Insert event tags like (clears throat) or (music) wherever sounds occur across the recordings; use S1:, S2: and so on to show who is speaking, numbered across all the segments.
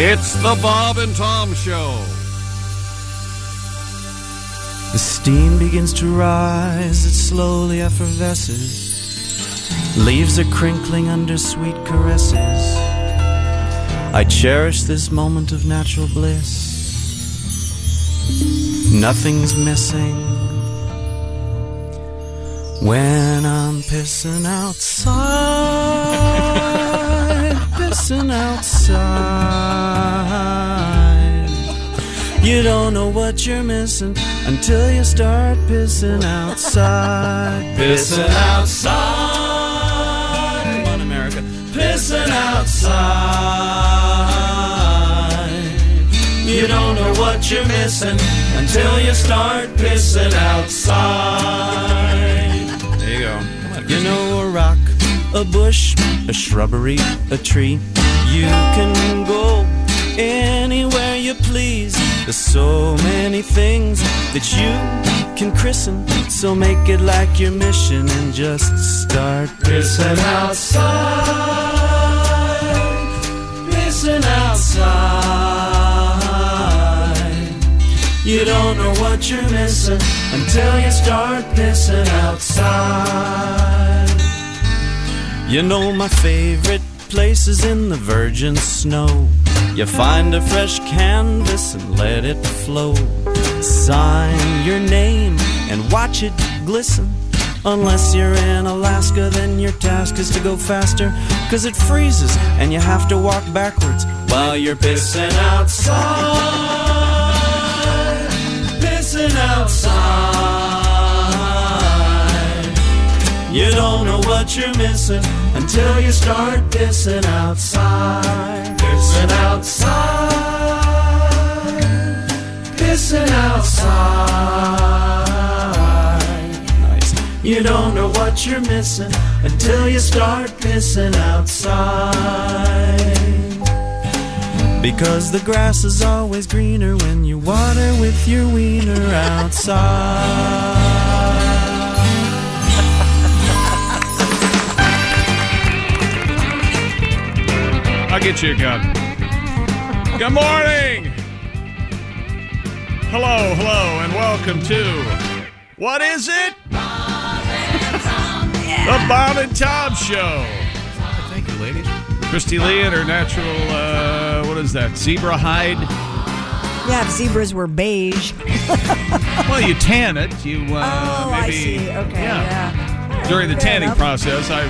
S1: It's the Bob and Tom Show.
S2: The steam begins to rise, it slowly effervesces. Leaves are crinkling under sweet caresses. I cherish this moment of natural bliss. Nothing's missing. When I'm pissing outside, pissing outside. You don't know what you're missing until you start pissing outside. Pissing outside. Come on, America. Pissing outside. You don't know what you're missing until you start pissing outside. There you go. You know a rock, a bush, a shrubbery, a tree. You can go anywhere you please. There's so many things that you can christen. So make it like your mission and just start pissing outside. Pissing outside. You don't know what you're missing until you start pissing outside. You know my favorite place is in the virgin snow. You find a fresh canvas and let it flow. Sign your name and watch it glisten. Unless you're in Alaska, then your task is to go faster. Cause it freezes and you have to walk backwards while you're pissing outside. Pissing outside. You don't know what you're missing until you start pissing outside. Pissing outside. Pissing outside. Nice. You don't know what you're missing until you start pissing outside. Because the grass is always greener when you water with your wiener outside.
S1: I'll get you a gun. Good morning. Hello, hello, and welcome to what is it? The Bob and Tom Show.
S3: Thank you, ladies.
S1: Christy Lee and her natural, uh, what is that? Zebra hide.
S4: Yeah, if zebras were beige.
S1: (laughs) Well, you tan it. You uh,
S4: Oh, I
S1: maybe
S4: see. Okay,
S1: yeah.
S4: yeah.
S1: during the
S4: Fair
S1: tanning
S4: enough.
S1: process. I,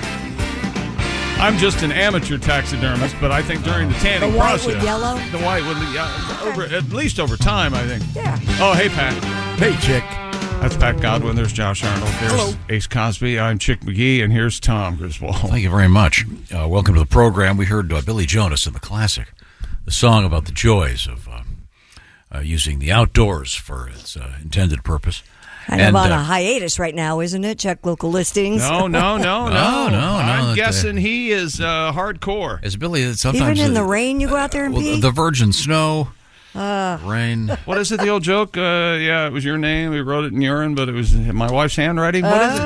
S1: I'm just an amateur taxidermist, but I think during the tanning
S4: The white
S1: process,
S4: with yellow?
S1: the white would, yeah, over, at least over time, I think.
S4: Yeah.
S1: Oh, hey Pat,
S3: Hey, chick.
S1: that's Pat Godwin. There's Josh Arnold. There's
S4: Hello.
S1: Ace Cosby. I'm Chick McGee, and here's Tom Griswold.
S3: Thank you very much. Uh, welcome to the program. We heard uh, Billy Jonas in the classic, the song about the joys of uh, uh, using the outdoors for its uh, intended purpose.
S4: Kind of on
S3: uh,
S4: a hiatus right now, isn't it? Check local listings.
S1: No, no,
S4: (laughs)
S3: Oh, No,
S1: no, no,
S3: no, no,
S1: Oh, I'm
S3: that, uh,
S1: guessing he is uh, hardcore.
S3: as Billy, uh, sometimes
S4: Even in the rain, you go out there and
S3: well,
S4: pee? Uh,
S3: the virgin snow, rain.
S1: (laughs) What is it? The old joke? Uh, yeah, it was your name. We wrote it in urine, but it was in my wife's handwriting. What
S4: Oh.
S1: is it?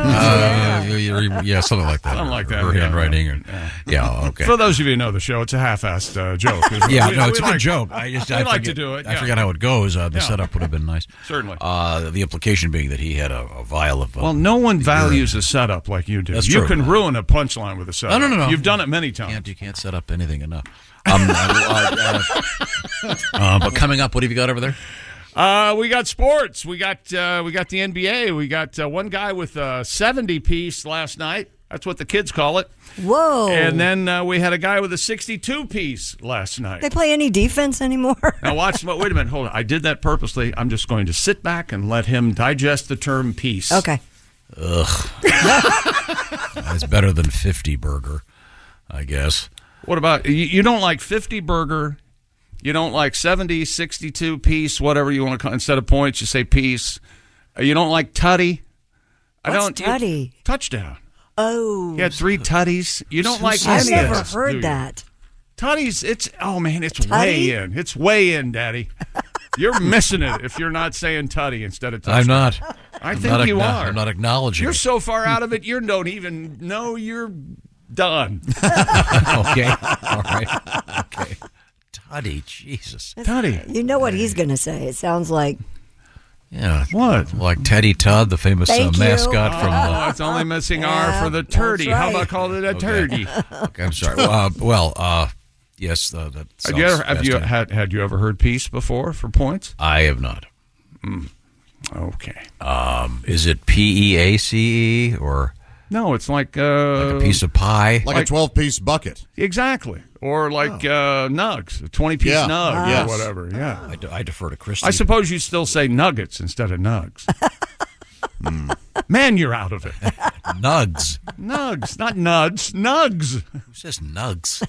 S3: (laughs) Uh, yeah. yeah, something like that.
S1: Something like that,
S3: Or
S1: yeah.
S3: handwriting. Or, yeah. okay.
S1: For those of you who know the show, it's a half-assed uh, joke.
S3: yeah,
S1: We-
S3: no,
S1: we
S3: it's a
S1: like-
S3: good joke. I just
S1: we
S3: I
S1: like
S3: forget,
S1: to do it,
S3: I
S1: yeah.
S3: forgot how it goes. Uh, the
S1: Yeah.
S3: setup would have been nice.
S1: Certainly.
S3: Uh, the implication being that he had a, a vial of. Uh,
S1: Well, no one values a setup like you do.
S3: That's
S1: you
S3: true.
S1: can ruin a punchline with a setup.
S3: No, no, no, no.
S1: You've done it many
S3: you can't,
S1: times.
S3: you can't set up anything enough. Um, uh, uh, uh, but coming up, what have you got over there?
S1: Uh, we got sports. We got uh, we got the NBA. We got uh, one guy with a seventy piece last night. That's what the kids call it.
S4: Whoa.
S1: And then uh, we had a guy with a sixty-two piece last night.
S4: they play any defense anymore? (laughs)
S1: Now watch. Wait a minute. Hold on. I did that purposely. I'm just going to sit back and let him digest the term piece.
S4: okay.
S3: uh, It's better than fifty burger, I guess.
S1: What about you, you don't like 50 burger? You don't like 70, 62 piece, whatever you want to call instead of points, you say piece. Uh, You don't like tutty? I
S4: What's
S1: don't you-
S4: tutty?
S1: touchdown.
S4: Oh,
S1: You had three tutties. You don't like
S4: I've
S1: any of
S4: never
S1: this, do you?
S4: heard that.
S1: Tutties, it's oh man, it's way
S4: Tutty?
S1: in. It's way in, Daddy. You're missing it if you're not saying tutty instead of touchdown.
S3: I'm not.
S1: I
S3: I'm
S1: think
S3: not
S1: you
S3: acknow-
S1: are.
S3: I'm not acknowledging.
S1: You're
S3: it.
S1: so far out of it, you don't even
S3: (laughs)
S1: know you're done.
S3: okay. All right. Okay. Tutty, Jesus.
S1: Tutty.
S4: You know what he's going to say. It sounds like
S3: Yeah.
S1: What?
S3: Like Teddy Todd, the famous uh,
S4: Thank you.
S3: mascot from.
S1: Oh,
S3: Uh,
S1: it's only missing
S4: Yeah,
S1: R for the
S4: that's
S1: turdy. How
S4: right.
S1: about call it a turdy?
S3: okay, I'm sorry. Uh, well, uh, yes, uh, that.
S1: Had you ever,
S3: sounds
S1: (laughs) have you
S3: fascinating.
S1: had, had you ever heard peace before for points?
S3: I have not.
S1: Hmm. Okay.
S3: Is it P E A C E or
S1: No, it's like, uh,
S3: a piece of pie?
S5: like, a 12 piece bucket.
S1: exactly, or like uh, nugs, a twenty piece
S5: Yeah.
S1: nug
S5: Yes.
S1: or whatever. Yeah.
S3: I, d- I defer to Christy.
S1: I suppose you still say nuggets instead of
S3: (laughs)
S1: nugs. Hmm. Man, you're out of it.
S3: nugs.
S1: Nugs,
S3: (laughs)
S1: not nuds. Nugs.
S3: Who says nugs?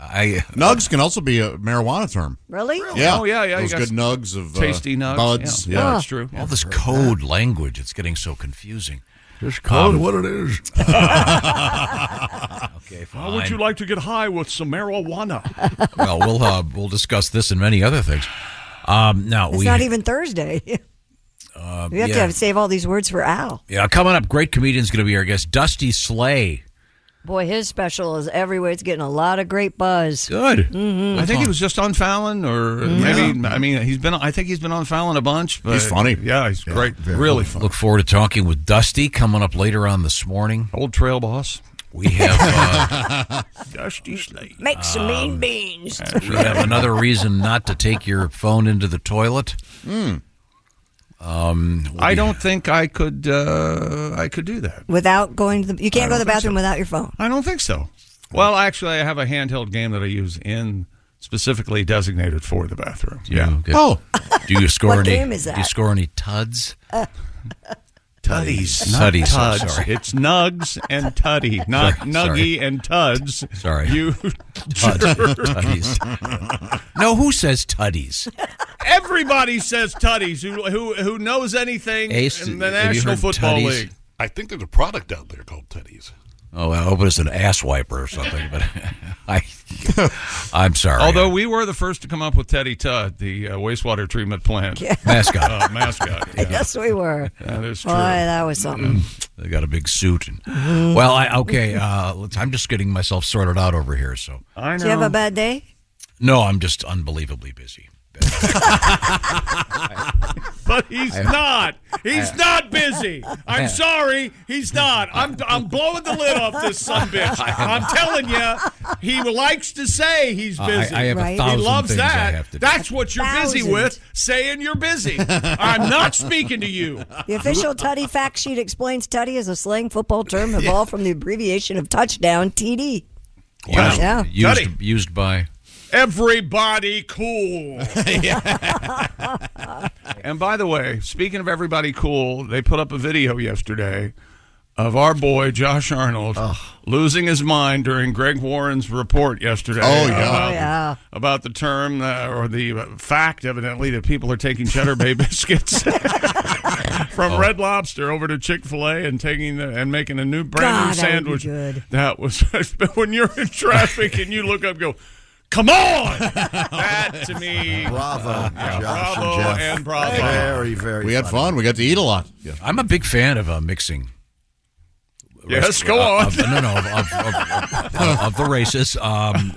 S3: I uh,
S5: Nugs can also be a marijuana term.
S4: really.
S5: Yeah.
S1: Oh, yeah, yeah, you
S5: Those
S1: got
S5: good
S1: some
S5: nugs of uh,
S1: Tasty nugs.
S5: buds.
S1: Yeah,
S5: Yeah.
S1: that's true.
S3: all this code language. It's getting so confusing. Um,
S6: Just call it what it
S3: (laughs)
S6: is.
S3: Okay, fine.
S1: How would you like to get high with some marijuana?
S3: well, we'll uh, we'll discuss this and many other things. Um, now
S1: Oh,
S4: It's
S3: we uh,
S4: not even Thursday. (laughs) we have to
S3: yeah.
S4: have, save all these words for Al.
S3: yeah coming up. Great comedian's going to be our guest, Dusty Slay.
S4: Boy, his special is everywhere. It's getting a lot of great buzz. Mm-hmm.
S3: Good.
S1: I think he was just on Fallon, or maybe I mean he's been. I think he's been on Fallon a bunch. But
S5: He's funny.
S1: Yeah, he's great. Really
S3: Uh,
S1: funny.
S3: Look forward to talking with Dusty coming up later on this morning.
S1: Old trail boss.
S3: We have uh,
S6: (laughs)
S1: Dusty Um, Slade.
S4: Make some mean beans.
S3: we have another reason not to take your phone into the toilet.
S1: Hmm.
S3: Um,
S1: I don't think I could. Uh, I could do that.
S4: Without going to the, you can't go to the bathroom without your phone.
S1: I
S4: (laughs)
S1: don't think so. Well, actually, I have a handheld game that I use in specifically designated for the bathroom. Yeah.
S3: Okay.
S5: Oh,
S3: Do you score
S4: What
S3: any?
S4: game is
S3: do you
S4: that?
S3: score any
S1: (laughs)
S3: tuds?
S1: Tuddies. not
S3: Tuddies, I'm
S1: Tuds.
S3: sorry.
S1: It's Nugs and Tuddy,
S3: (laughs)
S1: not
S3: Sorry,
S1: Nuggy and Tuds.
S3: Sorry. (laughs)
S1: You (laughs)
S3: Tud- Tuddies. No, who says tuddies?
S1: everybody says Tuddies who who who knows anything
S3: Ace,
S1: in the
S3: have you
S1: National
S3: heard
S1: Football
S3: Tuddies?
S1: League.
S6: I think there's a product out there called Teddy's.
S3: Oh, I hope it's an ass wiper or something. (laughs) But I, I'm sorry.
S1: (laughs) Although we were the first to come up with Teddy Tudd, the uh, wastewater treatment plant
S3: mascot,
S1: (laughs) uh,
S3: (laughs)
S1: mascot. Yeah,
S4: Yes, we were.
S1: that is true.
S4: Boy, that was something.
S3: they got a big suit. And, well, I, okay. Uh, let's, I'm just getting myself sorted out over here. So
S1: I
S4: Did you have a bad day?
S3: no, I'm just unbelievably busy.
S1: but he's not. He's not busy. I'm sorry, he's not. I'm I'm blowing the lid off this son bitch. I'm telling you, he likes to say he's
S3: I-
S1: busy.
S3: I have a
S4: Right. He
S3: thousand
S1: he loves
S3: things
S1: that.
S3: I have to do.
S1: That's what you're busy
S4: Thousand.
S1: with, saying you're busy. I'm not speaking to you.
S4: The official Tutty fact sheet explains Tutty is a slang football
S1: (laughs)
S4: term evolved from the abbreviation of touchdown TD.
S3: Used,
S4: Yeah.
S1: Tutty.
S3: used, used by
S1: Everybody cool. and by the way, speaking of everybody cool, they put up a video yesterday of our boy Josh Arnold losing his mind during Greg Warren's report yesterday.
S5: Oh, yeah.
S1: About,
S4: Oh, yeah.
S1: about the term uh, or the uh, fact, evidently, that people are taking Cheddar Bay (laughs) biscuits
S5: Oh.
S1: from Red Lobster over to Chick Fil A and taking the, and making a new brand new
S4: God, that would be
S1: sandwich.
S4: good.
S1: That was (laughs) when you're in (laughs) traffic and you look up, and go, come on! That to me,
S6: Bravo, Josh
S1: bravo
S6: and Jeff.
S1: and bravo.
S6: Very, very.
S5: we had
S6: funny.
S5: fun. We got to eat a lot.
S3: I'm a big fan of uh, mixing. uh,
S1: Yes, go on.
S3: Of, no, no, of, of, of, of, of the races, um,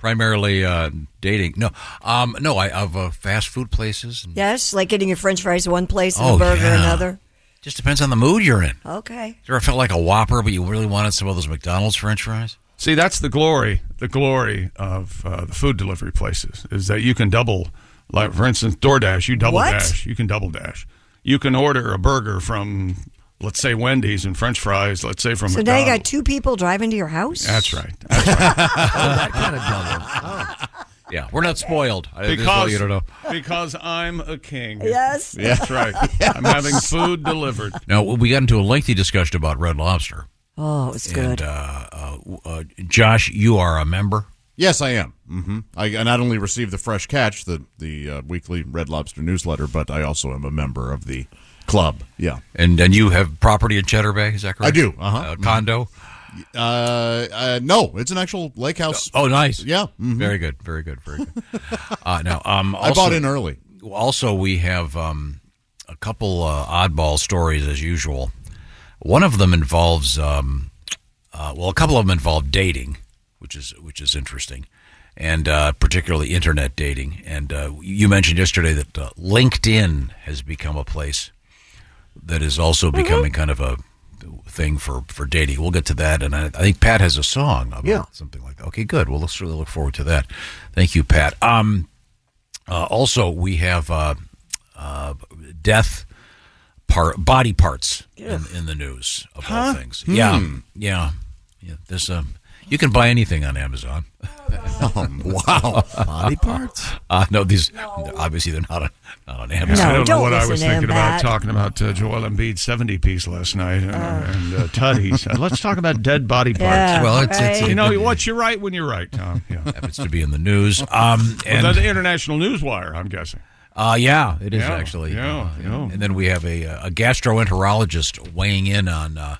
S3: primarily uh, dating. No, um, no, I of uh, fast food places. And
S4: Yes, like getting your French fries one place and
S3: Oh,
S4: a burger
S3: yeah.
S4: another.
S3: Just depends on the mood you're in.
S4: Okay.
S3: You ever felt like a Whopper, but you really wanted some of those McDonald's French fries?
S1: See, that's the glory, the glory of uh, the food delivery places is that you can double, like for instance, DoorDash. You double
S4: What?
S1: dash. You can double dash. You can order a burger from, let's say, Wendy's and French fries. Let's say from.
S4: So now you
S1: McDonald's.
S4: got two people driving to your house?
S1: That's
S3: (laughs)
S1: right. That's right.
S3: Oh, Yeah, we're not spoiled. I just want
S1: because
S3: you to know.
S1: because I'm a king. (laughs)
S4: (laughs) Yes.
S1: That's right. I'm (laughs) having food delivered.
S3: Now we got into a lengthy discussion about Red Lobster,
S4: Oh, it's
S3: and
S4: good.
S3: uh, uh, uh, Josh, you are a member.
S5: Yes, I am.
S1: Mm-hmm.
S5: hmm I, I not only receive the Fresh Catch, the the uh, weekly Red Lobster newsletter, but I also am a member of the club. Yeah,
S3: And and you have property in Cheddar Bay, is that correct?
S5: I do, uh-huh.
S3: A condo.
S5: uh, uh, no, it's an actual lake house.
S3: Oh, nice.
S5: Yeah, mhm.
S3: Very good. Very good. Very good. uh, now, um,
S5: (laughs) I
S3: also-
S5: bought in early.
S3: Also, we have um, a couple uh, oddball stories as usual. One of them involves, um, uh, well, a couple of them involve dating, which is which is interesting, and uh, particularly internet dating. And uh, you mentioned yesterday that uh, LinkedIn has become a place that is also
S7: Mm-hmm.
S3: becoming kind of a thing for, for dating. We'll get to that. And I, I think Pat has a song about
S8: Yeah.
S3: something like that. Okay, good. Well, let's really look forward to that. Thank you, Pat. Um, uh, also, we have uh, uh, death part body parts in, in the news of all
S7: Huh?
S3: things. Yeah,
S7: Hmm.
S3: yeah, yeah. There's um, you can buy anything on Amazon.
S7: (laughs)
S3: wow,
S7: Oh, Body parts?
S3: (laughs) Uh, no, these obviously they're not on not on Amazon.
S1: I don't, know what I was thinking about talking about uh, Joel Embiid's 70 piece last night uh, and uh, Tutty's. Uh, let's talk about dead body parts.
S3: Yeah, Well, it's- it's- right.
S1: you know what you're right when you're right, Tom. Yeah.
S3: (laughs) happens to be in the
S1: (laughs)
S3: news. Um,
S1: Well,
S3: and
S1: that's the international news wire, I'm guessing.
S3: Uh, yeah, it is
S1: Yeah,
S3: actually.
S1: yeah,
S3: Uh,
S1: yeah.
S3: And then we have a, a gastroenterologist weighing in on uh,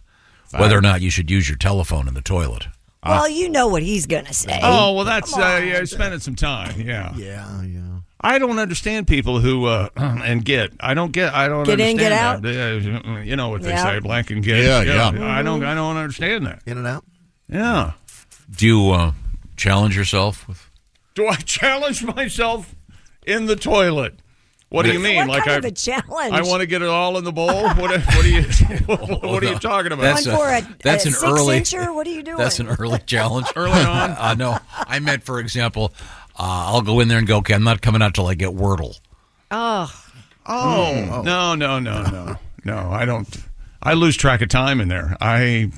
S3: whether or not you should use your telephone in the toilet.
S4: (laughs)
S1: Ah,
S4: Well, you know what he's going to say.
S1: Oh well, that's uh, yeah, spending some time. Yeah, yeah, yeah. I don't understand people
S3: (clears throat)
S1: who uh, and get. I don't get. I don't
S4: Get in,
S1: understand
S4: get
S1: that. Uh, You know what they
S4: Yeah.
S1: say, blank and get.
S3: Yeah, yeah.
S1: I don't. I don't understand that.
S6: In and out.
S1: Yeah.
S3: Do you uh, challenge yourself with?
S1: Do I challenge myself in the toilet? What do you
S4: So
S1: mean?
S4: what
S1: like
S4: kind
S1: I,
S4: of a challenge?
S1: I want to get it all in the
S4: (laughs)
S1: bowl. What, what are you? (laughs) What, are you talking about?
S3: That's a- that's an early.
S4: What are you doing?
S3: That's an
S4: (laughs)
S3: early challenge. early on. (laughs) uh, no, I meant, for example, uh, I'll go in there and go. Okay, I'm not coming out till I get Wordle.
S4: Oh.
S3: Mm.
S1: Oh, no, no,
S3: (laughs)
S1: no, no, no. I don't. I lose track of time in there. I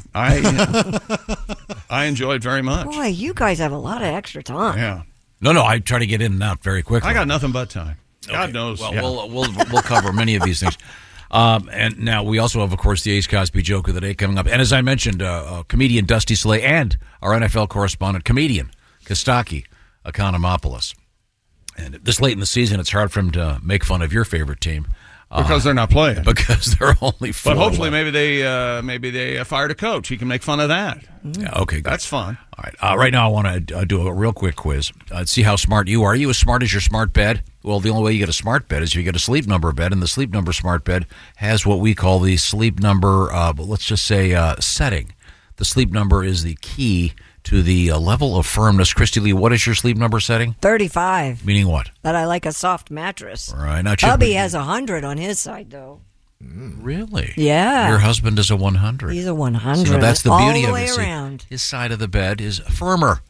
S1: I I enjoy it very much.
S4: Boy, you guys have a lot of extra time.
S1: Yeah.
S3: No, no, I try to get in and out very quickly.
S1: I got nothing but time. God knows.
S3: Well,
S1: Yeah.
S3: we'll, we'll we'll cover many of these things. Um, and now we also have, of course, the Ace Cosby joke of the day coming up. And as I mentioned, uh, uh, comedian Dusty Slay and our NFL correspondent, comedian Kostaki Economopoulos. And this late in the season, it's hard for him to make fun of your favorite team uh,
S1: Because they're not
S3: (laughs)
S1: playing.
S3: Because they're only. Four
S1: but hopefully, maybe they uh, maybe they uh, fired a coach. He can make fun of that.
S3: Mm-hmm. Yeah, okay,
S1: that's fun.
S3: All right. Uh, right now, I want to uh, do a real quick quiz. Uh, see how smart you are. Are you as smart as your smart bed? Well, the only way you get a smart bed is if you get a sleep number bed, and the sleep number smart bed has what we call the sleep number, uh, but let's just say uh, setting. The sleep number is the key to the uh, level of firmness. Christy Lee, what is your sleep number setting?
S4: 35.
S3: Meaning what?
S4: That I like a soft mattress.
S3: All right. Now, Chip,
S4: Hubby has a 100 on his side, though.
S3: Really?
S4: Yeah.
S3: Your husband is a 100.
S4: He's a 100.
S3: So that's the
S4: All
S3: beauty
S4: the
S3: of
S4: way
S3: it. See,
S4: around.
S3: his side of the bed is firmer.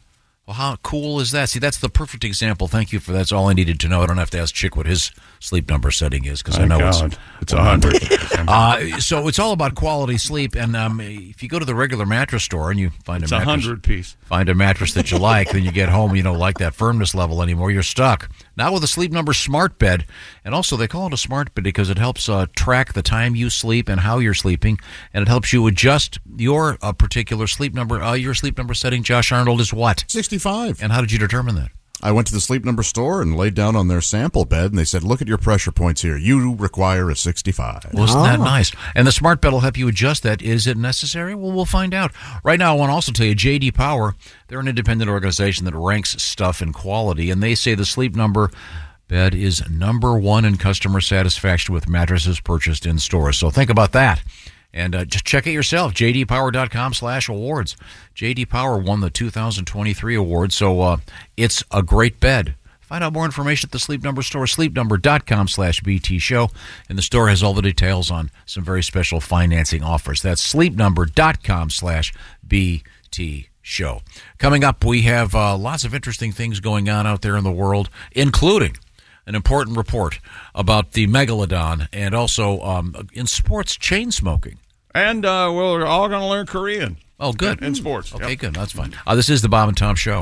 S3: Well, how cool is that? See, that's the perfect example. Thank you for that's all I needed to know. I don't have to ask Chick what his sleep number setting is because I
S1: Thank
S3: know
S1: God.
S3: it's
S1: It's
S3: (laughs)
S1: 100.
S3: uh, so it's all about quality sleep. And um, if you go to the regular mattress store and you find
S1: It's
S3: a
S1: a
S3: mattress,
S1: hundred piece.
S3: find a mattress that you like, then you get home, you don't like that firmness level anymore. You're stuck. Now with a Sleep Number smart bed, and also they call it a smart bed because it helps uh, track the time you sleep and how you're sleeping, and it helps you adjust your uh, particular sleep number. Uh, your sleep number setting, Josh Arnold, is what?
S5: Sixty-five.
S3: And how did you determine that?
S5: I went to the sleep number store and laid down on their sample bed, and they said, "Look at your pressure points here. You require a 65."
S3: Wasn't
S4: Ah.
S3: that nice? And the smart bed will help you adjust that. Is it necessary? Well, we'll find out. Right now, I want to also tell you JD Power, they're an independent organization that ranks stuff in quality, and they say the sleep number bed is number one in customer satisfaction with mattresses purchased in stores. So think about that. And uh, just check it yourself, jdpower.com slash awards. JD Power won the 2023 award, so uh, it's a great bed. Find out more information at the Sleep Number store, sleepnumber.com slash BT show. And the store has all the details on some very special financing offers. That's sleepnumber.com slash BT show. Coming up, we have uh, lots of interesting things going on out there in the world, including an important report about the megalodon and also um, in sports chain smoking.
S1: And uh, we're all going to learn Korean.
S3: Oh, good.
S1: In, in sports.
S3: Okay, good. That's fine. Uh, this is the Bob and Tom Show.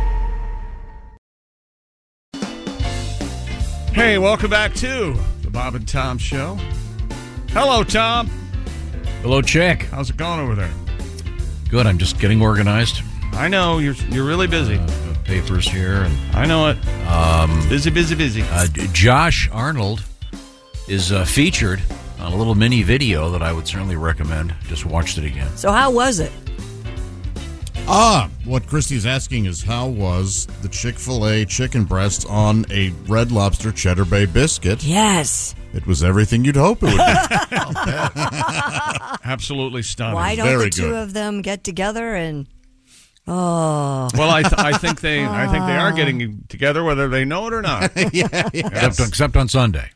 S1: Hey, welcome back to the Bob and Tom Show. Hello, Tom.
S3: Hello, Chick.
S1: How's it going over there?
S3: Good. I'm just getting organized.
S1: I know you're you're really busy.
S3: Uh, papers here, and
S1: I know it.
S3: Um,
S1: busy, busy, busy.
S3: Uh, J- Josh Arnold is uh, featured on a little mini video that I would certainly recommend. Just watched it again.
S4: So how was it?
S5: Ah, what Christy's asking is how was the Chick fil A chicken breast on a red lobster cheddar bay biscuit?
S4: Yes.
S5: It was everything you'd hope it would be. (laughs)
S1: (laughs)
S4: (laughs)
S1: Absolutely stunning.
S4: Why don't
S5: very
S4: the two
S5: good.
S4: of them get together and oh
S1: Well, I, th- I think they I think they are getting together whether they know it or
S4: (laughs)
S1: not.
S3: Except, except on Sunday.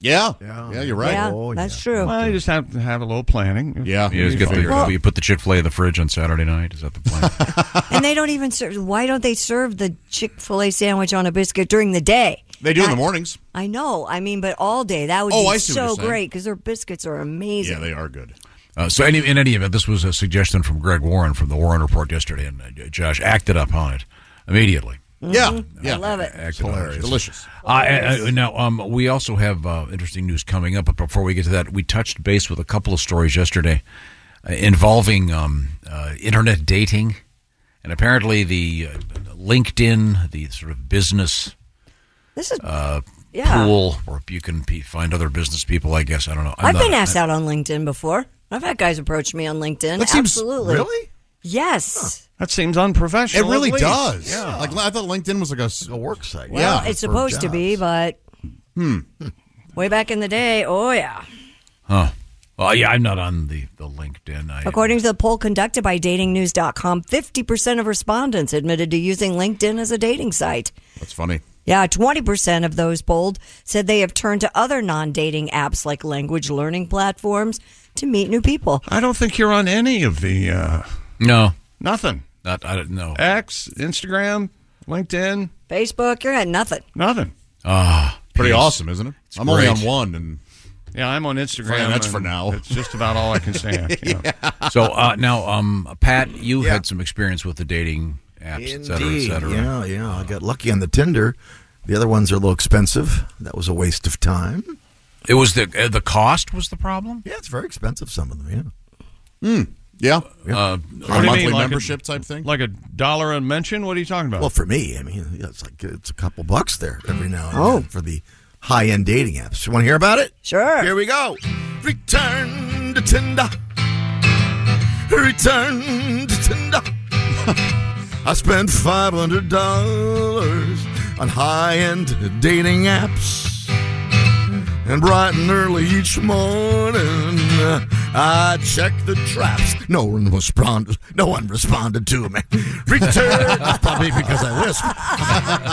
S5: yeah. yeah. you're right. Oh,
S4: yeah, that's true.
S1: Well, you just have to have a little planning.
S5: Yeah.
S3: You, guys get the,
S5: figured
S4: Well-
S3: you put the Chick Fil A in the fridge on Saturday night. Is that the plan?
S4: (laughs) and they don't even serve. Why don't they serve the Chick Fil A sandwich on a biscuit during the day?
S5: They do in the mornings.
S4: I know. I mean, but all day that would
S5: Oh,
S4: be
S5: I see what
S4: so
S5: you're saying.
S4: great because their biscuits are amazing.
S5: Yeah, they are good.
S3: uh, so, any, in any event, this was a suggestion from Greg Warren from the Warren Report yesterday, and uh, Josh acted upon it immediately.
S5: Yeah. Yeah.
S4: Mm-hmm. I love it.
S3: Acted on it.
S5: Hilarious. Delicious.
S3: Uh, and- and now, um, we also have uh, interesting news coming up, but before we get to that, we touched base with a couple of stories yesterday uh, involving um, uh, internet dating. And apparently, the uh, LinkedIn, the sort of business uh,
S4: This is yeah.
S3: pool, or you can pe- find other business people, I guess. I don't know. I'm
S4: I've
S3: not
S4: been
S3: a-
S4: asked out on LinkedIn before. I've had guys approach me on LinkedIn.
S5: That seems-
S4: Absolutely.
S5: Really?
S4: Yes.
S1: That seems unprofessional.
S5: It really
S1: at least.
S5: does. Yeah. Like I thought LinkedIn was like a, s-
S6: A work site.
S5: yeah.
S4: It's supposed to be, but
S5: Hmm.
S4: way back in the day, oh yeah.
S3: Huh. Well, yeah, I'm not on the, the LinkedIn. I,
S4: According to the poll conducted by datingnews.com, 50% of respondents admitted to using LinkedIn as a dating site.
S5: That's funny.
S4: Yeah, 20% of those polled said they have turned to other non dating apps like language learning platforms to meet new people.
S1: I don't think you're on any of the uh,
S3: no,
S1: nothing.
S3: not, I don't know.
S1: X, Instagram, LinkedIn,
S4: Facebook, you're at nothing.
S1: nothing.
S3: Ah,
S5: Pretty
S3: peace.
S5: awesome, isn't it? I'm
S3: great.
S5: only on one, and
S1: Yeah, I'm on Instagram.
S5: Fine, that's
S1: and
S5: for now.
S1: It's just about all I can say.
S5: (laughs)
S1: yeah.
S3: So uh, now, um, Pat, you had some experience with the dating apps, et cetera, et
S6: Indeed.
S3: cetera.
S6: Yeah, yeah. I got lucky on the Tinder. The other ones are a little expensive. That was a waste of time.
S3: It was the uh, the cost was the problem.
S6: Yeah, it's very expensive. Some of them. Yeah.
S5: yeah,
S3: Hmm. Uh,
S5: a
S1: do you
S5: monthly
S1: mean, like a-
S5: membership type thing.
S1: Like a dollar a mention? What are you talking about?
S6: Well, for me, I mean, yeah, it's like it's a couple bucks there every now and oh. then for the high-end dating apps. You want to hear about it?
S4: Sure.
S6: Here we go. Return to Tinder. Return to Tinder. (laughs) I spent five hundred dollars on high-end dating apps, and bright and early each morning uh, I checked the traps. No one responded. No one responded to me. Return. That's probably because I lisped.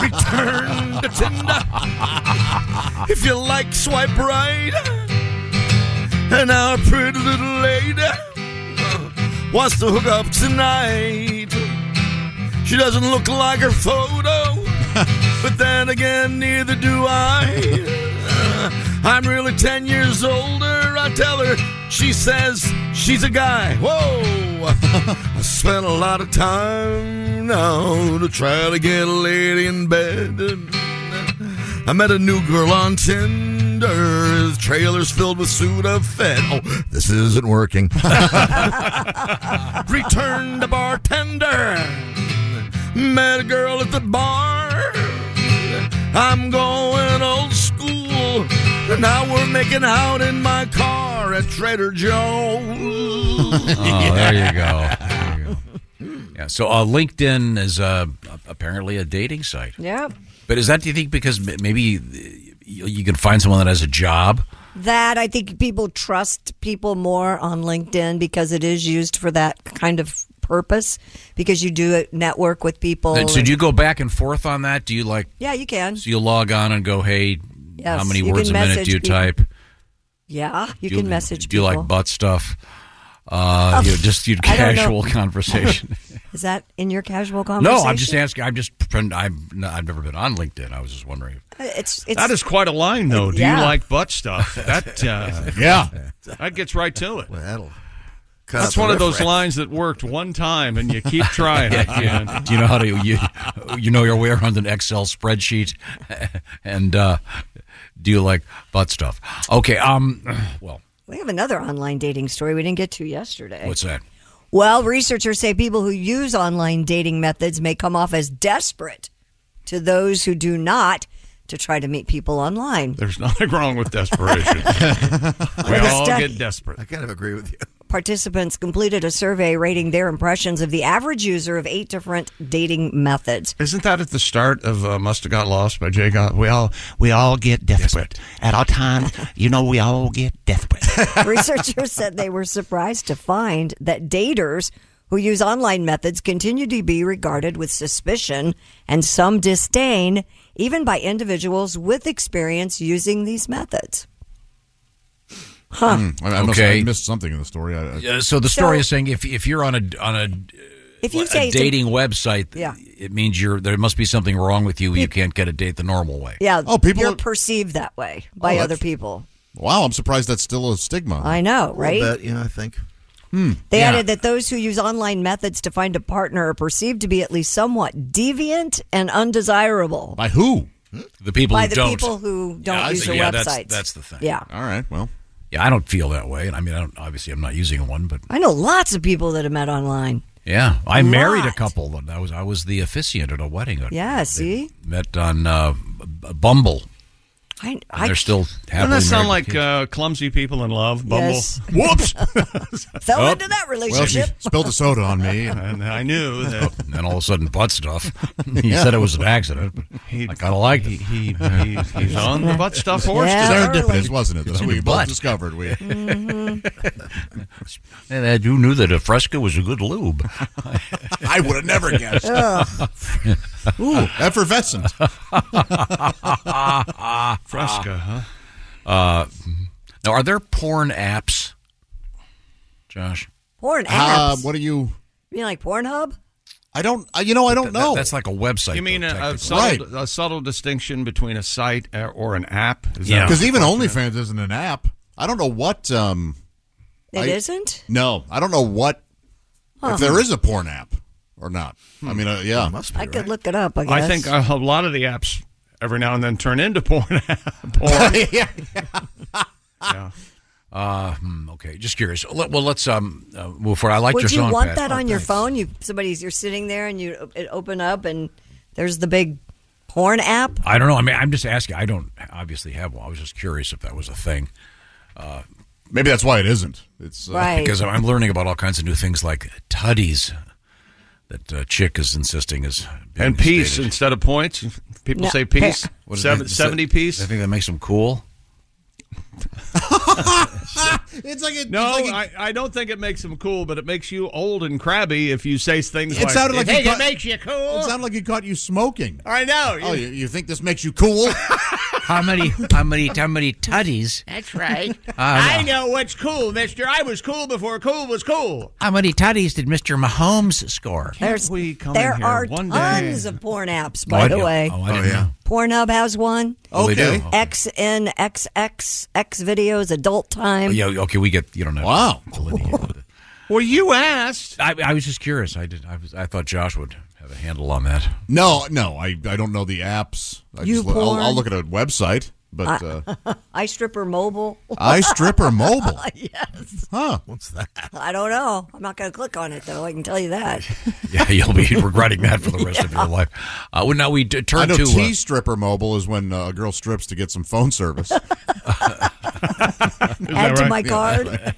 S6: (laughs) Return to Tinder. If you like, swipe right. And our pretty little lady wants to hook up tonight. She doesn't look like her photo, but then again, neither do I. (laughs) I'm really 10 years older, I tell her. She says she's a guy. Whoa! (laughs) I spent a lot of time now to try to get a lady in bed. I met a new girl on Tinder. His trailer's filled with Sudafed. Oh, this isn't working. (laughs) Return to bartender. Met a girl at the bar. I'm going old school. And now we're making out in my car at Trader Joe's.
S3: (laughs) oh, there you go. There you go. Yeah. So uh, LinkedIn is uh, apparently a dating site.
S4: Yeah.
S3: But is that do you think because m- maybe uh, you you can find someone that has a job?
S4: That I think people trust people more on LinkedIn because it is used for that kind of purpose because you do it- network with people.
S3: So do you go back and forth on that? Do you like
S4: yeah, you can.
S3: so you log on and go, hey,
S4: Yes,
S3: how many
S4: you
S3: words a
S4: can
S3: minute
S4: message
S3: do you
S4: people.
S3: type?
S4: Yeah, you
S3: Do
S4: can message
S3: Do you
S4: people.
S3: like butt stuff? Uh,
S4: (laughs)
S3: you know, just you
S4: I don't know.
S3: casual (laughs)
S4: (laughs)
S3: conversation.
S4: Is that in your casual conversation?
S3: no, I'm just asking. I'm just. I'm. no, I've never been on LinkedIn. I was just wondering.
S4: It's, it's
S1: that is quite a line, though. Oh, Do
S4: Yeah.
S1: you like
S3: (laughs)
S1: butt stuff? That uh,
S3: Yeah.
S1: (laughs) that gets right to it.
S6: that'll cut
S1: That's
S6: up the
S1: one of those
S6: riffraff.
S1: lines that worked one time, and you
S5: (laughs)
S1: keep trying. it,
S3: (laughs) Yeah,
S1: man.
S3: Do you know how to you, you know your way around an Excel spreadsheet, (laughs) and uh, do you like butt stuff? Okay. Um. Well,
S4: We have another online dating story we didn't get to yesterday.
S3: what's that?
S4: Well, researchers say people who use online dating methods may come off as desperate to those who do not to try to meet people online.
S1: There's nothing wrong
S5: (laughs)
S1: with desperation. we
S4: Well,
S1: all
S4: study-
S1: get desperate. I
S6: kind of agree with you.
S4: Participants completed a survey rating their impressions of the average user of eight different dating
S5: (laughs)
S4: methods.
S1: Isn't that at the start of uh, Must Have Got Lost by Jay Gon? We all we all get desperate at all times. You know, we all get desperate.
S4: Researchers said they were surprised to find that daters who use online methods continue to be regarded with suspicion and some disdain, even by individuals with experience using these methods. Huh.
S5: Hmm. I, I must-
S3: Okay.
S5: I missed something in the story. I, I-
S3: Uh, so the story is saying if if you're on a on a,
S4: If you
S3: a
S4: say it's a-
S3: dating website,
S4: Yeah.
S3: it means you're there must be something wrong with you. You can't get a date the normal way.
S4: Yeah.
S5: Oh, people
S4: You're
S5: are- Oh,
S4: perceived that way by
S5: that's-
S4: other people.
S5: wow, I'm surprised that's still a stigma. Hmm.
S4: I know, right?
S6: But, you know, I think.
S4: They
S5: Yeah.
S4: added that those who use online methods to find a partner are perceived to be at least somewhat deviant and undesirable
S5: By who?
S3: The people
S4: by
S3: who
S4: the
S3: don't.
S4: people who don't
S3: Yeah, I
S4: use
S3: see.
S4: the
S3: Yeah,
S4: websites.
S3: that's- that's the thing.
S4: Yeah.
S5: All right. Well,
S3: yeah, I don't feel that way, and I mean, I don't. Obviously, I'm not using one, but
S4: I know lots of people that have met online.
S3: yeah, I
S4: A
S3: married a
S4: lot.
S3: couple. That I was I was the officiant at a wedding. I
S4: Yeah, see?
S3: met on uh, B- Bumble.
S4: I,
S3: And
S4: I
S3: they're still
S1: Doesn't
S3: happily
S1: that sound
S3: married
S1: like
S3: with
S1: uh, clumsy people in love? Bumble.
S4: Yes.
S1: (laughs) Whoops.
S4: fell
S3: Oh.
S4: into that
S5: well, she
S4: relationship.
S1: (laughs)
S5: spilled a soda on
S3: (laughs)
S5: me. Oh,
S1: and
S5: (laughs)
S1: I knew that
S3: kids. and then all of a sudden, butt
S1: (laughs)
S3: stuff. he said it was an accident. But
S1: he,
S3: I kind of liked
S1: he,
S3: it.
S1: he, he he's on the butt stuff horse.
S4: Yeah.
S1: today.
S5: Serendipitous, wasn't it? That
S3: in
S5: we
S3: the
S5: both
S3: butt. Mm-hmm.
S5: discovered. We
S3: And I do knew that a Fresca was a good lube.
S5: (laughs) I would have
S3: (laughs)
S5: never guessed.
S4: Ugh.
S5: Ooh,
S1: (laughs)
S5: effervescent.
S1: Fresca, huh?
S3: Uh, now, are there porn apps, Josh?
S4: Porn apps.
S5: Uh, what are you?
S4: you mean like Pornhub?
S5: I don't. Uh, you know, I
S3: That-
S5: don't know.
S3: that's like a website.
S1: You mean
S3: though,
S1: a, a
S3: technically.
S1: subtle, a subtle distinction between a site uh, or an app? Is that
S3: Yeah.
S5: because even OnlyFans isn't an app. I don't know what. um
S4: It
S5: I-
S4: not
S5: No, I don't know what if there is a porn app or not. I
S1: Hmm.
S5: mean, uh, yeah,
S6: Must be.
S4: I could
S6: right?
S4: look it up. I guess.
S1: I think
S3: uh,
S1: a, a lot of the apps every now and then turn
S3: (laughs)
S1: into (laughs) porn.
S4: (laughs)
S1: porn.
S5: yeah.
S1: Yeah.
S3: Uh, hmm, okay, just curious. Let- Well, let's um, uh, move forward. I like your
S4: Would you
S3: song, Oh,
S4: want
S3: Pat.
S4: that on your phone? You somebody's you're sitting there and you it open up and there's the big porn app.
S3: I don't know. I mean, I'm just asking. I don't obviously have one. I was just curious if that was a thing Uh,
S5: Maybe that's why it isn't. It's uh,
S4: Right.
S3: because I'm learning about all kinds of new things like tutties that uh, chick is insisting is being
S1: And peace
S3: stated.
S1: instead of points. People
S4: No,
S1: say peace.
S3: What is that?
S1: Seven,
S3: Is that-
S1: 70
S3: I
S1: piece.
S3: think that makes them cool.
S5: it's like it,
S1: No,
S5: it's like
S1: I, I don't think it makes them cool, but it makes you old and crabby if you say things
S5: It
S1: like
S5: sounded like
S1: "Hey,
S5: you got-
S1: it makes you
S5: it,
S1: cool.
S5: it sounded like it caught you smoking.
S1: I know.
S5: Oh, you, you think this makes you
S4: (laughs)
S5: cool?
S3: How many? How many? How many tutties?
S1: That's right. (laughs) I know what's cool, mister. I was cool before cool was cool.
S3: How many tutties did Mister Mahomes score?
S4: There's
S1: we come in
S4: there
S1: here
S4: are
S1: one day?
S4: tons of porn apps by the way.
S3: Oh, I didn't know.
S4: Pornhub has one.
S3: Oh, they do?
S5: Okay.
S3: Okay.
S4: XNXX X videos adult time.
S3: Oh, Yeah. Okay. We get. You don't know.
S5: Wow.
S1: Well, you asked.
S3: I, I was just curious. I did. I was. I thought Josh would have a handle on that.
S5: No, no, I, I don't know the apps. I
S4: You
S5: look, I'll,
S4: porn.
S5: I'll look at a website, but
S4: (laughs)
S5: uh,
S4: iStripper mobile.
S5: I stripper mobile,
S4: (laughs) yes.
S5: huh?
S6: What's that?
S4: I don't know. I'm not going to click on it though. I can tell
S5: (laughs)
S4: you that.
S3: (laughs) Yeah, you'll be regretting that for the rest of your life. Uh, well, now we d- turn
S5: I know
S3: to. uh,
S5: T stripper mobile is when uh, a girl strips to get some phone
S4: (laughs)
S5: service.
S4: Add to my card.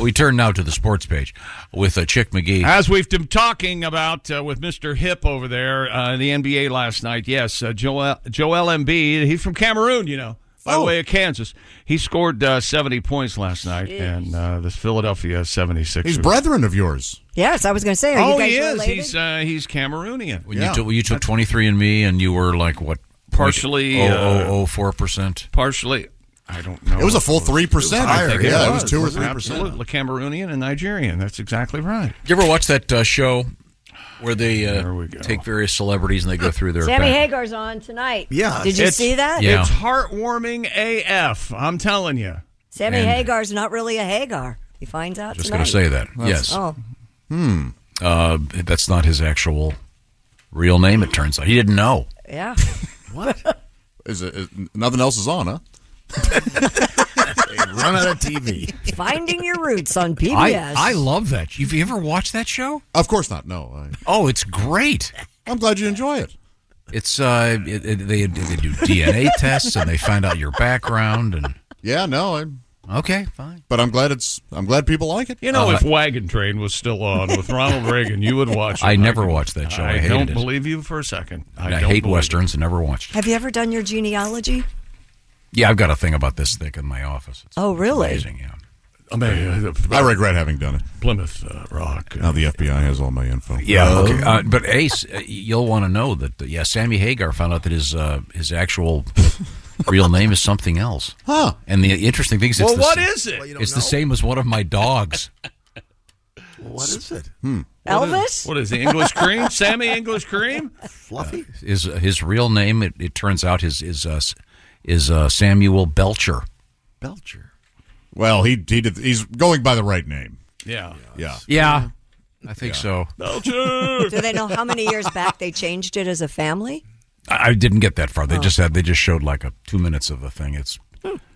S5: (laughs)
S3: we turn now to the sports page with uh, Chick McGee.
S5: Ah,
S1: As we've been talking about uh, with Mr. Hip over there uh, in the NBA last night, yes, uh, Joel, Joel Embiid, he's from Cameroon, you know, by
S5: Oh.
S1: the way of Kansas. He scored uh, 70 points last night, and uh, the Philadelphia 76ers.
S5: He's brethren of yours.
S4: Yes, I was going to say. Are you
S1: Oh,
S4: guys
S1: he is.
S4: related?
S1: He's uh, he's Cameroonian.
S3: when
S5: yeah.
S3: you, took when you took twenty three and Me, and you were like what?
S1: Partially, uh,
S3: oh four percent.
S1: Partially. I don't know.
S5: It was a full
S1: It
S5: 3%.
S1: I think
S5: Yeah, it was 2 or 3%.
S1: Absolutely. Cameroonian and Nigerian. That's exactly right.
S3: You ever watch that uh, show where they uh, take various celebrities and they go through their
S4: Sammy
S3: back-
S4: Hagar's on tonight.
S3: Yeah.
S4: Did you
S3: It's-
S4: see that?
S3: Yeah.
S1: It's heartwarming AF. I'm telling you.
S4: Sammy
S1: And-
S4: Hagar's not really a Hagar. He finds out
S3: Just
S4: tonight.
S3: going to say that. yes.
S4: Oh,
S3: Hmm. Uh, that's not his actual real name. It turns out he didn't know.
S4: yeah.
S5: (laughs) what? Is it, is, nothing else is on, huh? Run out of TV.
S4: Finding your roots on PBS.
S3: I, I love that. Have you ever watched that show?
S5: Of course not. No.
S3: Oh, it's great.
S5: I'm glad you enjoy it.
S3: It's uh, it, it- they they do
S5: (laughs)
S1: (laughs)
S3: DNA tests and they find out your background and
S5: yeah, no, I'm
S3: okay, fine.
S5: But I'm glad it's I'm glad people like it.
S1: You know, if Wagon Train was still on with Ronald Reagan, you would watch it.
S3: I never
S1: can-
S3: watched that show. I hated
S1: don't
S3: it.
S1: believe you for a second.
S3: I,
S1: don't (laughs)
S3: hate
S1: believe
S3: westerns and never watched.
S4: Have you ever done your genealogy?
S3: Yeah, I've got a thing about this thick in my office. It's
S4: Oh, really?
S3: amazing. Yeah.
S5: I regret having done it.
S1: Plymouth uh, Rock.
S5: Now the FBI has all my info.
S3: Yeah, okay. Uh, but Ace, uh, you'll want to know that uh, yeah, Sammy Hagar found out that his uh, his
S5: (laughs)
S3: actual real name is something else.
S5: Huh.
S3: And the interesting thing is,
S1: Well,
S3: it's the
S1: what
S3: sa-
S1: is it? Well, you don't
S3: it's the same as one of my
S5: (laughs)
S3: dogs.
S1: What is it?
S3: Hmm.
S1: Elvis? what is the English (laughs) cream? Sammy English cream?
S3: Fluffy. Is uh, his real name? It, it turns out his is uh, s- is uh, Samuel Belcher.
S5: Belcher. Well, he he did. He's going by the right name.
S1: Yeah.
S5: Yeah.
S3: Yeah. I think
S5: Yeah.
S3: so.
S4: Do they know how many years back they changed it as a family?
S3: I, I didn't get that far. They
S4: Oh.
S3: just had they just showed like a two minutes of the thing. It's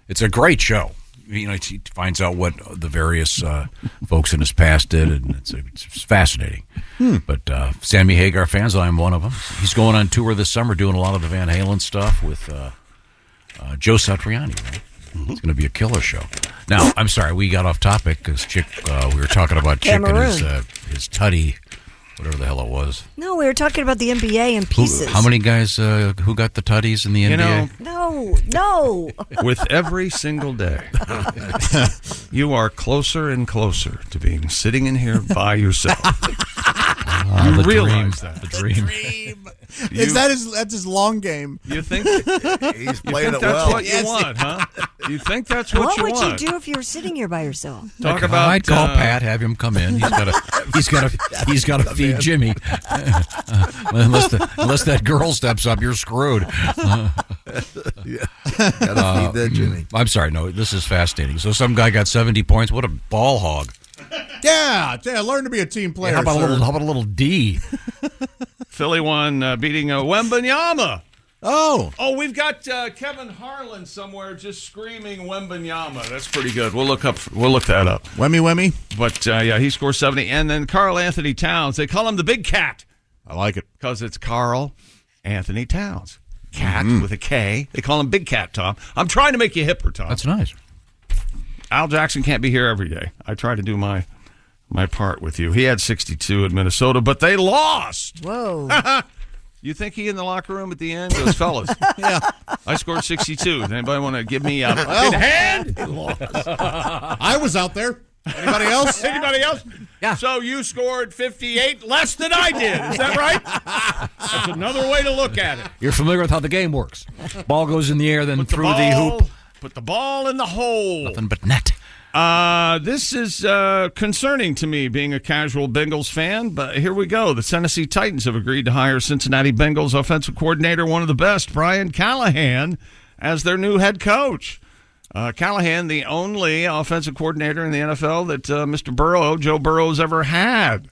S3: it's a great show. You know, he finds out what the various uh, folks in his past did, and it's, it's fascinating.
S4: Hmm.
S3: But uh, Sammy Hagar fans, I'm one of them. He's going on tour this summer, doing a lot of the Van Halen stuff with uh, uh, Joe Satriani. Right?
S4: Mm-hmm.
S3: It's going to be a killer show. Now, I'm sorry, we got off topic because Chick. Uh, we were talking about Chick and his uh,
S4: Cameroon.
S3: his tutty, whatever the hell it was.
S4: No, we were talking about the NBA in
S3: Who-
S4: pieces.
S3: how many guys uh, who got the tutties in the
S1: You
S3: NBA?
S1: know,
S4: No, no.
S1: (laughs) With every
S5: (laughs)
S1: single day, you are closer and closer to being sitting in here by (laughs) yourself. Ah, you
S3: the
S1: realize
S3: dream.
S1: that.
S3: The dream.
S5: Is that his that's his long game?
S1: You think
S5: he's
S1: You think that's what you want, huh? You think that's what,
S4: what
S1: you
S4: would
S1: want?
S4: you do if you were sitting here by yourself?
S1: Talk about,
S3: I'd call
S1: uh,
S3: Pat, have him come in. He's got to. He's got to. He's got (laughs) to feed Jimmy. Uh, unless the, unless that girl steps up, you're (laughs) screwed. Uh,
S9: Yeah. Gotta feed that Jimmy.
S3: I'm sorry. No, this is fascinating. So some guy got 70 points. What a ball hog.
S5: (laughs) Yeah, yeah. Learn to be a team player.
S3: how about a
S5: sir.
S3: little? How about a little D?
S1: Philly won, uh, beating uh, Wembanyama.
S5: Oh.
S1: Oh, we've got uh, Kevin Harlan somewhere just screaming Wembanyama. That's (laughs) pretty good. We'll look up. We'll look that up.
S5: Wemmy wemmy.
S1: But uh, yeah, he scores 70. And then Carl Anthony Towns. They call him the Big Cat.
S5: I like it.
S1: Because it's Carl Anthony Towns. Cat
S5: Mm-hmm.
S1: with a K. They call him Big Cat, Tom. I'm trying to make you hipper, Tom. That's
S3: nice.
S1: Al Jackson can't be here every day. I try to do my my part with you. He had 62 in Minnesota, but they lost.
S4: Whoa.
S1: (laughs) you think he in the locker room at the end goes, fellas? (laughs) yeah. I scored 62. Does anybody want to give me a
S5: Well,
S1: (laughs) hand?
S5: they lost. I was out there. Anybody else?
S1: (laughs) Anybody else? Yeah. So you scored 58 less than I did. Is that right? That's another way to look at it.
S3: You're familiar with how the game works. Ball goes in the air, then through the,
S1: ball,
S3: hoop.
S1: Put the ball in the hole. Nothing
S3: but net.
S1: Uh, this is uh, concerning to me, being a casual Bengals fan. But here we go. The Tennessee Titans have agreed to hire Cincinnati Bengals offensive coordinator, one of the best, Brian Callahan, as their new head coach. Uh, Callahan, the only offensive coordinator in the NFL that uh, Mr. Burrow, Joe Burrow's ever had.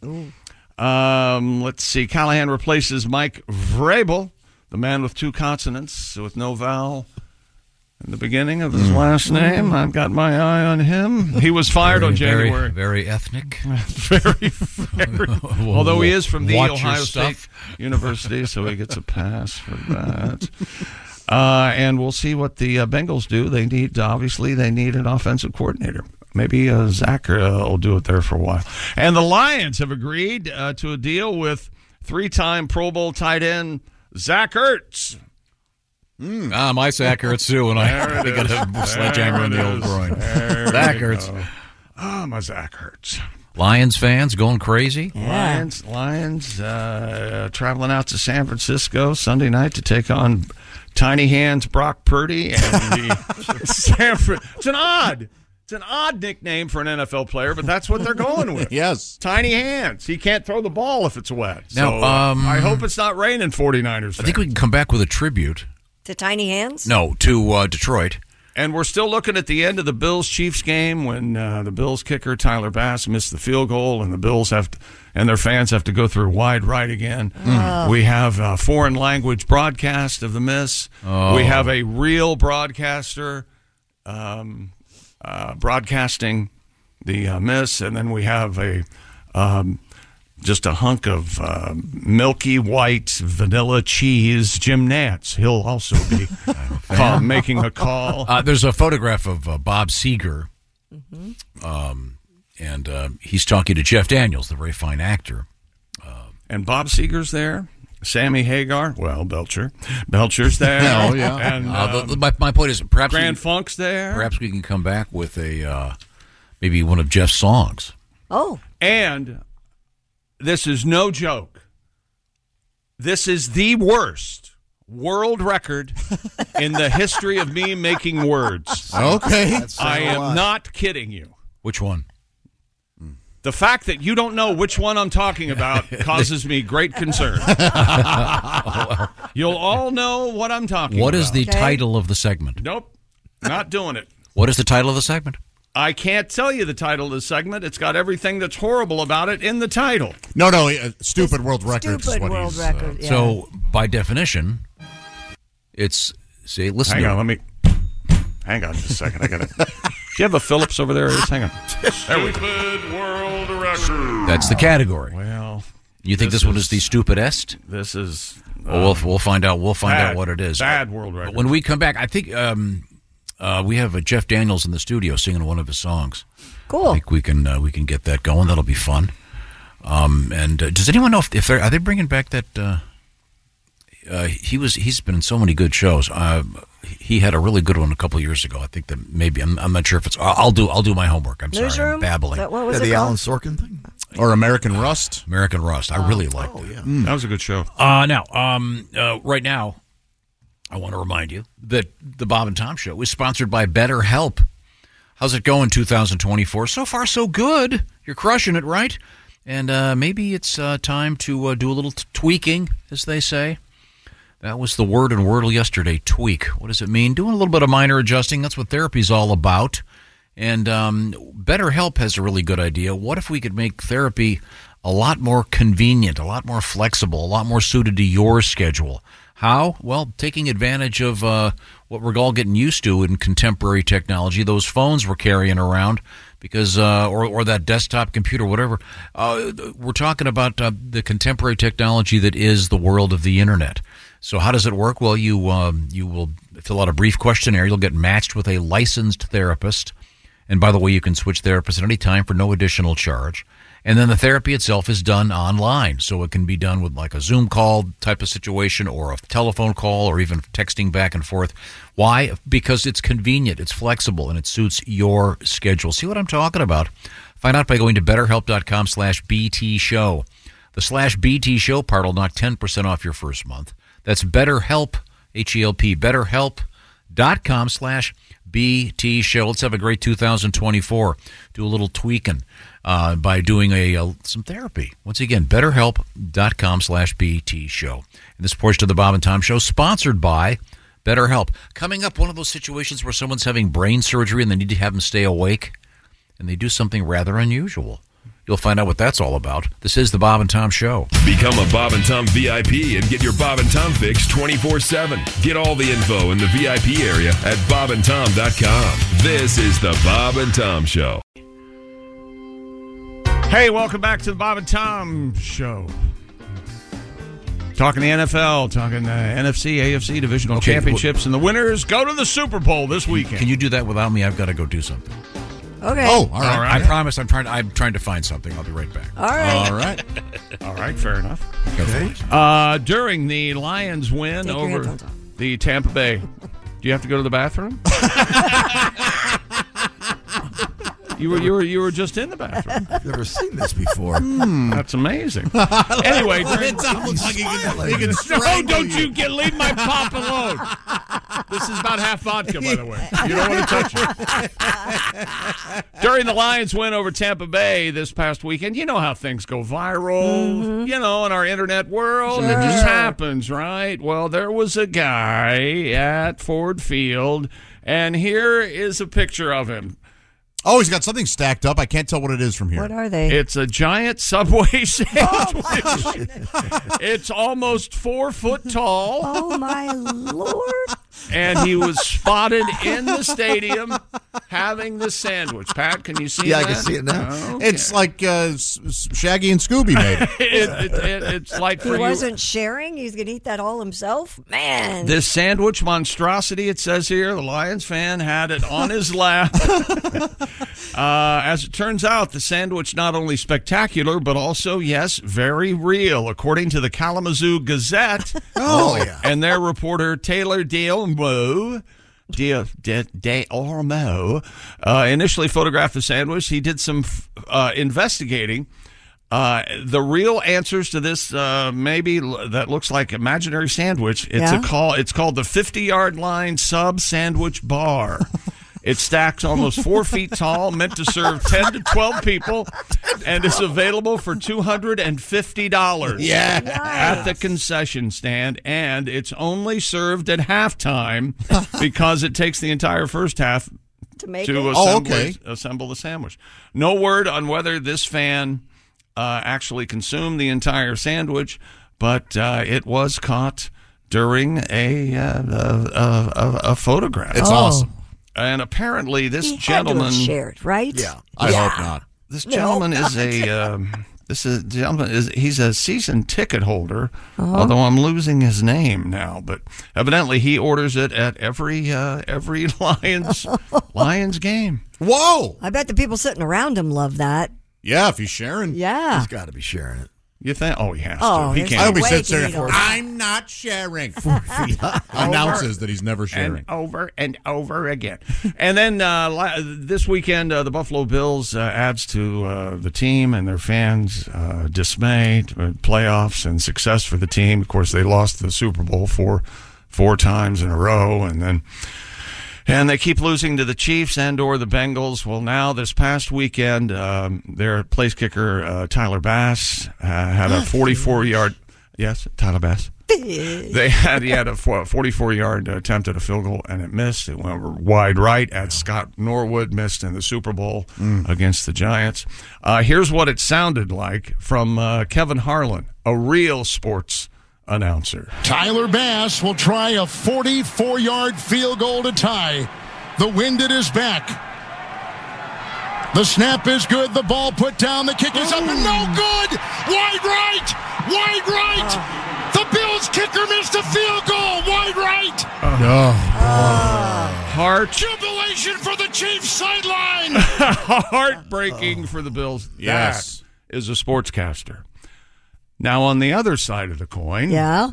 S1: Um, let's see. Callahan replaces Mike Vrabel, the man with two consonants with no vowel in the beginning of his
S10: Mm.
S1: last name. I've got my eye on him. He was (laughs) fired on
S3: Very, very-
S1: January.
S3: Very, ethnic.
S1: (laughs) very, very.
S3: (laughs)
S5: (laughs)
S1: Although he is from the
S3: Watch your
S1: Ohio
S3: stuff.
S1: State University, so he gets a pass for that. Uh, and we'll see what the uh, Bengals do. They need, obviously, they need an offensive coordinator. Maybe uh, Zach uh, will do it there for a while. And the Lions have agreed uh, to a deal with three-time Pro Bowl tight end Zach Ertz.
S3: Ah, my sack hurts too when (laughs) I
S1: There it
S3: got a
S1: is.
S3: sledgehammer in
S1: There
S3: the
S1: it
S3: old
S1: is.
S3: groin.
S1: There
S3: Sack
S1: we
S3: hurts.
S1: go. Ah, my Zach hurts.
S3: Lions fans going crazy.
S1: Lions, Lions uh, traveling out to San Francisco Sunday night to take on Tiny Hands Brock Purdy
S3: (laughs)
S1: and (laughs) the Sanford. It's an odd. It's an odd nickname for an NFL player, but that's what they're
S3: (laughs)
S1: going with.
S5: yes.
S1: Tiny hands. He can't throw the ball if it's wet.
S3: Now,
S1: so uh,
S3: um,
S1: I hope it's not raining 49ers.
S3: I think we can come back with a tribute.
S4: To tiny hands?
S3: No, to uh, Detroit.
S1: And we're still looking at the end of the Bills Chiefs game when uh, the Bills kicker Tyler Bass missed the field goal, and the Bills have to, and their fans have to go through wide right again.
S11: Mm.
S1: We have a foreign language broadcast of the miss.
S11: Oh.
S1: We have a real broadcaster um, uh, broadcasting the uh, miss, and then we have a um, just a hunk of uh, milky white vanilla cheese. Jim Nance, he'll also
S3: (laughs)
S1: be call, making a call.
S3: Uh, there's a photograph of uh, Bob Seeger, um, and uh, he's talking to Jeff Daniels, the very fine actor. Uh,
S1: and Bob Seeger's there. Sammy Hagar, well, Belcher, Belcher's there.
S3: (laughs) Oh, yeah.
S1: and
S3: Uh, the- the-
S1: um,
S3: my, my point is, perhaps
S1: Grand
S3: we,
S1: Funk's there.
S3: Perhaps we can come back with a uh, maybe one of Jeff's songs.
S4: Oh,
S1: and this is no joke. This is the worst world record in the history of me making words. (laughs)
S3: Okay. That says
S1: I
S3: a
S1: am
S3: lot.
S1: not kidding you.
S3: Which one?
S1: The fact that you don't know which one I'm talking about
S3: (laughs)
S1: causes me great concern. (laughs) You'll all know what I'm talking
S3: What
S1: about.
S3: is the title of the segment?
S1: Nope. Not doing it.
S3: What is the title of the segment?
S1: I can't tell you the title of the segment. It's got everything that's horrible about it in the title.
S5: No, no, uh, stupid world record.
S1: Stupid
S5: what
S1: world
S5: he's, uh,
S1: record, yeah.
S3: So, by definition, it's see. Listen.
S1: Hang
S3: to
S1: on,
S3: it.
S1: let me. Hang on just a second. I got to.
S3: (laughs)
S1: Do you have a Phillips over there? Just Hang on. There we go.
S11: Stupid world record.
S3: That's the category.
S1: Well,
S3: you think this, one is the stupidest?
S1: This is. uh,
S3: Well, we'll we'll find out. We'll find
S1: bad-
S3: out what it is.
S1: bad world record.
S3: But when we come back, I think um, uh, we have uh, Jeff Daniels in the studio singing one of his songs.
S4: Cool.
S3: I think we can uh, we can get that going. That'll be fun. Um, and uh, does anyone know if, if they're are they bringing back that? Uh, uh, he was he's been in so many good shows. Uh, he had a really good one a couple years ago. I think that maybe I'm, I'm not sure if it's. I'll I'll do I'll do my homework. I'm sorry,
S12: (laughs)
S3: I'm
S9: Newsroom?
S3: babbling.
S9: Is
S1: (laughs)
S9: that what was Yeah, it the called? Alan
S3: Sorkin thing
S5: or American Rust?
S3: American Rust. I really liked it.
S1: Oh,
S5: Mm.
S1: That was a good show.
S3: Uh, now, um, uh, right now, I want to remind you that the Bob and Tom Show is sponsored by BetterHelp. How's it going, 2024? So far, so good. You're crushing it, right? And uh, maybe it's uh, time to uh, do a little t- tweaking, as they say. That was the word in Wordle yesterday. Tweak. What does it mean? Doing a little bit of minor adjusting. That's what therapy's all about. And um, BetterHelp has a really good idea. What if we could make therapy a lot more convenient, a lot more flexible, a lot more suited to your schedule? How? Well, taking advantage of uh, what we're all getting used to in contemporary technology, those phones we're carrying around, because uh, or, or that desktop computer, whatever. Uh, we're talking about uh, the contemporary technology that is the world of the internet. So how does it work? Well, you um, you will fill out a brief questionnaire. You'll get matched with a licensed therapist. And by the way, you can switch therapists at any time for no additional charge. And then the therapy itself is done online. So it can be done with like a Zoom call type of situation or a telephone call or even texting back and forth. Why? Because it's convenient, it's flexible, and it suits your schedule. See what I'm talking about? Find out by going to betterhelp.com slash BT show. The slash BT show part will knock 10% off your first month. That's betterhelp, H E L P, betterhelp dot com slash bt show let's have a great 2024 do a little tweaking uh, by doing a, uh some therapy once again betterhelp.com slash bt show and this portion of the bob and tom show sponsored by betterhelp coming up one of those situations where someone's having brain surgery and they need to have them stay awake and they do something rather unusual you'll find out what that's all about this is the bob and tom show
S13: Become a Bob and Tom VIP and get your Bob and Tom fix 24 7. Get all the info in the VIP area at bobandtom.com. This is the Bob and Tom Show.
S1: Hey, welcome back to the Bob and Tom Show. Talking the NFL, talking the NFC, AFC divisional
S3: Okay,
S1: championships, and the winners go to the Super Bowl this weekend.
S3: can you do that without me i've got to go do something Oh,
S4: okay.
S3: I promise I'm trying. I'm trying to find something. I'll be right back.
S4: All right.
S1: All right.
S3: (laughs)
S1: All right. (laughs) Fair enough.
S3: Okay.
S1: Uh, during the Lions win
S11: Take your
S1: over
S11: headphones
S1: the
S9: (laughs)
S1: Tampa Bay, do you have to go to the bathroom? You were you were you were just in the bathroom. I've
S9: never seen this before.
S1: That's
S9: (laughs)
S1: amazing. anyway, during-
S11: Tom looks like he can, he can
S1: no,
S11: strangle
S1: don't
S11: you.
S1: you get leave my pop alone. (laughs) This is about half vodka, by the (laughs) way. You don't want to touch it. During the Lions win over Tampa Bay this past weekend, you know how things go viral,
S4: Mm-hmm.
S1: you know, in our internet world. It just happens, right? Well, there was a guy at Ford Field, and here is a picture of
S4: (laughs)
S1: him.
S5: Oh, he's got something stacked up. I can't tell what it is from here. What
S4: are
S1: It's a giant Subway (laughs) sandwich. it's almost four foot tall.
S4: Oh my lord!
S1: And he was spotted in the stadium having the sandwich. Pat, can you
S5: (laughs)
S1: see?
S5: Yeah, I
S1: that?
S5: can see it now.
S1: Okay.
S5: It's like uh, S- S- Shaggy and Scooby
S1: (laughs)
S5: made it.
S1: it, it, it- it's like
S4: He
S1: for you.
S4: wasn't sharing. He's gonna eat that all himself. Man,
S1: This sandwich monstrosity, it says here, the Lions fan had it on his lap. uh, as it turns out, the sandwich not only spectacular, but also, yes, very real, according to the Kalamazoo Gazette.
S11: (laughs) Oh, yeah.
S1: And their reporter, Taylor Dielmo. Dia De, De Ormo uh, initially photographed the sandwich. He did some f- uh, investigating. Uh, the real answers to this uh, maybe l- that looks like imaginary sandwich. It's
S11: Yeah.
S1: a call. It's called the fifty yard line sub sandwich bar. It stacks almost
S11: (laughs)
S1: four feet tall, meant to (laughs) serve ten to twelve people, and is available for two hundred and fifty dollars.
S11: Yeah.
S1: at the concession stand, and it's only served at
S4: (laughs)
S1: halftime because it takes the entire first half
S4: to make
S1: to
S4: it. Oh,
S1: assemble, assemble the sandwich. No word on whether this fan uh, actually consumed the entire sandwich, but uh, it was caught during a uh, a, a, a, a photograph.
S4: It's Oh. awesome.
S1: And apparently, this
S4: He had to have
S1: gentleman
S4: shared, right? Oh, Yeah.
S5: I hope not.
S1: This
S4: No.
S1: gentleman is a. Um, this is gentleman is he's a season ticket holder, although I'm losing his name now. But evidently, he orders it at every uh, every (laughs) Lions Lions game.
S5: Whoa!
S4: I bet the people sitting around him love that.
S5: Yeah, if he's sharing.
S4: Yeah. He's
S5: got to be sharing it.
S1: You think? Oh, he has to.
S4: Oh,
S1: He
S4: there's
S1: can't.
S4: no I always way said he Sarah- don't.
S5: I'm not (laughs) sharing. Announces that he's never sharing.
S1: And over and over again. and then uh, la- this weekend, uh, the Buffalo Bills uh, adds to uh, the team and their fans' uh, dismay, uh, playoffs, and success for the team. Of course, they lost the Super Bowl four four times in a row, and then. And they keep losing to the Chiefs and/or the Bengals. Well, now this past weekend, um, their place kicker uh, Tyler Bass uh, had a 44-yard. Yes, Tyler Bass they
S10: (laughs)
S1: had he had a 44 yard attempt at a field goal and it missed. It went wide right at Scott Norwood, missed in the Super Bowl against the Giants. Uh, here's what it sounded like from uh, Kevin Harlan, a real sports announcer.
S10: Tyler Bass will try a 44 yard field goal to tie. The wind at his back. The snap is good. The ball put down. The kick is up and no good. Wide right. Wide right.
S4: Oh.
S10: The Bills kicker missed a field goal. Wide right.
S1: Oh. Heart
S10: Jubilation for the Chiefs sideline.
S1: (laughs) heartbreaking for the Bills.
S10: Yes.
S1: That is a sportscaster. Now on the other side of the coin.
S4: Yeah.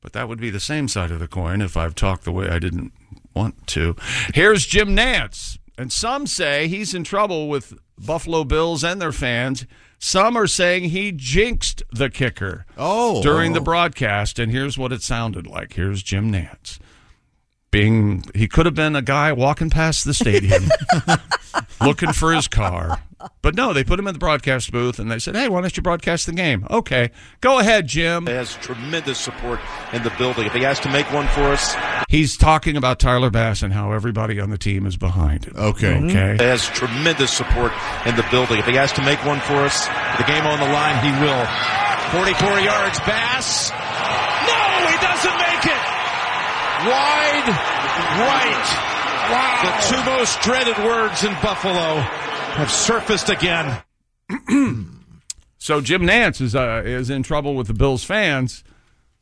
S1: But that would be the same side of the coin if I've talked the way I didn't want to. Here's Jim Nance. And some say he's in trouble with Buffalo Bills and their fans. Some are saying he jinxed the kicker.
S5: Oh.
S1: During the broadcast, and here's what it sounded like. Here's Jim Nance. Being he could have been a guy walking past the stadium looking for his car. But no, they put him in the broadcast booth and they said, Hey, why don't you broadcast the game? Okay. Go ahead, Jim.
S14: has tremendous support in the building. If he has to make one for us,
S1: He's talking about Tyler Bass and how everybody on the team is behind him. Okay.
S14: he
S1: Mm-hmm. Okay.
S14: has tremendous support in the building. If he has to make one for us, the game on the line, he will. 44 yards, Bass. No, he doesn't make it. Wide right. Wow. The two most dreaded words in Buffalo have surfaced again.
S1: So Jim Nance is uh, is in trouble with the Bills fans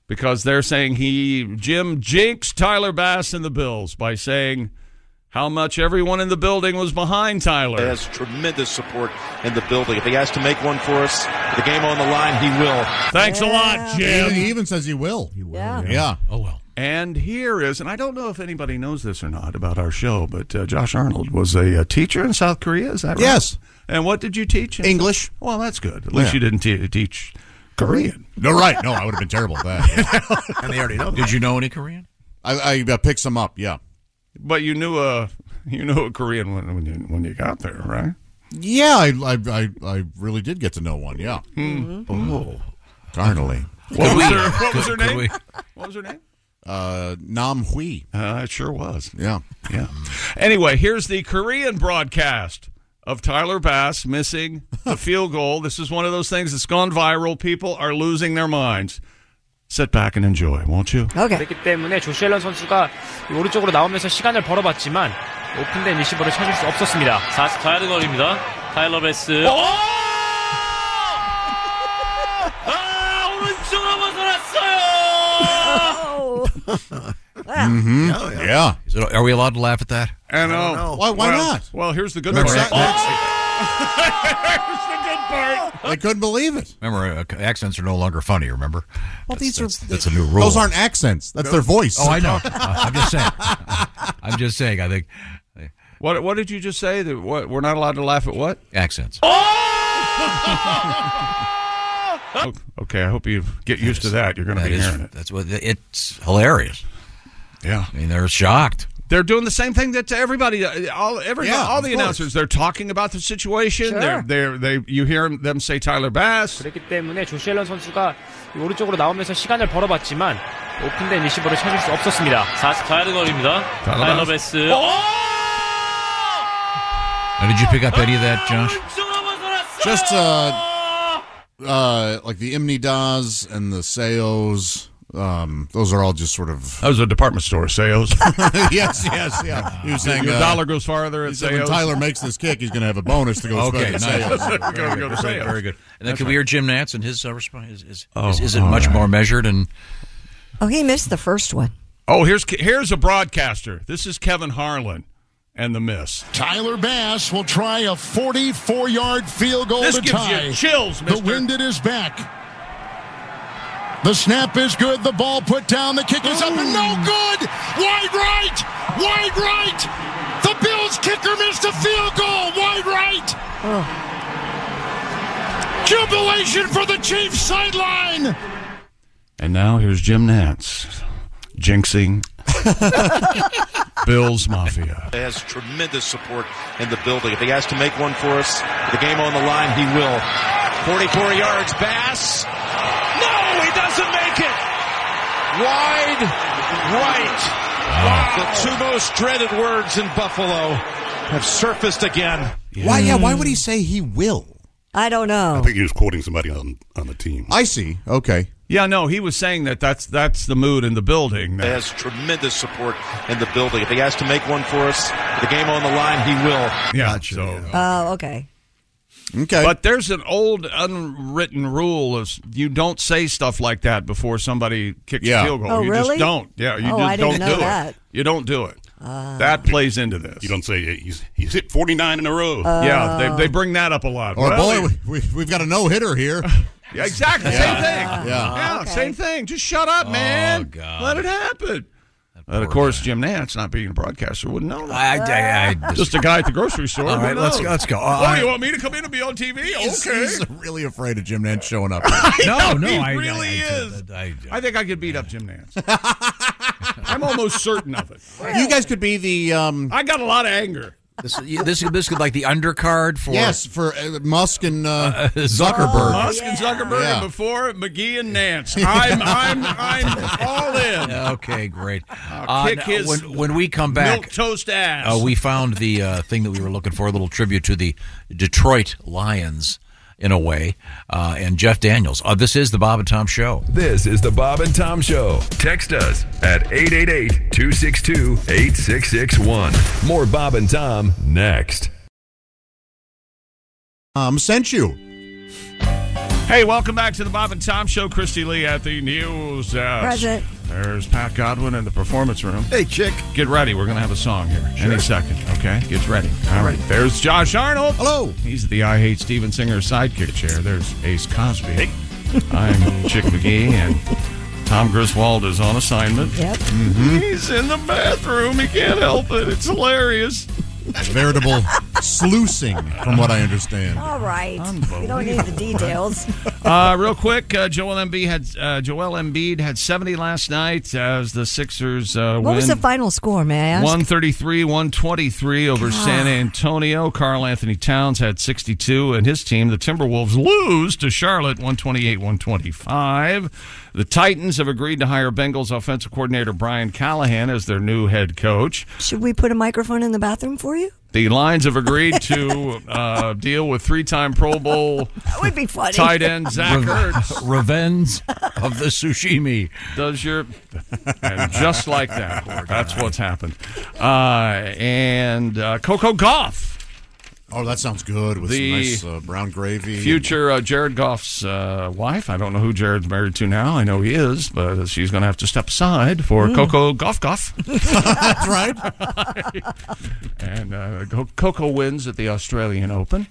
S1: because they're saying he Jim jinxed Tyler Bass and the Bills by saying how much everyone in the building was behind Tyler.
S14: He has tremendous support in the building. If he has to make one for us, the game on the line, he will.
S1: Thanks a lot,
S5: He even- he even says he will. He will. Yeah.
S14: Oh well.
S1: And here is, and I don't know if anybody knows this or not about our show, but uh, Josh Arnold was a, uh teacher in South Korea. Is that right?
S5: Yes.
S1: And what did you teach? English. Well, that's good. At least
S5: Yeah.
S1: you didn't te- teach Korean.
S5: No, right. No, I would have been terrible at
S1: (laughs)
S5: that. and they already know.
S1: Did
S3: you know any Korean?
S5: I, I uh, picked some up. Yeah.
S1: But you knew uh, a you knew a Korean when when you, when you got there, right?
S5: Yeah, I, I, I, I really did get to know one. Yeah.
S1: Mhm.
S5: Oh, carnally.
S1: What was her, what was her name? What was her name?
S5: Uh, Nam Hui.
S1: Uh, it sure was.
S5: Yeah.
S1: Yeah. Anyway, here's the Korean broadcast of Tyler Bass missing the field goal. This is one of those things that's gone viral. People are losing their minds. Sit back and enjoy, won't you?
S15: 그렇기 때문에 조시앨런 선수가 이 오른쪽으로 나오면서 시간을 벌어봤지만 오픈된 리시버를 찾을 수 없었습니다.
S16: 40 야드거리입니다. 타일러 베스. 아, 오른쪽으로 벗어났어요!
S3: Mm-hmm.
S16: yeah.
S3: Is it, are we allowed to laugh at that?
S1: And
S3: I don't
S1: oh,
S3: know. Why- why
S1: well,
S3: not?
S1: Well, here's the good
S3: That's-
S1: part. (laughs)
S5: I couldn't believe it.
S3: Remember, uh, accents are no longer funny. Remember?
S5: Well, these
S3: that's,
S5: are-
S3: that's a new rule.
S5: Those aren't accents. That's their voice.
S3: Oh, I know. Uh, I'm just saying. (laughs) I'm just saying. I think
S1: What What did you just say? That what, we're not allowed to laugh at what?
S3: accents.
S1: Oh, (laughs) okay, I hope you get used to that. You're going to
S3: That
S1: be
S3: is-
S1: hearing it.
S3: That's what it's hilarious.
S1: Yeah,
S3: I mean they're shocked.
S1: They're doing the same thing that everybody, uh, all everybody,
S15: Yeah,
S1: all the
S15: of course.
S1: announcers. They're talking about the situation.
S15: Sure.
S1: They're, they're they. You hear them say Tyler Bass.
S15: 그렇기 때문에 조시앨런 선수가 이 오른쪽으로 나오면서 시간을 벌어봤지만 오픈된 리시버를 찾을 수 없었습니다.
S16: 40 야드거리입니다. 타일러 베스.
S3: Now, did you pick up any of that, Josh?
S5: Just uh, uh, like the Imni Das and the Seos. Um, those are all just sort of.
S1: Those are department store sales.
S5: yes, yes, (laughs) yeah. He was
S1: Your-
S5: saying
S1: your
S5: uh,
S1: dollar goes farther at
S5: he said when
S1: Seos.
S5: Tyler makes this kick, he's going to have a bonus to go.
S3: okay,
S5: spend
S3: nice.
S5: at Seos.
S1: (laughs)
S3: Very, good. Very, very good. And then
S5: That's
S3: can we hear Jim Nance and his uh, response? Is, is,
S1: Oh,
S3: is, is it
S1: all
S3: much
S1: right.
S3: more measured? And
S4: Oh, he missed the first one.
S1: Oh, here's here's a broadcaster. This is Kevin Harlan and the miss.
S10: Tyler Bass will try a 44 yard field goal
S1: This
S10: to
S1: gives you
S10: tie.
S1: chills,
S10: The wind at his back. The snap is good. The ball put down. The kick is up and no good. Wide right. Wide right. The Bills kicker missed a field goal. Wide right. Jubilation for the Chiefs sideline.
S1: And now here's Jim Nance, jinxing Bills Mafia.
S14: It has tremendous support in the building. If he has to make one for us, the game on the line, he will. 44 yards, Bass. No, he doesn't make it. Wide right. The two most dreaded words in Buffalo have surfaced again.
S5: Why? Yeah. Why
S1: Hmm.
S5: would he say he will?
S4: I don't know.
S17: I think he was quoting somebody on on the team.
S5: I see. Okay.
S1: Yeah, no, he was saying that that's that's the mood in the building.
S14: It has tremendous support in the building. If he has to make one for us, the game on the line, he will.
S1: Yeah, so
S4: Oh, okay.
S5: Okay.
S1: But there's an old unwritten rule of s- you don't say stuff like that before somebody kicks
S5: Yeah.
S1: a field goal.
S5: Oh,
S1: you
S5: really?
S1: just don't. Yeah, you
S4: Oh,
S1: just
S4: I didn't
S1: don't
S4: know
S1: do
S4: that. Ah.
S1: it. You don't do it. that plays into this. You
S17: don't say he's, he's hit 49 in a row.
S4: Oh.
S1: yeah, they, they bring that up a lot.
S17: Or,
S1: Well,
S17: boy,
S5: we, we've got a no hitter here.
S1: (laughs) (laughs) yeah, exactly. Same
S5: Yeah.
S1: thing.
S5: Yeah.
S1: same thing. Just shut
S10: Oh,
S1: up, man. Let it happen. And of course, Jim Nance, not being a broadcaster, wouldn't know that.
S3: I- I- I
S1: (laughs) just a guy at the grocery store.
S5: All
S1: who
S5: right, let's-
S1: knows?
S5: let's go.
S1: Oh,
S5: All right.
S1: you want me to come in and be on TV?
S5: (laughs) He's-
S1: okay. (laughs)
S5: he's really afraid of Jim Nance showing up.
S1: no,
S5: no,
S1: he
S5: I-
S1: really is. I, think I could beat up
S5: (laughs)
S1: Jim Nance. I'm almost certain of it.
S5: You guys could be the. Um,
S1: I got a lot of anger.
S3: This this this could like the undercard for
S5: yes for uh, Musk and
S1: (laughs)
S5: uh,
S3: Zuckerberg.
S5: Zuckerberg.
S1: Musk Oh, and Zuckerberg
S5: Yeah.
S1: and before McGee and Nance. I'm I'm I'm all in.
S3: Okay, great. Uh,
S1: I'll kick
S3: now,
S1: his
S3: when, when we come back,
S1: milk toast ass.
S3: uh, we found the uh, thing that we were looking for—a little tribute to the Detroit Lions, in a way, uh, and Jeff Daniels. Uh, this is the Bob and Tom Show.
S13: This is the Bob and Tom Show. Text us at 888 262 8661. More Bob and Tom next.
S5: Um, sent you.
S1: Hey, welcome back to the Bob and Tom Show. Christy Lee at the news desk.
S4: Present.
S1: There's Pat Godwin in the performance room.
S9: Hey, chick.
S1: Get ready. We're going to have a song here any second. Okay, get ready. All right. There's Josh Arnold. Hello. He's the I Hate Steven Singer sidekick chair. There's Ace Cosby. I'm Chick McGee, and Tom Griswold is on assignment.
S4: Yep.
S1: He's in the bathroom. He can't help it. It's hilarious.
S5: Veritable sluicing, from what I understand.
S4: All right. We don't need the details.
S1: Uh, real quick, uh, Joel Embiid had uh, Joel Embiid had 70 last night as the Sixers uh,
S4: What
S1: win.
S4: was the final score, may I ask?
S1: 133 123
S4: Ah.
S1: over San Antonio. Carl Anthony Towns had 62, and his team, the Timberwolves, lose to Charlotte 128 125. The Titans have agreed to hire Bengals offensive coordinator Brian Callahan as their new head coach.
S4: Should we put a microphone in the bathroom for you?
S1: The Lions have agreed
S4: (laughs)
S1: to uh, deal with three time Pro Bowl
S4: That would be funny.
S1: tight end Zach
S3: Rev-
S1: Ertz.
S3: Revenge of the sushimi.
S1: Does your and just like that, that's what's happened. Uh, and uh, Coco Goff,
S5: Oh, that sounds good with
S1: The
S5: some nice uh, brown gravy.
S1: future uh, Jared Goff's uh, wife. I don't know who Jared's married to now. I know he is, but she's going to have to step aside for
S5: Mm.
S1: Coco Goff Goff.
S5: (laughs) That's right.
S1: (laughs) and uh, Co- Coco wins at the Australian Open.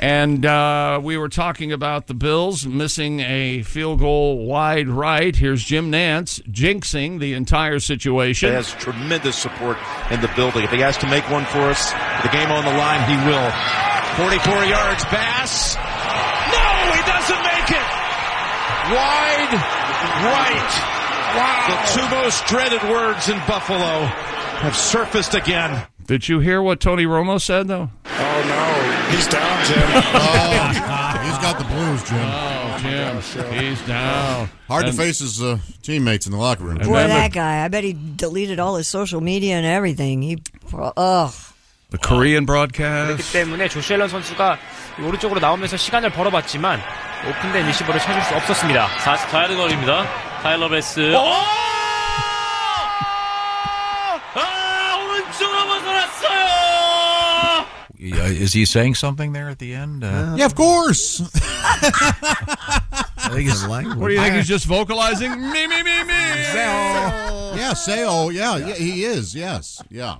S1: And uh, we were talking about the Bills missing a field goal wide right. Here's Jim Nance jinxing the entire situation.
S14: Has tremendous support in the building. If he has to make one for us, with the game on the line, he will. 44 yards, Bass. No, he doesn't make it. Wide right. Wow. The two most dreaded words in Buffalo have surfaced again.
S1: Did you hear what Tony Romo said, though?
S14: Oh no, he's
S11: (laughs)
S14: down, Jim.
S5: (laughs)
S14: Oh.
S5: He's got the blues, Jim. Oh,
S1: Jim. He's down.
S5: Hard
S1: And-
S5: to face his uh, teammates in the locker room.
S1: (laughs)
S4: Boy, that guy. I bet he deleted all his social media and everything. He, ugh.
S1: The Korean broadcast.
S15: 그렇기 때문에 조시앨런 선수가 이 오른쪽으로 나오면서 시간을 벌어봤지만 오픈된 리시버를 찾을 수 없었습니다.
S16: 44야드 거리입니다. 타일러
S13: Oh!
S1: Oh!
S16: 베스. 아,
S13: Ah,
S16: 오른쪽으로 벗어났어요.
S3: (laughs) Yeah, Is he saying something there at the end? Uh,
S5: Yeah,
S3: (laughs)
S5: of course.
S3: I
S4: (laughs)
S3: think it's language.
S1: What do you think? He's just vocalizing? me, me, me, me.
S5: Yeah, say oh, yeah, yeah, he is, yes, yeah.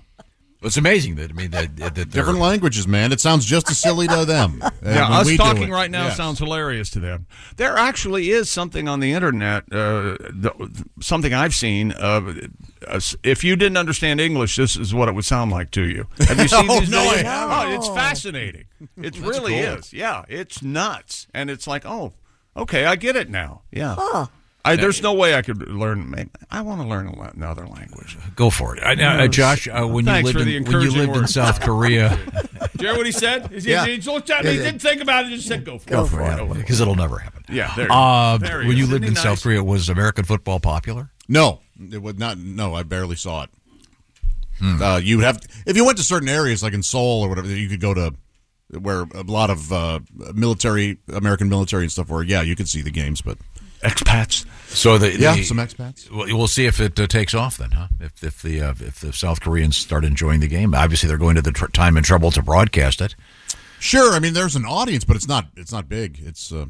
S3: It's amazing that I mean that, that they're-
S5: Different languages, man. It sounds just as silly to them. uh,
S1: (laughs) Yeah,
S5: when
S1: us
S5: we do
S1: talking
S5: it.
S1: right now
S5: Yes.
S1: sounds hilarious to them. There actually is something on the internet, uh, the, something I've seen. Uh, uh, if you didn't understand English, this is what it would sound like to you. Have (laughs) you seen
S5: Oh,
S1: these?
S5: no, I
S1: videos?
S5: haven't.
S1: Oh, it's fascinating. It
S5: That's
S1: really
S5: cool.
S1: is. Yeah, it's nuts, and it's like, oh, okay, I get it now. Yeah. I, there's no way I could learn. ma- I want to learn a la- another language.
S3: Go for it, I, uh, Josh. Uh, when you
S1: Thanks
S3: lived
S1: for the
S3: in, when you
S1: encouraging
S3: lived in
S1: words.
S3: South Korea,
S1: (laughs) Do you hear what he said? He,
S3: Yeah.
S1: he looked at me,
S3: Yeah, yeah.
S1: didn't think about it, just said, (laughs) "Go for
S3: go
S1: it."
S3: for it (laughs) because it'll never happen.
S1: Yeah, there you go.
S3: Uh,
S1: There he
S3: when you
S1: is.
S3: lived
S1: Isn't
S3: in
S1: he
S3: South
S1: nice?
S3: Korea, was American football popular?
S5: No, it would not. No, I barely saw it.
S1: Hmm.
S5: Uh, you would have if you went to certain areas like in Seoul or whatever, you could go to where a lot of uh, military, American military and stuff were. Yeah, you could see the games, but
S1: expats.
S3: So the,
S5: yeah,
S3: the-
S5: some expats.
S3: We'll, we'll see if it uh, takes off then, huh? If if the uh, if the South Koreans start enjoying the game, obviously they're going to the tr- time and trouble to broadcast it.
S5: Sure, I mean there's an audience, but it's not it's not big. It's uh,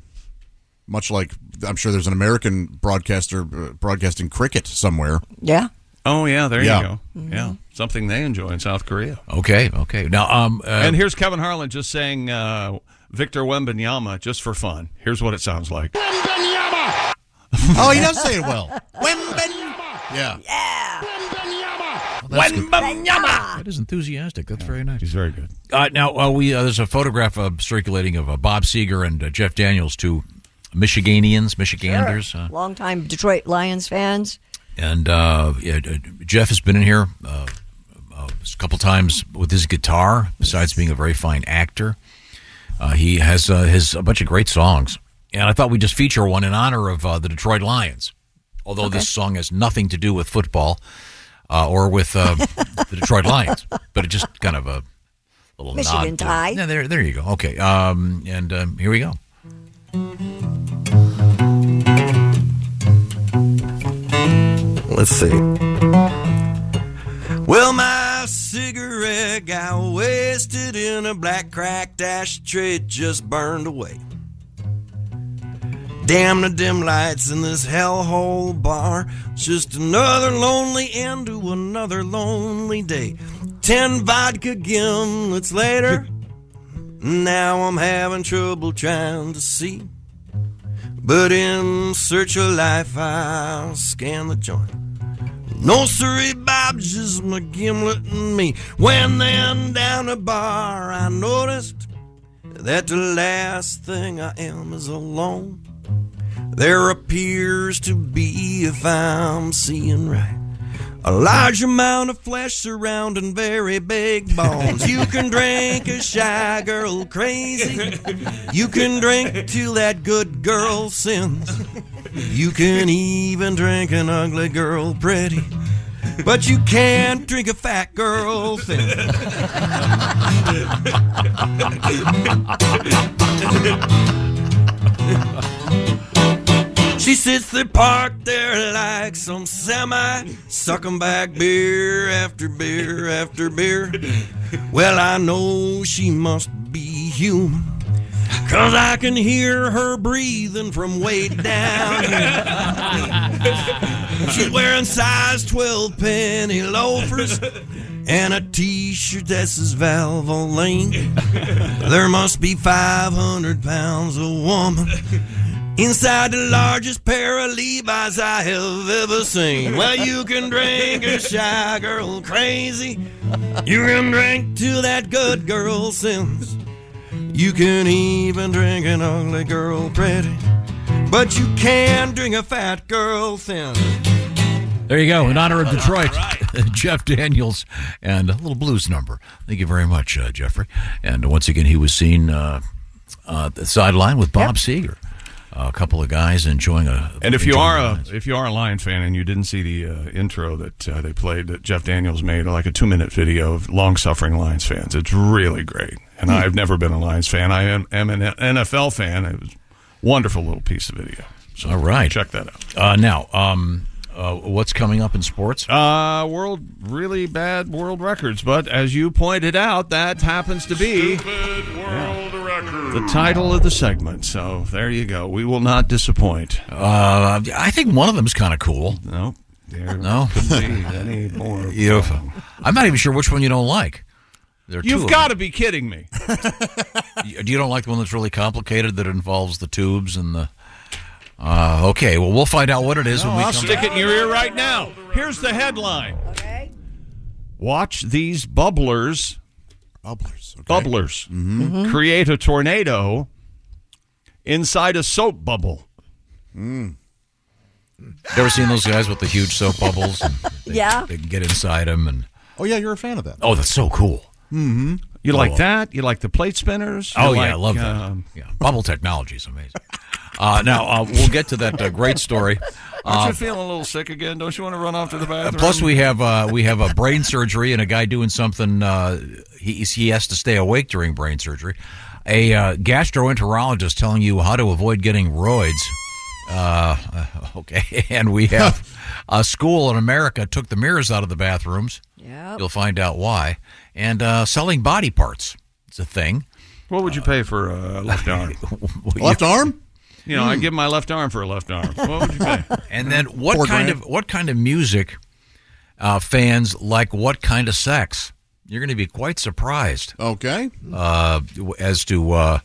S5: much like I'm sure there's an American broadcaster uh, broadcasting cricket somewhere.
S4: Yeah.
S1: Oh yeah, there
S5: Yeah.
S1: you go. Yeah, something they enjoy in South Korea.
S3: Okay, okay. Now, um, uh,
S1: and here's Kevin Harlan just saying uh, Victor Wembanyama just for fun. Here's what it sounds like.
S3: (laughs)
S5: oh, he does say it
S13: (laughs)
S5: well. Yeah.
S3: that's good.
S1: Wembanyama.
S3: That is enthusiastic. That's very nice.
S1: (laughs) He's very good.
S3: Uh, now, uh, we uh, there's a photograph uh, circulating of uh, Bob Seger and uh, Jeff Daniels, two Michiganians, Michiganders. Uh,
S4: Longtime Detroit Lions fans.
S3: and uh, yeah, uh, Jeff has been in here uh, uh, a couple times with his guitar. Besides being a very fine actor, uh, he has uh, his a bunch of great songs. And I thought we'd just feature one in honor of uh, the Detroit Lions. Although this song has nothing to do with football uh, or with
S4: (laughs)
S3: uh, the Detroit Lions, but it just kind of a little
S4: Michigan
S3: nod to-
S4: tie.
S3: Yeah, there, there you go. Okay, um, and um, here we go.
S18: Let's see.
S2: Well, my cigarette got wasted in a black cracked ashtray, it just burned away. Damn the dim lights in this hellhole bar. It's just another lonely end to another lonely day. Ten vodka gimlets later, now I'm having trouble trying to see.
S18: But in search of life, I'll scan the joint. No siree, Bob's just my gimlet and me. When then down the bar, I noticed that the last thing I am is alone. There appears to be, if I'm seeing right, a large amount of flesh surrounding very big bones. You can drink a shy girl crazy. You can drink till that good girl sins. You can even drink an ugly girl pretty. But you can't drink a fat girl thin. She sits there parked there like some semi, sucking back beer after beer after beer. Well, I know she must be human, 'cause I can hear her breathing from way down here. She's wearing size 12 penny loafers and a t-shirt that says Valvoline. There must be 500 pounds of woman inside the largest pair of Levi's I have ever seen. Well, you can drink a shy girl crazy. You can drink to that good girl Sims. You can even drink an ugly girl pretty. But you can drink a fat girl thin.
S3: There you go. In honor of Detroit, (laughs) Jeff Daniels and a little blues number. Thank you very much, uh, Jeffrey. And once again, he was seen uh, uh, at the sideline with Bob Seger. a couple of guys enjoying a.
S1: And if you
S3: enjoying
S1: are a if you are a Lion fan and you didn't see the uh, intro that uh, they played that Jeff Daniels made, like a two minute video of long suffering Lions fans, it's really great. And
S3: Hmm.
S1: I've never been a Lions fan. I am, am an NFL fan. It was a wonderful little piece of video. So
S3: All right.
S1: check that out.
S3: Uh, now, um, uh, what's coming up in sports?
S1: Uh, world really bad world records, but as you pointed out, that happens to be the title of the segment. So there you go. We will not disappoint.
S3: Uh, I think one of them's kind of cool.
S1: No, there
S3: no. (laughs)
S1: couldn't be any more.
S3: You- I'm not even sure which one you don't like. There are two
S1: You've
S3: of
S1: got to be kidding me.
S3: them. You- You don't like the one that's really complicated that involves the tubes and the. Uh, okay, well, we'll find out what it is
S1: No,
S3: when we
S1: I'll
S3: come
S1: stick it in your ear right now. Here's the headline. Watch these bubblers.
S5: Bubblers.
S1: Bubblers.
S3: Mm-hmm.
S1: Create a tornado inside a soap bubble.
S3: You ever seen those guys with the huge soap bubbles? And they,
S4: Yeah.
S3: They can get inside them and.
S5: Oh yeah, you're a fan of that.
S3: Oh, that's so cool.
S1: Mm-hmm. You
S3: Oh,
S1: like
S3: uh,
S1: that? You like the plate spinners? You
S3: Oh yeah, I
S1: like,
S3: love that.
S1: um,
S3: yeah, bubble technology is amazing. Uh, now uh, we'll get to that uh, great story.
S1: Aren't
S3: Uh,
S1: you feeling a little sick again? Don't you want to run off to the
S3: Uh,
S1: bathroom?
S3: plus, we have uh, we have a brain surgery and a guy doing something. Uh, he he has to stay awake during brain surgery. A uh, gastroenterologist telling you how to avoid getting roids. Uh, (laughs) uh, okay, and we have a school in America took the mirrors out of the bathrooms.
S19: Oh.
S4: Yeah,
S3: You'll find out why. And uh, selling body parts. It's a thing.
S1: What would you pay for a
S3: (laughs)
S1: left arm?
S3: Left
S5: arm?
S1: You know, I
S3: Hmm.
S1: give my left arm for a left arm. What would you pay?
S3: (laughs) And then what
S1: Four
S3: kind
S1: grand.
S3: of what kind of music uh, fans like? What kind of sex? You're going to be quite surprised.
S5: Okay.
S3: Uh, as to uh,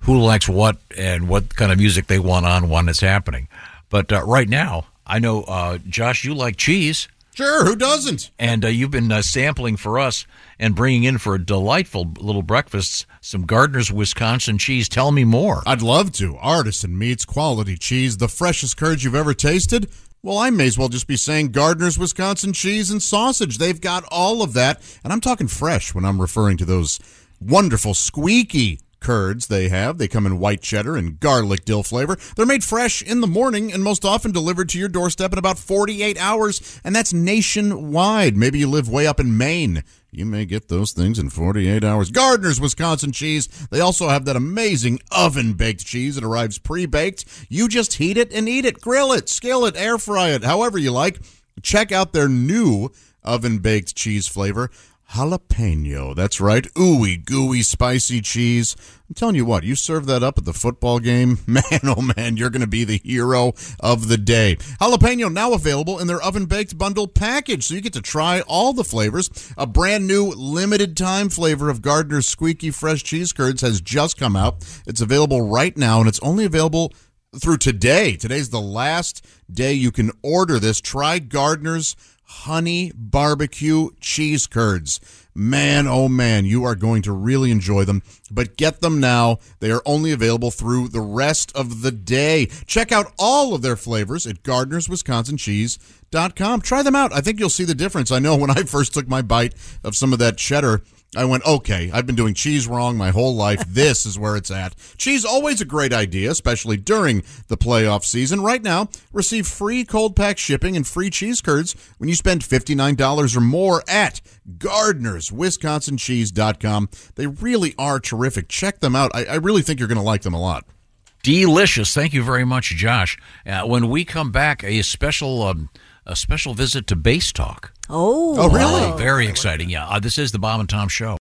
S3: who likes what and what kind of music they want on when it's happening. But uh, right now, I know uh, Josh, you like cheese.
S5: Sure, who doesn't?
S3: And uh, you've been uh, sampling for us and bringing in for a delightful little breakfast some Gardner's Wisconsin cheese. Tell me more.
S5: I'd love to. Artisan meats, quality cheese, the freshest curds you've ever tasted. Well, I may as well just be saying Gardner's Wisconsin cheese and sausage. They've got all of that. And I'm talking fresh when I'm referring to those wonderful squeaky curds they have. They come in white cheddar and garlic dill flavor. They're made fresh in the morning and most often delivered to your doorstep in about 48 hours. And that's nationwide. Maybe you live way up in Maine. You may get those things in 48 hours. Gardner's Wisconsin cheese. They also have that amazing oven baked cheese that arrives pre baked. You just heat it and eat it, grill it, scale it, air fry it, however you like. Check out their new oven baked cheese flavor. Jalapeno, that's right. Ooey gooey spicy cheese. I'm telling you what, you serve that up at the football game, (laughs) man, oh man, you're going to be the hero of the day. Jalapeno now available in their oven baked bundle package, so you get to try all the flavors. A brand new limited time flavor of Gardner's squeaky fresh cheese curds has just come out. It's available right now, and it's only available through today. Today's the last day you can order this. Try Gardner's Honey Barbecue Cheese Curds. Man, oh man, you are going to really enjoy them. But get them now. They are only available through the rest of the day. Check out all of their flavors at gardenerswisconsincheese.com. Try them out. I think you'll see the difference. I know when I first took my bite of some of that cheddar, I went, okay, I've been doing cheese wrong my
S3: (laughs)
S5: whole life. This is where it's at. Cheese, always a great idea, especially during the playoff season. Right now, receive free cold pack shipping and free cheese curds when you spend $59 or more at gardenerswisconsincheese.com. They really are terrific. Check them out. I, I really think you're going to like them a lot.
S3: Delicious. Thank you very much, Josh. Uh, when we come back, a special um, a special visit to Base Talk.
S4: Oh,
S3: oh really? Very exciting. Yeah, uh, this is the Bob and Tom Show.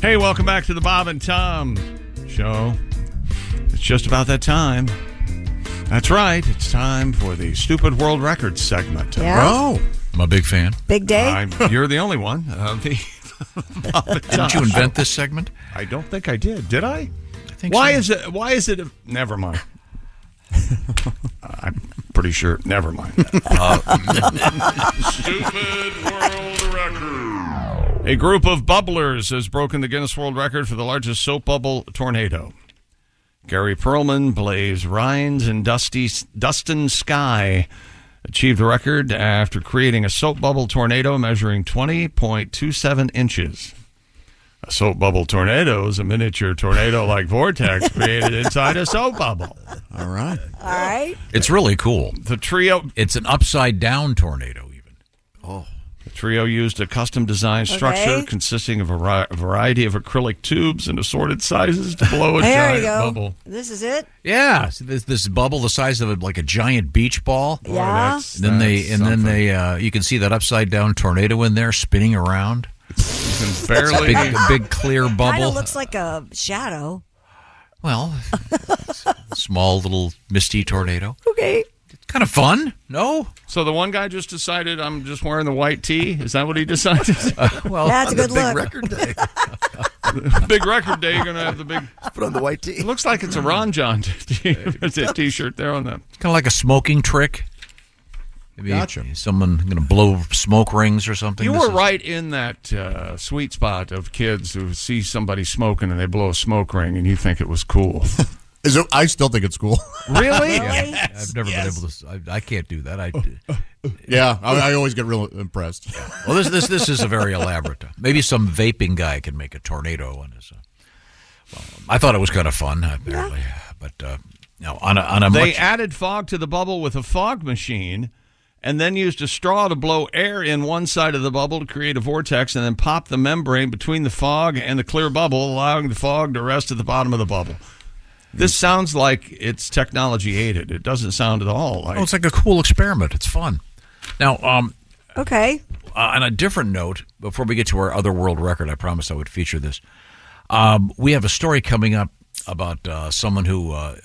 S1: Hey, welcome back to the Bob and Tom show. It's just about that time. That's right. It's time for the stupid world records segment.
S4: Yeah. Oh.
S3: I'm a big fan.
S4: Big day.
S1: I'm, you're the only one. Uh, the, (laughs) Bob and Tom
S3: Didn't you invent
S1: show.
S3: this segment?
S1: I don't think I did. Did I? I
S3: think
S1: why
S3: so.
S1: is it? Why is it?
S3: (laughs)
S1: Never mind. I'm pretty sure. Never mind. Uh,
S3: Uh,
S1: (laughs)
S3: (laughs)
S13: Stupid world record.
S1: A group of bubblers has broken the Guinness World Record for the largest soap bubble tornado. Gary Perlman, Blaze Rhines, and Dusty Dustin Sky achieved the record after creating a soap bubble tornado measuring 20.27 inches. A soap bubble tornado is a miniature
S3: (laughs)
S1: tornado-like vortex created inside a soap bubble.
S5: All right.
S4: All right.
S3: It's really cool.
S1: The trio.
S3: It's an upside down tornado, even.
S1: Oh. The trio used a custom designed structure
S4: Okay.
S1: consisting of a ri- variety of acrylic tubes in assorted sizes to blow a
S4: there you
S1: giant
S4: go.
S1: bubble.
S4: This is it.
S3: Yeah, so this this bubble the size of a, like a giant beach ball.
S4: Yeah. Oh, that's-
S3: And then they
S1: that's
S3: and then they uh, you can see that upside down tornado in there spinning around. It's
S1: barely-
S3: big, big
S4: (laughs)
S3: clear
S4: Kind of
S3: bubble.
S4: looks like a shadow.
S3: Well, (laughs) small little misty tornado.
S4: Okay.
S3: Kind of fun. No.
S1: So the one guy just decided I'm just wearing the white tee. Is that what he decided? (laughs)
S3: well,
S4: That's a good look.
S1: day.
S4: (laughs)
S1: big record day. You're gonna have the big.
S9: Put on the white tee.
S1: It looks like it's a Ron John (laughs) tee. It's a t-shirt there on the.
S3: Kind of like a smoking trick. Maybe
S1: Gotcha.
S3: someone going to blow smoke rings or something.
S1: You
S3: This
S1: were
S3: is-
S1: right in that uh, sweet spot of kids who see somebody smoking and they blow a smoke ring and you think it was cool.
S5: Is it, I still think it's cool.
S1: (laughs) Really?
S3: Yeah.
S1: Yes,
S3: I've never
S1: yes.
S3: been able to. I, I can't do that. I.
S5: (laughs) Yeah, I, I always get real impressed.
S3: (laughs) Well, this this this is a very elaborate. uh, Maybe some vaping guy can make a tornado on his. Uh, well, I thought it was kind of fun, apparently, but uh, no, on a on a
S1: they
S3: much,
S1: added fog to the bubble with a fog machine and then used a straw to blow air in one side of the bubble to create a vortex and then pop the membrane between the fog and the clear bubble, allowing the fog to rest at the bottom of the bubble. This sounds like it's technology aided. It doesn't sound at all like
S3: oh, it's like a cool experiment. It's fun. Now, um,
S4: Okay.
S3: uh, on a different note, before we get to our other world record, I promised I would feature this. Um, we have a story coming up about uh, someone who uh,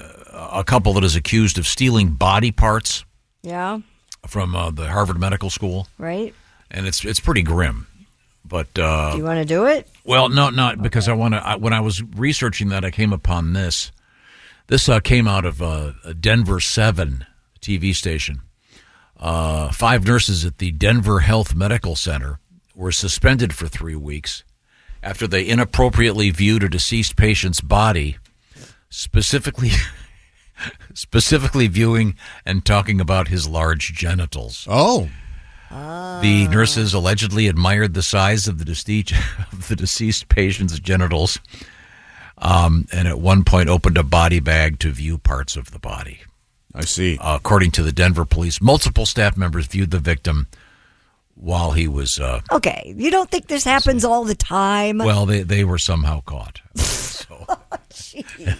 S3: a couple that is accused of stealing body parts
S4: Yeah.
S3: from uh, the Harvard Medical School,
S4: Right.
S3: and it's it's pretty grim. But uh,
S4: Do you want to do it?
S3: Well, no, not because I want to. I, when I was researching that, I came upon this. This uh, came out of uh, a Denver 7 TV station. Uh, five nurses at the Denver Health Medical Center were suspended for three weeks after they inappropriately viewed a deceased patient's body, specifically. (laughs) Specifically, viewing and talking about his large genitals.
S5: Oh,
S4: Uh.
S3: the nurses allegedly admired the size of the deceased, (laughs) of the deceased patient's genitals, um, and at one point opened a body bag to view parts of the body. Uh,
S5: I see.
S3: according to the Denver police, multiple staff members viewed the victim while he was. Uh,
S4: Okay. You don't think this happens all the time?
S3: well, they they were somehow caught. So,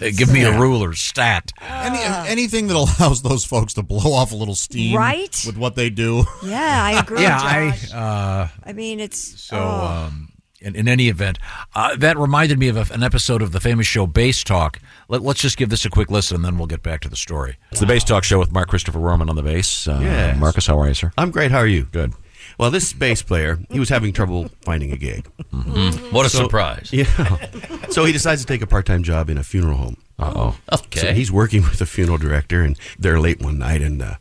S3: (laughs) give me a
S5: (laughs)
S3: ruler, stat.
S5: Any, anything that allows those folks to blow off a little steam
S4: Right?
S5: with what they do.
S4: Yeah, I agree.
S3: yeah,
S4: Josh.
S3: I. Uh,
S4: I mean, it's oh,
S3: So, um, in, in any event, uh, that reminded me of a, an episode of the famous show Base Talk. Let, let's just give this a quick listen, and then we'll get back to the story. It's the Base Talk show with Mark Christopher Roman on the bass. Uh,
S19: Yes.
S3: Marcus, how are you, sir?
S19: I'm great. How are you? Good. Well, this bass player, he was having trouble finding a gig.
S3: Mm-hmm.
S20: What a
S19: So-
S20: surprise.
S19: Yeah. So he decides to take a part time job in a funeral home. Uh oh.
S20: Okay.
S19: So he's working with a funeral director, and they're late one night, and uh,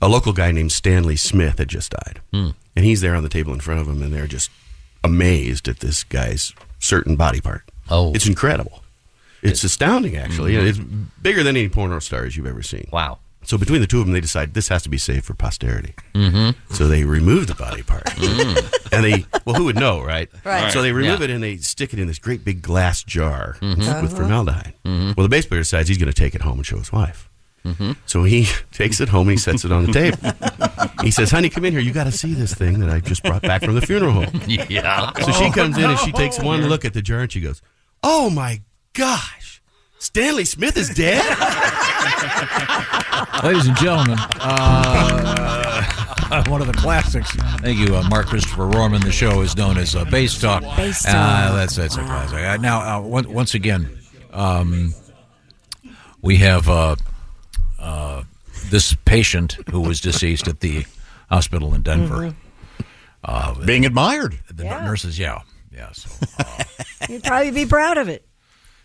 S19: a local guy named Stanley Smith had just died.
S20: Hmm.
S19: And he's there on the table in front of him, and they're just amazed at this guy's certain body part. Oh. It's incredible. It's astounding, actually.
S20: Mhm.
S19: It's bigger than any porno stars you've ever seen. Wow. So between the two of them, they decide this has to be saved for posterity.
S1: mm-hmm.
S20: Mhm.
S19: So they remove the body part, and they well, who would know, right?
S20: Right.
S19: So they remove
S20: Mm. Yeah.
S19: it and they stick it in this great big glass jar
S20: Mhm.
S19: with
S20: Uh-huh.
S19: formaldehyde. Well, the bass player decides he's going to take it home and show his wife.
S20: Mm-hmm.
S19: So he (laughs) takes it home and he sets it on the table. he says, "Honey, come in here. You got to see this thing that I just brought back from the funeral home."
S20: (laughs) Yeah. Oh,
S19: So she comes in and she takes one look at the jar and she goes, "Oh my gosh, Stanley Smith is dead."
S20: (laughs)
S3: Ladies and gentlemen, uh, (laughs) one of the classics. Thank you, uh, Mark Christopher Rorman. The show is known as uh, Bass Talk.
S21: Bass
S3: Uh,
S21: Talk.
S3: that's that's a classic. Uh, now, uh, on- once again, um, we have uh, uh, this patient who was deceased at the hospital in Denver.
S4: Mhm.
S21: Mm-hmm.
S3: Uh, Being admired. The nurses, yeah. Yeah, so
S4: You'd probably be proud of it.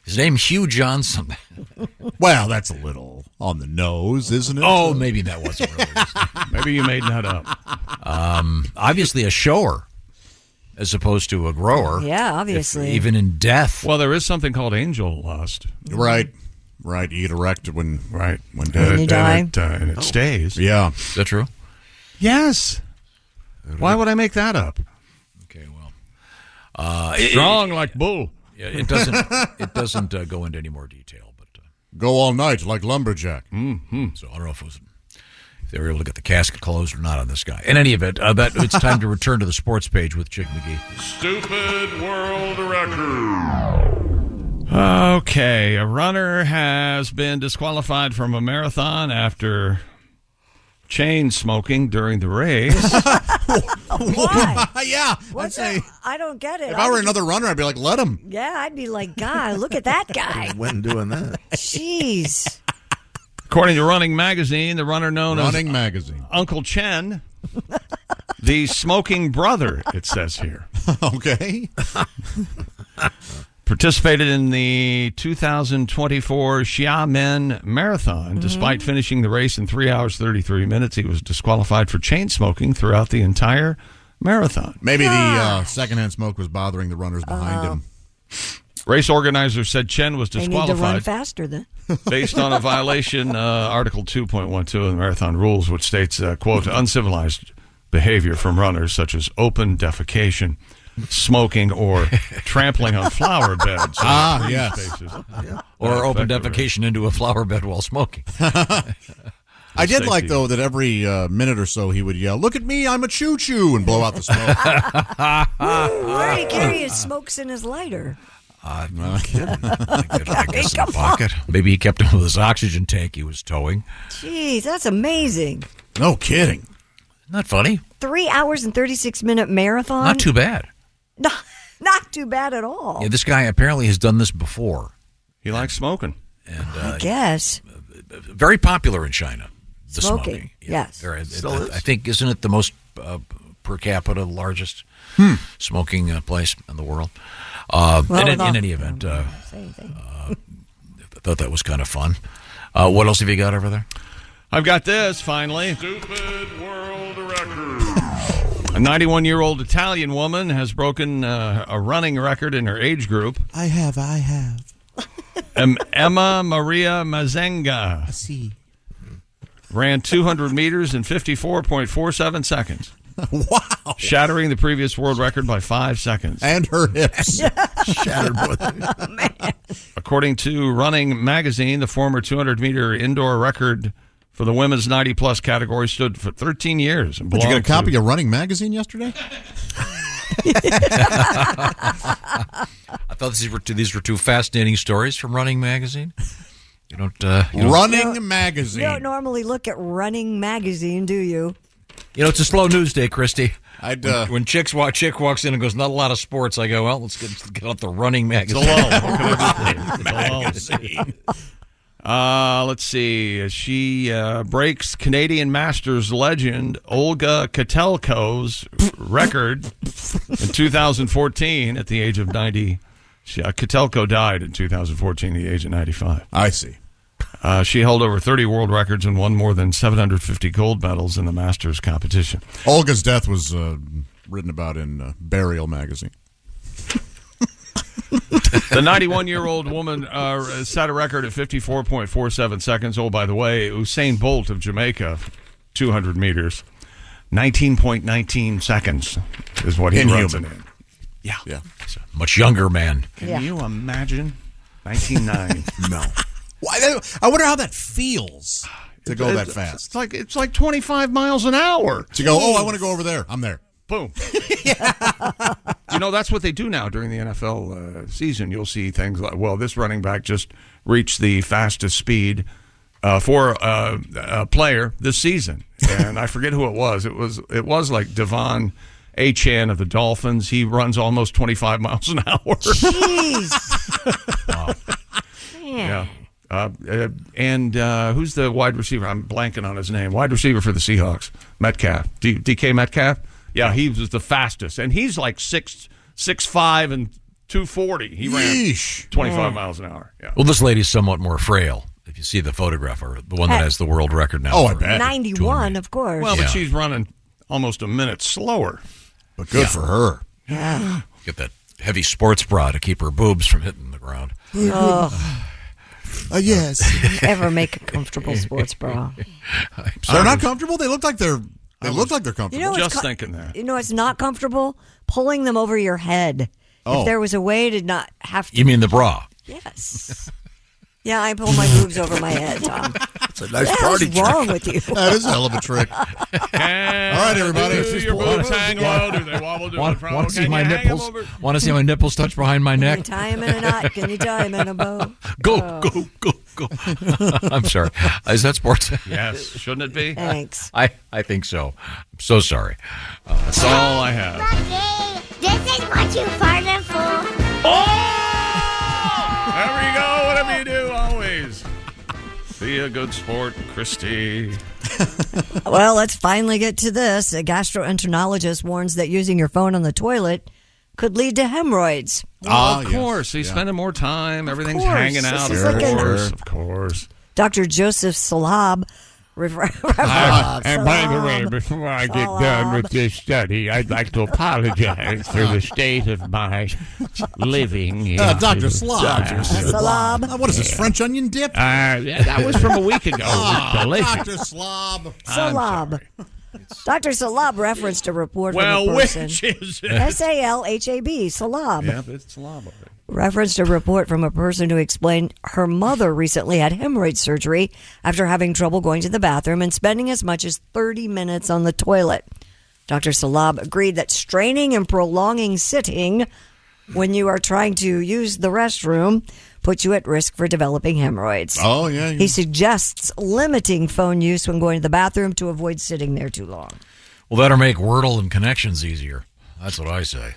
S3: His name Hugh Johnson.
S5: well, that's a little on the nose, isn't it?
S3: Oh, maybe that wasn't really.
S1: (laughs) maybe you made that up.
S3: Um, obviously, a shower as opposed to a grower.
S4: Yeah,
S3: If-
S4: obviously.
S3: even in death.
S1: Well, there is something called angel lust.
S5: Right. Right. You get erect when right when
S1: When you
S5: dead. And it,
S1: die.
S5: uh, and it
S1: stays.
S5: Yeah.
S3: Is that true?
S1: Yes. Why would I make that up?
S3: Uh,
S1: Strong like bull.
S3: Yeah, it doesn't. it doesn't uh, go into any more detail. uh,
S5: Go all night like lumberjack.
S3: Mm-hmm. So I don't know if, it was, if they were able to get the casket closed or not on this guy. In any event, uh, but it's time to return to the sports page with Chick McGee.
S13: Stupid world record.
S1: Okay, a runner has been disqualified from a marathon after chain smoking during
S5: (laughs)
S1: the race.
S4: Why?
S5: yeah.
S4: What's
S5: I'd say-
S4: that? I don't get it.
S5: If I were
S4: I'd-
S5: another runner, I'd be like, let him.
S4: Yeah, I'd be like, God, look at that guy.
S1: (laughs)
S5: When doing that.
S4: Jeez.
S1: According to Running Magazine, the runner known
S5: Running
S1: as
S5: Magazine.
S1: Uncle Chen, the smoking brother, it says here.
S5: (laughs) okay.
S1: (laughs) participated in the 2024 Xia Men Marathon.
S4: Mm-hmm.
S1: Despite finishing the race in 3 hours 33 minutes, he was disqualified for chain smoking throughout the entire marathon.
S5: (laughs) Maybe the uh, secondhand smoke was bothering the runners
S4: Uh-huh.
S5: behind him.
S1: Race organizers said Chen was
S4: They need to run
S1: disqualified
S4: faster (laughs) then.
S1: based on a violation uh, Article 2.12 of the marathon rules, which states, uh, quote, uncivilized behavior from runners such as open defecation, smoking, or trampling on flower beds.
S3: Ah,
S1: yeah.
S3: yes. Or open defecation into a flower bed while smoking.
S5: I did like
S3: Safety.
S5: though that every uh, minute or so he would yell, "Look at me, I'm a choo choo," and blow out the smoke.
S4: Where Gary is smokes in his lighter.
S3: Uh,
S5: no (laughs) kidding.
S4: I mean, come on.
S3: Maybe he kept him with his oxygen tank he was towing.
S4: Jeez, that's amazing.
S5: No kidding.
S3: Not funny.
S4: Three hours and 36 minute marathon.
S3: Not too bad.
S4: No, (laughs) not too bad at all.
S3: Yeah, this guy apparently has done this before.
S1: He likes smoking.
S3: And, uh,
S4: I guess.
S3: Very popular in China. The smoking.
S4: Smoking, yes.
S3: There is-
S4: Still
S3: I,
S4: is.
S3: I think, isn't it the most uh, per capita, largest smoking uh, place in the world? Uh,
S20: Well,
S3: in,
S20: with
S3: in
S20: all-
S3: any event, uh,
S4: Say anything.
S3: I thought that was kind of fun. Uh, what else have you got over there?
S1: I've got this finally. A 91 year old Italian woman has broken uh, a running record in her age group.
S11: I have, I have.
S1: Um, Emma Maria Mazenga. Ran 200 meters in
S5: (laughs)
S1: 54.47 seconds. Wow. Shattering the previous world record by five seconds.
S5: (laughs) And her
S4: (laughs)
S5: hips.
S11: Shattered
S1: According to Running Magazine, the former 200 meter indoor record for the women's 90 plus category stood for 13 years. and
S5: But you got a
S1: belonged to-
S5: copy of Running Magazine (laughs) yesterday?
S3: I thought these were two, these were two fascinating stories from Running Magazine. (laughs) You don't uh, you don't-
S5: Magazine.
S4: You don't normally look at Running Magazine, do you?
S3: You know, it's a slow news day, Christy.
S5: I'd,
S3: when, when chicks walk, chick walks in and goes, not a lot of sports. I go, (laughs) well, let's get, let's get up the running magazine.
S5: (laughs)
S1: It's a lull. What can we do for you? It's a lull. Uh, let's see. She uh, breaks Canadian Masters legend Olga Katelko's record in 2014 at the age of 90. She, uh, Kotelko died in 2014 at the age of 95.
S5: I see.
S1: Uh, she held over 30 world records and won more than 750 gold medals in the Masters competition.
S5: Olga's death was uh, written about in uh, Burial magazine.
S1: The 91 year old woman uh, set a record at 54.47 seconds. Oh, by the way, Usain Bolt of Jamaica, 200 meters, 19.19 seconds is what he runs in. it. Yeah.
S5: Yeah.
S3: Much younger man.
S1: Can you imagine?
S3: (laughs)
S1: 19.9.
S5: no. I, I wonder how that feels to go that fast.
S1: It's like it's like 25 miles an hour.
S5: To go, oh, I want to go over there. I'm there.
S1: Boom. you know, that's what they do now during the NFL uh, season. You'll see things like, well, this running back just reached the fastest speed uh, for uh, a player this season, and I forget who it was. It was it was like Devon Achan of the Dolphins. He runs almost 25 miles an hour. (laughs) Yeah. Uh, uh, and uh, who's the wide receiver? I'm blanking on his name. Wide receiver for the Seahawks, Metcalf, D- DK Metcalf. Yeah, he was the fastest, and he's like six six five and two forty. He ran twenty five
S3: Yeah.
S1: miles an hour. Yeah.
S3: Well, this lady's somewhat more frail. If you see the photograph, or the one that has the world record now. for
S4: 91, of course.
S1: Well, but she's running almost a minute slower.
S5: But
S3: good for her.
S4: Yeah.
S3: Get that heavy sports bra to keep her boobs from hitting the ground.
S4: Oh.
S5: Uh, yes.
S4: Ever make a comfortable sports bra?
S5: They're not comfortable. They look like they're. They look like they're comfortable.
S4: what's co- You know, it's not comfortable pulling them over your head.
S5: Oh.
S4: If there was a way to not have to.
S3: You mean the bra?
S4: Yes. yeah, I pull my boobs over my head, Tom.
S3: It's a
S4: nice What the hell party is trick.
S3: (laughs)
S4: wrong with you? That is a hell of
S1: (laughs)
S4: a trick.
S1: All
S5: right, everybody.
S1: Do your boobs hang low? Do they wobble? Do
S3: Want,
S1: they
S3: want to see my
S1: hang 'em
S3: nipples?
S1: over?
S3: Want to see my nipples touch behind my
S4: Can you
S3: neck?
S4: tie him in a knot? Can you tie him in a bow?
S3: (laughs) Go,
S4: Oh.
S3: go, go, go. (laughs) I'm sorry. Is that sports? (laughs)
S1: Yes, shouldn't it be?
S4: Thanks.
S3: I, I think so. I'm so sorry. Uh, that's
S1: all I have.
S16: This is what you farted for.
S1: Wherever you Oh! go, whatever you do, always be a good sport,
S3: (laughs)
S1: Christy.
S4: Well, let's finally get to this. A gastroenterologist warns that using your phone on the toilet could lead to hemorrhoids.
S1: Ah, of course. He's spending more time. Everything's
S4: course.
S1: hanging
S4: This
S1: out.
S4: is
S1: of
S4: like a-
S1: course, of course.
S4: Dr. Joseph Salab. (laughs) refer- Ah,
S20: and by the way,
S4: Salab.
S20: before I get done with this study, I'd like to apologize for
S4: (laughs)
S20: the state of my living.
S5: Uh,
S20: in-
S5: Dr. Slob.
S20: Uh,
S5: Uh, What is this, French onion dip?
S20: Uh, yeah, that was from a week ago. It was
S10: Oh,
S5: Ah,
S20: delicious.
S5: Dr. Slob.
S4: Salab. Dr. Salab referenced a report
S1: Well,
S4: from a person.
S1: which is it?
S4: S A L H A B, Salab.
S1: Yep, it's lava.
S4: Referenced a report from a person who explained her mother recently had hemorrhoid surgery after having trouble going to the bathroom and spending as much as 30 minutes on the toilet. Dr. Salab agreed that straining and prolonging sitting when you are trying to use the restroom puts you at risk for developing hemorrhoids.
S5: Oh, yeah, yeah.
S4: He suggests limiting phone use when going to the bathroom to avoid sitting there too long.
S3: Well, that'll make Wordle and connections easier. That's what I say.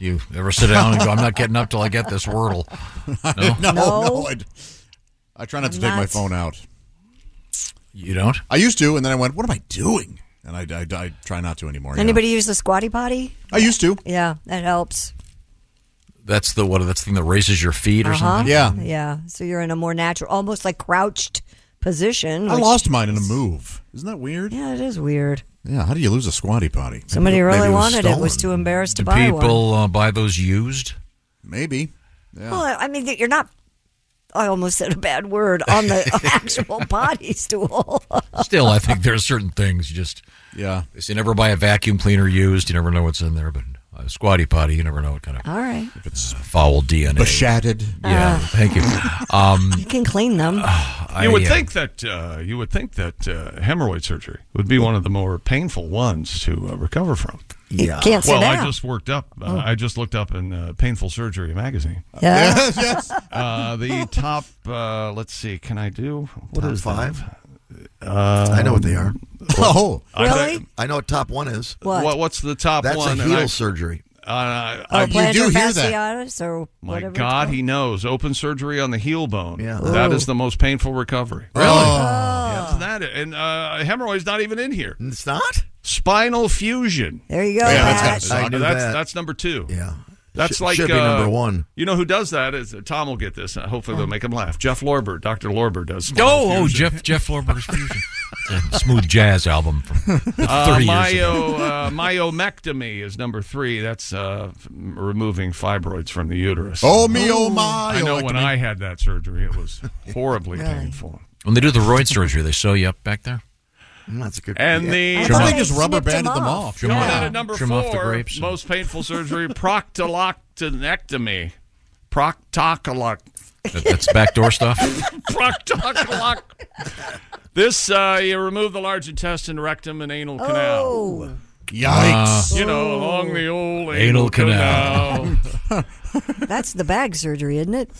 S3: You ever sit down and go, I'm not getting up till I get this
S1: (laughs)
S3: Wordle?
S5: (laughs) no, no. I, I try not to
S3: I'm
S5: take my
S3: not.
S5: phone out.
S3: You don't?
S5: I used to, and then I went, what am I doing? And I, I, I try not to anymore. Oh, yeah.
S4: Anybody use the squatty potty?
S5: I used to.
S4: Yeah, that helps.
S3: That's the what? That's the thing that raises your feet or
S4: Uh-huh.
S3: something?
S4: Yeah. So you're in a more natural, almost like crouched position.
S5: I
S4: which-
S5: lost mine in a move. Isn't that weird?
S4: Yeah, it is weird.
S5: Yeah, how do you lose a squatty potty?
S4: Somebody
S5: Maybe-
S4: really
S5: maybe
S4: wanted it. Was too embarrassed to
S3: Do
S4: buy one.
S3: people uh, buy those used?
S5: Maybe. Yeah.
S4: Well, I mean, you're not. I almost said a bad word on the actual potty stool.
S3: (laughs) Still, I think there are certain things you just.
S5: Yeah.
S3: They say never buy a vacuum cleaner used. You never know what's in there, but a squatty potty, you never know what kind of
S4: All right,
S5: If it's
S3: foul DNA.
S5: Beshattered.
S3: Yeah,
S4: Ah.
S3: thank you. Um, (laughs)
S4: you can clean them.
S1: You would
S3: I, uh,
S1: think that uh, you would think that uh, hemorrhoid surgery would be one of the more painful ones to uh, recover from.
S4: Yeah. can't sit
S1: Well, I
S4: down.
S1: just worked up. Uh,
S4: Oh.
S1: I just looked up in uh, Painful Surgery magazine.
S4: (laughs)
S9: (laughs)
S1: (laughs)
S4: Yeah.
S5: Yes,
S4: (laughs)
S5: yes.
S1: Uh, the top. Uh, let's see. Can I do what
S9: Top
S1: is
S9: five?
S1: That? Uh,
S9: I know what they are.
S1: (laughs)
S6: (laughs)
S1: well,
S9: Oh,
S1: I-
S9: I know what top one is.
S1: What's the top
S9: That's
S1: one?
S9: a
S1: and
S9: heel
S1: I-
S9: surgery.
S1: Uh,
S4: Oh,
S1: I-
S4: plantar fasciitis or
S1: My
S4: whatever.
S1: God, he knows. Open surgery on the heel bone.
S4: Yeah.
S1: That
S4: Ooh.
S1: is the most painful recovery.
S4: Really?
S1: Yeah, so that Oh, and uh, hemorrhoid's not even in here.
S6: It's not
S1: spinal fusion.
S4: There you
S6: go, Yeah, that's Pat.
S1: that's
S6: gotta suck. I knew
S1: that's,
S6: that.
S1: that's number two.
S6: Yeah,
S1: that's
S6: Should-
S1: like
S6: should be
S1: uh,
S6: number one.
S1: You know who does that? Is Tom will get this. Uh, Hopefully, they'll make him laugh. Jeff Lorber, Doctor Lorber does. spinal
S3: Oh, oh,
S1: fusion.
S3: Jeff Jeff Lorber's fusion, It's a smooth jazz album from thirty
S1: (laughs) Uh,
S3: years
S1: myo,
S3: ago. (laughs)
S1: uh, myomectomy is number three. That's uh, f- removing fibroids from the uterus.
S5: Oh, me, oh,
S1: I know when
S5: myomectomy.
S1: I had that surgery,
S3: (laughs)
S1: it was horribly
S5: Really?
S1: painful.
S3: When they do the roid surgery, they sew you up back there.
S6: Mm, That's good.
S1: And the
S3: Trim off- Trim
S1: Going
S3: off-
S1: in at number
S3: trim
S1: four,
S3: off the grapes.
S1: most painful surgery, (laughs) proctoloctinectomy.
S5: (laughs)
S1: Proctocoloc.
S3: That- that's backdoor stuff.
S1: Proctocoloc. this, uh, you remove the large intestine, rectum, and anal canal.
S4: Oh.
S1: Yikes.
S3: Ah.
S1: you know, along the old anal,
S3: Anal
S1: canal.
S3: canal.
S5: (laughs)
S4: That's the bag surgery, isn't it?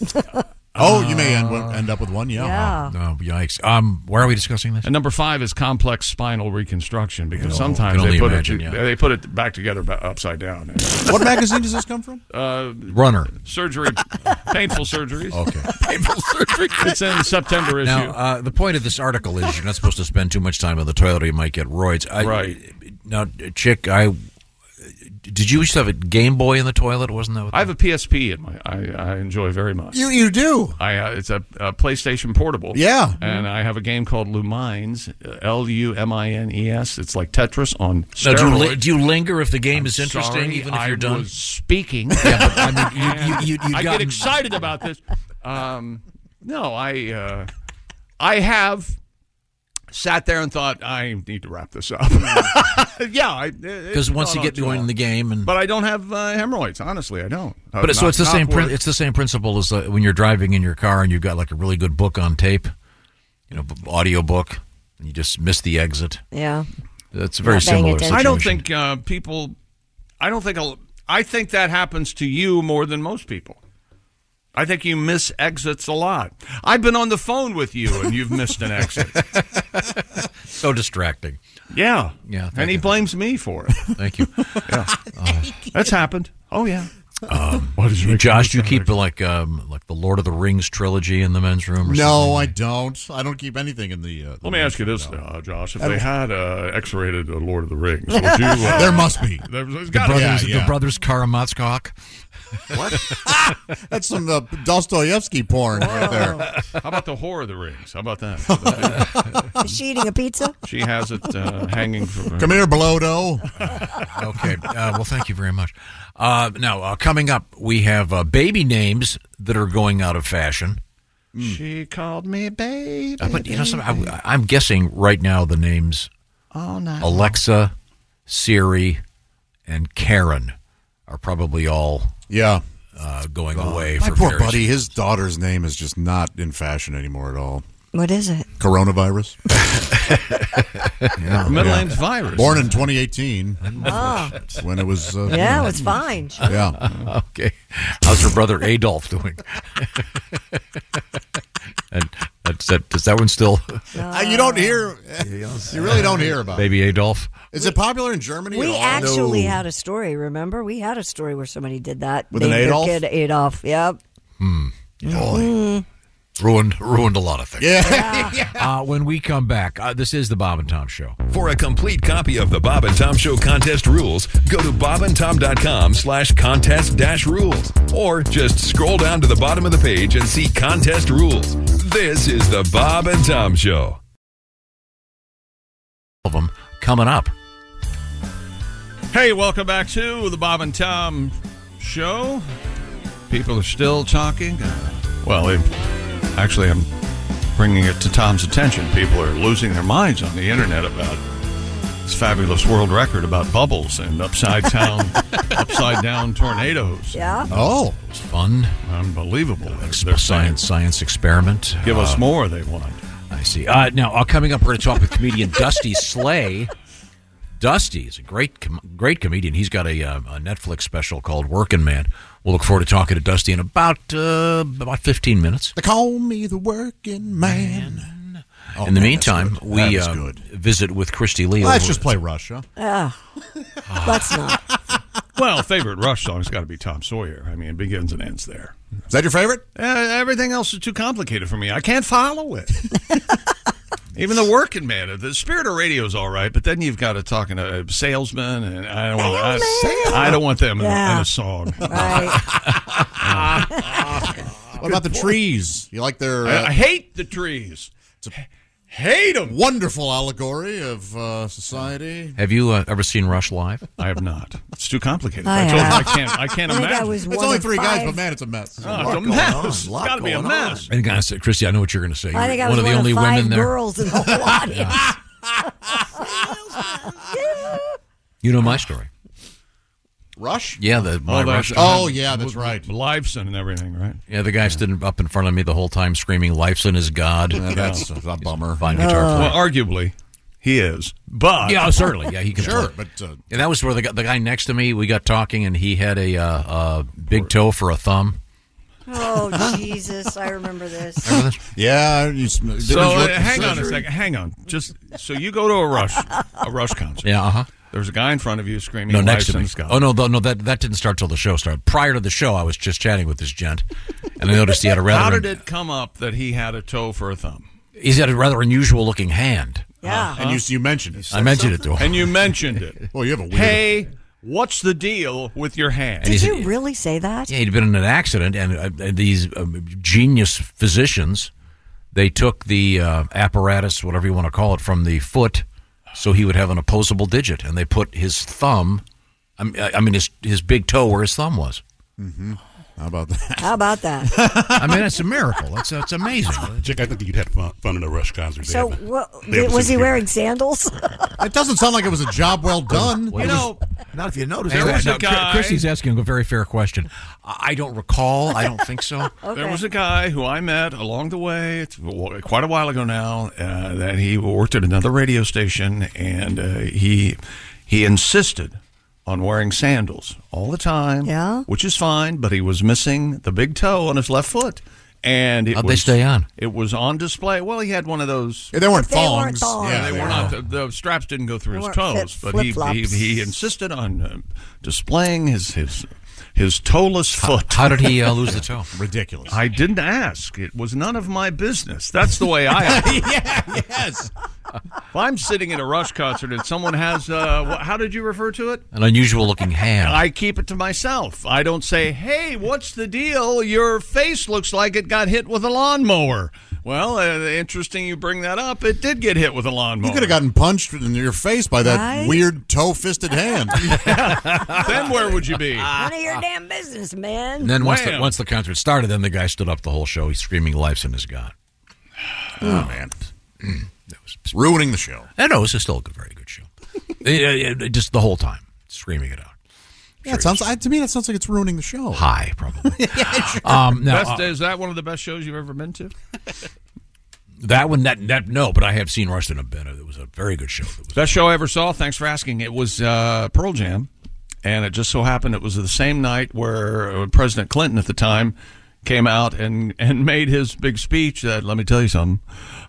S5: Oh, you (laughs) may end, end up with one. Yeah.
S4: Yeah.
S3: No, yikes. Um, where are we discussing this?
S1: And number five is complex spinal reconstruction because
S3: Oh,
S1: sometimes
S3: can
S1: they
S3: only
S1: put
S3: imagine,
S1: it
S3: yeah.
S1: they put it back together ba- upside down.
S5: What magazine does this come from?
S1: Uh,
S3: Runner.
S1: surgery, painful surgeries.
S5: Okay.
S1: (laughs) painful surgery. It's in the September issue.
S3: Now, uh, the point of this article is you're not supposed to spend too much time on the toilet; or you might get roids. I,
S1: Right.
S3: now, Chick, I did you used to have a Game Boy in the toilet? Wasn't that? What
S1: I have a PSP in my I, I enjoy very much.
S5: You you do.
S1: I uh, it's a, a PlayStation Portable.
S5: Yeah.
S1: and I have a game called Lumines, L U M I N E S. It's like Tetris on
S3: Now,
S1: steroids.
S3: do, you li- do you linger if the game is interesting,
S1: sorry,
S3: even if
S1: I
S3: you're done
S1: was speaking?
S3: Yeah, but, I
S1: (laughs)
S3: mean, you, you, you, you've
S1: I get
S3: gotten-
S1: excited about this. Um, no, I uh, I have sat there and thought I need to wrap this up. (laughs) yeah,
S3: because
S1: because
S3: once you get going in the game, and
S1: but I don't have uh, hemorrhoids. Honestly, I don't.
S5: Oh,
S1: Uh,
S3: but so
S1: knock-
S3: it's the same
S1: knock wood.
S3: prin- it's the same principle as uh, when you're driving in your car and you've got like a really good book on tape, you know, b- audio book, and you just miss the exit.
S4: Yeah.
S3: that's a very similar. Situation.
S1: I don't think uh, people. I don't think. I'll, I think that happens to you more than most people. I think you miss exits a lot. I've been on the phone with you, and you've missed
S3: (laughs)
S1: an exit.
S3: so distracting.
S1: Yeah,
S3: Yeah, thank
S1: and he
S3: you.
S1: blames me for it.
S3: Thank you.
S1: (laughs)
S3: Uh,
S1: Yeah. That's happened. Oh yeah.
S3: Um, Josh, do you keep the, like um, like the Lord of the Rings trilogy in the men's room? Or
S5: No,
S3: something?
S5: I don't. I don't keep anything in the.
S3: (laughs)
S5: Uh, the
S1: Let me ask you this, uh, Josh: If
S5: I
S1: they
S5: don't-
S1: had uh, X-rated uh, Lord of the Rings, would you,
S3: (laughs)
S1: uh,
S5: There must be.
S1: There, has
S3: the
S1: got
S3: brothers,
S1: to be.
S3: the brothers Karamazov.
S5: What? (laughs) That's some uh, Dostoevsky porn right there.
S1: How about the horror of the rings? How about that?
S3: (laughs)
S4: Is she eating a pizza?
S1: she has it uh, hanging from her.
S5: Come here, Belodo.
S3: (laughs) okay. Uh, well, thank you very much. Uh, now, uh, coming up, we have uh, baby names that are going out of fashion.
S1: She called me baby.
S3: Uh, but you know, some, I, I'm guessing right now the names
S1: All night long.
S3: Alexa, Siri, and Karen are probably (laughs) all
S5: yeah
S3: uh, going away.
S5: My
S3: for
S5: poor
S3: various-
S5: buddy, his daughter's name is just not in fashion anymore at all.
S4: What is it?
S3: (laughs)
S5: Coronavirus. Yeah,
S1: Middle
S5: yeah.
S1: name's virus. Oh.
S5: Born in 2018.
S4: Ah.
S5: When it was. Uh,
S4: Yeah, it was fine.
S5: Yeah.
S3: (laughs) okay. How's your brother Adolf doing? (laughs) and that's that. Does that one still?
S5: Uh, you
S3: (laughs)
S5: don't hear. You really don't hear about
S3: Baby Adolf.
S5: it. Is it popular in Germany? at
S4: We
S5: all?
S4: actually had a story, remember? We had a story where somebody did that.
S5: With an
S4: Named their
S5: Adolf?
S4: kid Adolf, yep. Mhm.
S3: Hmm. Ruined, ruined a lot of things.
S5: (laughs)
S13: Yeah.
S3: Uh, when we come back, uh, this is the Bob and Tom Show.
S13: For a complete copy of the Bob and Tom Show contest rules, go to bobandtom.com slash contest dash rules. Or just scroll down to the bottom of the page and see contest rules. This is the Bob and Tom Show.
S3: Of them coming up.
S1: Hey, welcome back to the Bob and Tom show. People are still talking. Well, it, actually, I'm bringing it to Tom's attention. People are losing their minds on the internet about this fabulous world record about bubbles and upside
S5: (laughs)
S1: down, upside down tornadoes.
S4: Yeah.
S5: Oh,
S3: it's fun,
S1: unbelievable.
S3: Exp- science, science experiment.
S1: Give us
S3: Uh,
S1: more. They want.
S3: I see. Uh, now, uh, coming up, we're going to talk with
S5: (laughs)
S3: comedian Dusty Slay. Dusty is a great, com- great comedian. He's got a, uh, a Netflix special called Working Man. We'll look forward to talking to Dusty in about uh, about fifteen minutes.
S5: They call me the working man. Oh,
S3: in the
S5: man,
S3: meantime,
S5: that's good. That
S3: we
S5: was
S3: uh,
S5: good.
S3: visit with Christy Lee. over-
S5: Let's Ah. just play Russia.
S4: Ah, let's not.
S1: Well, favorite Rush song's got to be Tom Sawyer. I mean, it begins and ends there.
S5: Is that your favorite?
S1: Uh, everything else is too complicated for me. I can't
S5: (laughs)
S1: follow it. Even the working man, the spirit of radio is all right, but then you've got to talking to salesmen, and I don't want I, I don't want them in a- in,
S5: Yeah.
S1: a song.
S5: What about the trees? You like their? uh,
S1: I- I hate the trees.
S5: It's a
S1: hate them.
S5: Wonderful allegory of uh, society.
S3: Have you uh, ever seen Rush live?
S1: I have not. It's too complicated.
S5: I I told you
S1: I can't. I can't
S5: I think I
S1: imagine.
S5: was It's one only of three guys, five. but man, it's a mess.
S1: Oh,
S5: There's a
S1: it's
S5: lot going on.
S1: a mess. It's
S5: A lot
S1: got to be a
S5: going
S1: mess.
S3: And guys, Christy, I know what you're going to say.
S4: I think
S3: You're
S4: I
S3: one
S4: was
S3: of the
S4: one
S3: only
S4: of five
S3: women (laughs) there.
S4: girls in the
S5: (laughs)
S4: whole audience.
S3: You know my story.
S5: Rush? Oh,
S3: Yeah, the my
S1: that's-
S3: Rush.
S1: with- with Liveson and everything, right?
S3: Yeah, the guy stood up in front of me the whole time screaming, "Life's in his God."
S1: Yeah, that's
S3: a bummer. Fine guitar player.
S1: Well, arguably, he is. But
S3: yeah, certainly. Yeah, he can.
S1: Sure,
S3: play.
S5: but, uh,
S3: and that was where the guy, the guy next to me. We got talking, and he had a uh, uh, big toe for a thumb.
S4: Oh Jesus, I
S5: (laughs)
S4: remember this.
S5: Yeah, you, sm- didn't
S1: So
S5: you
S1: uh,
S5: look-
S1: hang on a second. Hang on. Just so you go to a rush, a rush concert.
S3: Yeah, uh-huh.
S1: There's a guy in front of you screaming.
S3: No, next to me.
S1: "Liveson Scott."
S3: Oh no, th- no, that that didn't start till the show started. Prior to the show, I was just chatting with this gent, and I noticed he had a
S1: How
S3: rather
S1: did it come up that he had a toe for a thumb?
S3: he's had a rather unusual looking hand.
S1: Yeah.
S3: Uh-huh.
S5: Uh-huh. And you, you mentioned it.
S3: I mentioned it to him.
S1: And you mentioned it.
S5: well, you have a weird.
S1: (laughs) Hey, what's the deal with your hand?
S3: And he said-
S4: really say that?
S3: Yeah, he'd been in an accident, and uh, uh, these uh, genius physicians, they took the uh, apparatus, whatever you want to call it, from the foot, so he would have an opposable digit, and they put his thumb, I mean, I I mean his his big toe where his thumb was.
S5: hmm How about that?
S4: How about that?
S3: I mean, it's a miracle. It's it's
S1: (laughs)
S3: amazing.
S17: Chick, I think you'd have fun, fun in a Rush concert. They
S4: So,
S17: have-
S4: what,
S17: they have
S4: was he
S17: security.
S4: wearing sandals? (laughs)
S5: It doesn't sound like it was a job well done.
S3: What was-
S6: Oh,
S9: not if you notice.
S3: Anyway,
S5: was a
S3: now, Chr-
S5: guy-
S3: Christy's asking a very fair question. I I don't recall. I don't think so.
S1: There was a guy who I met along the way, it's w- quite a while ago now, uh, that he worked at another radio station, and uh, he he insisted on wearing sandals all the time. Yeah, which is fine, but he was missing the big toe on his left foot, and it
S3: How'd they
S1: was,
S3: stay on?
S1: It was on display. Well, he had one of those.
S5: Yeah, they weren't They weren't thongs. thongs.
S1: Yeah, they
S5: Yeah.
S1: were not. The, the straps didn't go through
S5: They
S1: his
S5: weren't fit
S1: toes, but he, he
S5: flip-flops.
S1: he insisted on uh, displaying his his his toeless foot.
S3: How did he
S1: (laughs)
S3: uh, lose the toe?
S5: (laughs) Ridiculous.
S1: I didn't ask. It was none of my business. That's the way
S5: (laughs)
S1: I.
S5: yeah, yes.
S1: If I'm sitting at a Rush concert and someone has, uh, wh- how did you refer to it?
S3: An unusual looking hand.
S1: I keep it to myself. I don't say, "Hey, what's the deal? Your face looks like it got hit with a lawnmower." Well, uh, interesting you bring that up. It did get hit with a lawnmower.
S5: You could have gotten punched in your face by that
S1: Right?
S5: weird toe-fisted (laughs) hand.
S1: (laughs) then where would you
S5: (laughs)
S1: be?
S4: None of your damn business, man.
S3: And then once the,
S4: Wham.
S3: once the concert started, then the guy stood up the whole show. He's screaming, "Life's in his God." Mm.
S5: Oh, man. Ruining the show.
S3: I know it's still a good, very good
S5: (laughs)
S3: show. Yeah, yeah, yeah, just the whole time screaming it out.
S5: Yeah, it sounds. I, to me, that sounds like it's ruining the show.
S3: High,
S5: (laughs)
S3: probably.
S1: (laughs)
S3: Um, now,
S1: Best-
S3: uh,
S1: is that one of the best shows you've ever been to?
S3: That one, that that no, but I have seen Rush in a bit. It was a very good show.
S1: Best show I ever saw. Thanks for asking. It was uh, Pearl Jam, and it just so happened it was the same night where uh, President Clinton at the time came out and and (laughs) made his big speech. That let me tell you something.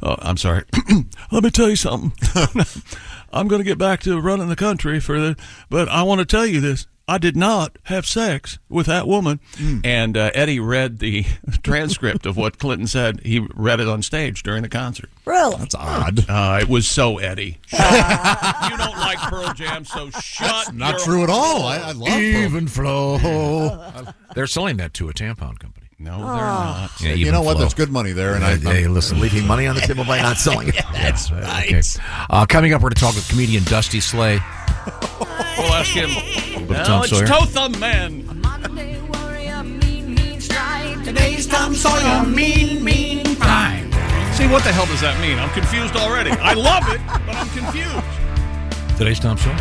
S1: Uh, I'm sorry. (clears throat) let me tell you something. (laughs) I'm going to get back to running the country for the, but I want to tell you this. I did not have sex with that woman. And uh, Eddie read the (laughs) transcript of what Clinton said. He read it on stage during the concert.
S4: Really?
S1: That's odd. Uh, it was so Eddie.
S5: Ah.
S1: (laughs) you don't like Pearl
S5: (laughs)
S1: Jam, so shut.
S5: not true at all. I, I love Pearl.
S3: Even flow. They're selling that to a tampon company.
S1: No,
S5: they're not.
S3: Yeah,
S5: You
S3: Even
S5: know what?
S3: Flow.
S5: There's good money there, and I-
S3: Yeah, hey,
S5: I'm
S3: listen,
S5: leaving money on the table by not selling (laughs) it.
S3: That's right. Uh, coming up, we're going to talk with comedian Dusty Slay.
S1: We'll ask him.
S3: But Tom
S1: Now it's
S3: Sawyer.
S1: Toe Thumb Man.
S11: Today's Tom Sawyer mean, mean fine.
S1: See, what the hell does that mean? I'm confused already. I love it, but I'm confused.
S3: Today's Tom Sawyer.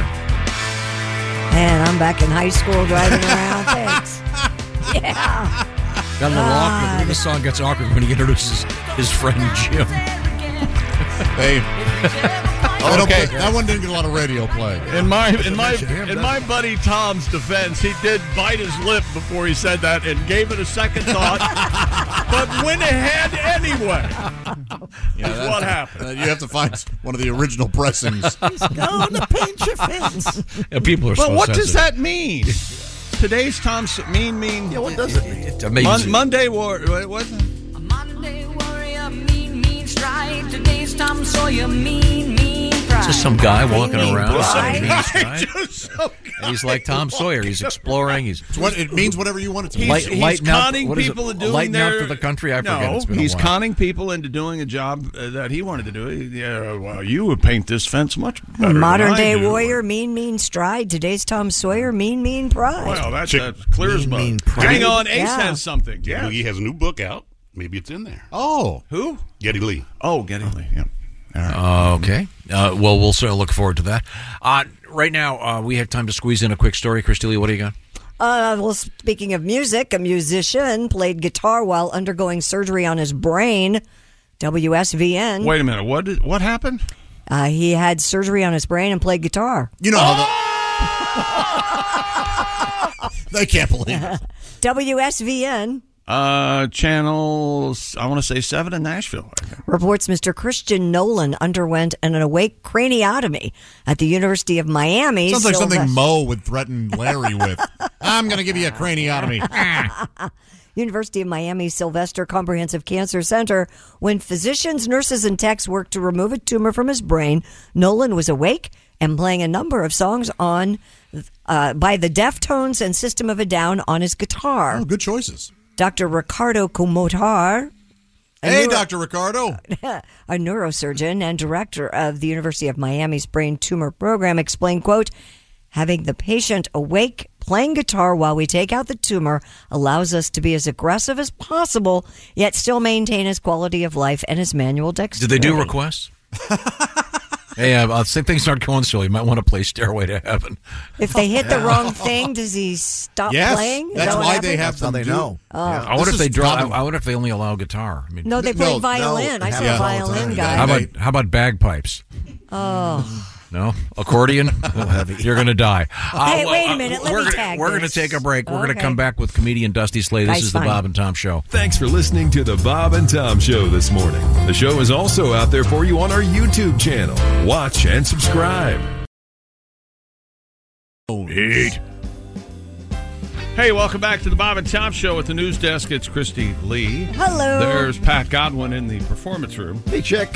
S4: Man, I'm back in high school driving
S5: (laughs)
S4: around. Thanks. Yeah.
S3: Got a little
S4: God.
S3: awkward. The song gets
S5: (laughs)
S3: awkward when he introduces his friend Jim.
S5: Hey. I don't
S1: Okay.
S5: put- that one didn't get a lot of radio play.
S1: (laughs) In my in my in my buddy Tom's defense, he did bite his lip before he said that and gave it a second (laughs) thought, but went ahead anyway.
S5: Yeah,
S1: Is
S5: that-
S1: what happened.
S5: that- Uh, You have to find one of the original (laughs) pressings.
S1: gonna paint your fence.
S3: Yeah, people are
S1: But
S3: so
S1: what does
S3: sensitive. (laughs)
S1: that mean? Today's Tom's mean mean. Yeah, what does it mean?
S3: It amazes me.
S1: Monday war. What? what?
S11: Monday warrior, mean, mean strike. Today's Tom Sawyer, mean, mean pride.
S3: It's just some guy walking around.
S11: pride.
S3: Right?
S1: (laughs)
S3: And He's like Tom Sawyer. He's exploring. He's
S5: what it means, whatever you want it to. mean.
S3: Light- lighten up- what is it?
S1: people into doing
S3: Lighten up
S1: their-
S3: to the country? I
S1: no,
S3: forget. It's been a
S1: he's
S3: while.
S1: conning people into doing a job uh, that he wanted to do. Yeah, well, you would paint this fence much better. than
S4: Modern
S1: I
S4: day
S1: do.
S4: warrior, mean, mean stride. Today's Tom Sawyer, mean, mean pride.
S1: Well, that's, that's clear as mud. Hang on, Ace
S4: Yeah.
S1: has something.
S17: Yeah, he has a new book out. Maybe it's in there.
S1: Oh, who?
S17: Getty Lee.
S1: Oh, Getty Lee.
S10: (laughs)
S1: Yeah.
S3: Uh, okay. Uh, well, we'll sort of look forward to that. Uh, right now, uh, we have time to squeeze in a quick story. Christy, what do you got?
S4: Uh, well, speaking of music, a musician played guitar while undergoing surgery on his brain. WSVN.
S1: Wait a minute. What did, what happened?
S4: Uh, he had surgery on his brain and played guitar.
S5: You know
S1: Ah!
S5: how the, they can't believe it.
S4: WSVN
S1: Uh, channel. I want to say seven in Nashville.
S4: reports Mr. Christian Nolan underwent an awake craniotomy at the University of Miami.
S5: Sounds like something
S4: Sylvester-
S5: Mo would threaten Larry
S1: (laughs)
S5: with. I'm going to give you a craniotomy.
S4: University of Miami Sylvester Comprehensive Cancer Center. When physicians, nurses, and techs worked to remove a tumor from his brain, Nolan was awake and playing a number of songs on uh, by the Deftones and System of a Down on his guitar. Oh,
S5: good choices.
S4: Dr. Ricardo Comotar. a
S5: Hey,
S4: neuro-
S5: Dr. Ricardo.
S4: a neurosurgeon and director of the University of Miami's brain tumor program, explained, quote, having the patient awake playing guitar while we take out the tumor allows us to be as aggressive as possible, yet still maintain his quality of life and his manual
S3: Did
S4: dexterity.
S3: they do requests? (laughs) hey, uh, uh, think things aren't going so. You might want to play Stairway to Heaven.
S4: If they
S3: (laughs)
S4: hit the
S3: Yeah.
S4: wrong thing, does he stop
S3: Yes,
S4: playing? Is
S3: that's
S4: that what
S3: why they
S4: happened?
S3: have That's how them they do it. know.
S4: Oh.
S3: I wonder if they draw. I, I wonder if they only allow guitar. I mean,
S4: No, they played violin. I saw a violin guy.
S3: How about how about bagpipes?
S4: oh.
S3: No accordion. (laughs) You're gonna (laughs) die.
S4: hey,
S3: Uh,
S4: wait
S3: uh,
S4: a minute. Let
S3: we're
S4: me
S3: gonna-
S4: tag
S3: We're going to
S4: this.
S3: take a break. We're going to
S4: Okay.
S3: come back with comedian Dusty Slay. This
S4: Guys,
S3: is the
S4: fine.
S3: Bob and Tom Show.
S13: Thanks for listening to the Bob and Tom Show this morning. The show is also out there for you on our YouTube channel. Watch and subscribe.
S1: Eat. Hey, welcome back to the Bob and Tom Show at the news desk. It's Christy Lee.
S4: Hello.
S1: There's Pat Godwin in the performance room.
S9: Hey, check.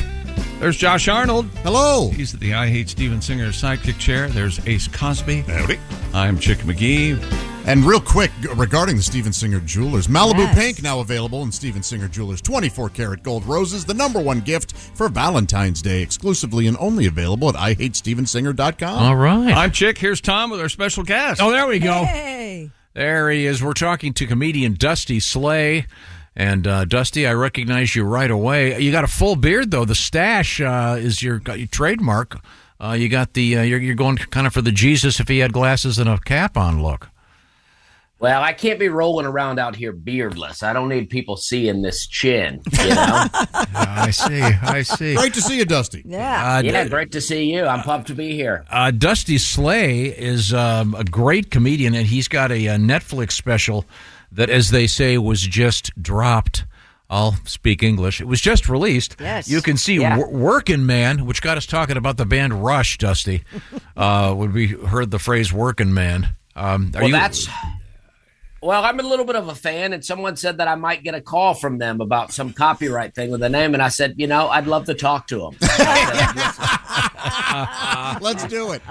S1: There's Josh Arnold.
S5: Hello.
S1: He's at the I Hate Steven Singer sidekick chair. There's Ace Cosby. Howdy. I'm Chick McGee.
S5: And real quick, regarding the Steven Singer Jewelers, Malibu
S1: Yes.
S5: Pink now available in Steven Singer Jewelers 24 karat gold roses, the number one gift for Valentine's Day, exclusively and only available at IHateStevenSinger.com.
S3: All right.
S1: I'm Chick. Here's Tom with our special guest.
S3: Oh, there we go.
S4: Hey.
S3: There he is. We're talking to comedian Dusty Slay. And uh, Dusty, I recognize you right away. You got a full beard though. The stash uh, is your, got your trademark. Uh, you got the uh, you're, you're going kind of for the Jesus if he had glasses and a cap on look.
S12: Well, I can't be rolling around out here beardless. I don't need people seeing this chin. You know?
S3: I see. I see.
S5: Great to see you, Dusty.
S12: Yeah.
S3: Uh,
S12: yeah,
S3: d-
S12: great to see you. I'm pumped to be here.
S3: Uh, Dusty Slay is um, a great comedian, and he's got a, uh Netflix special that, as they say, was just dropped. I'll speak English. It was just released.
S12: Yes.
S3: You can see
S12: Yeah.
S3: Wor- Workin' Man, which got us talking about the band Rush,
S12: (laughs)
S3: Dusty, uh, when we heard the phrase Workin' Man. Um, are
S12: well,
S3: you-
S12: that's. Well, I'm a little bit of a fan, and someone said that I might get a call from them about some copyright thing with the name, and I said, you know, I'd love to talk to them.
S3: (laughs)
S5: (laughs) Let's do it.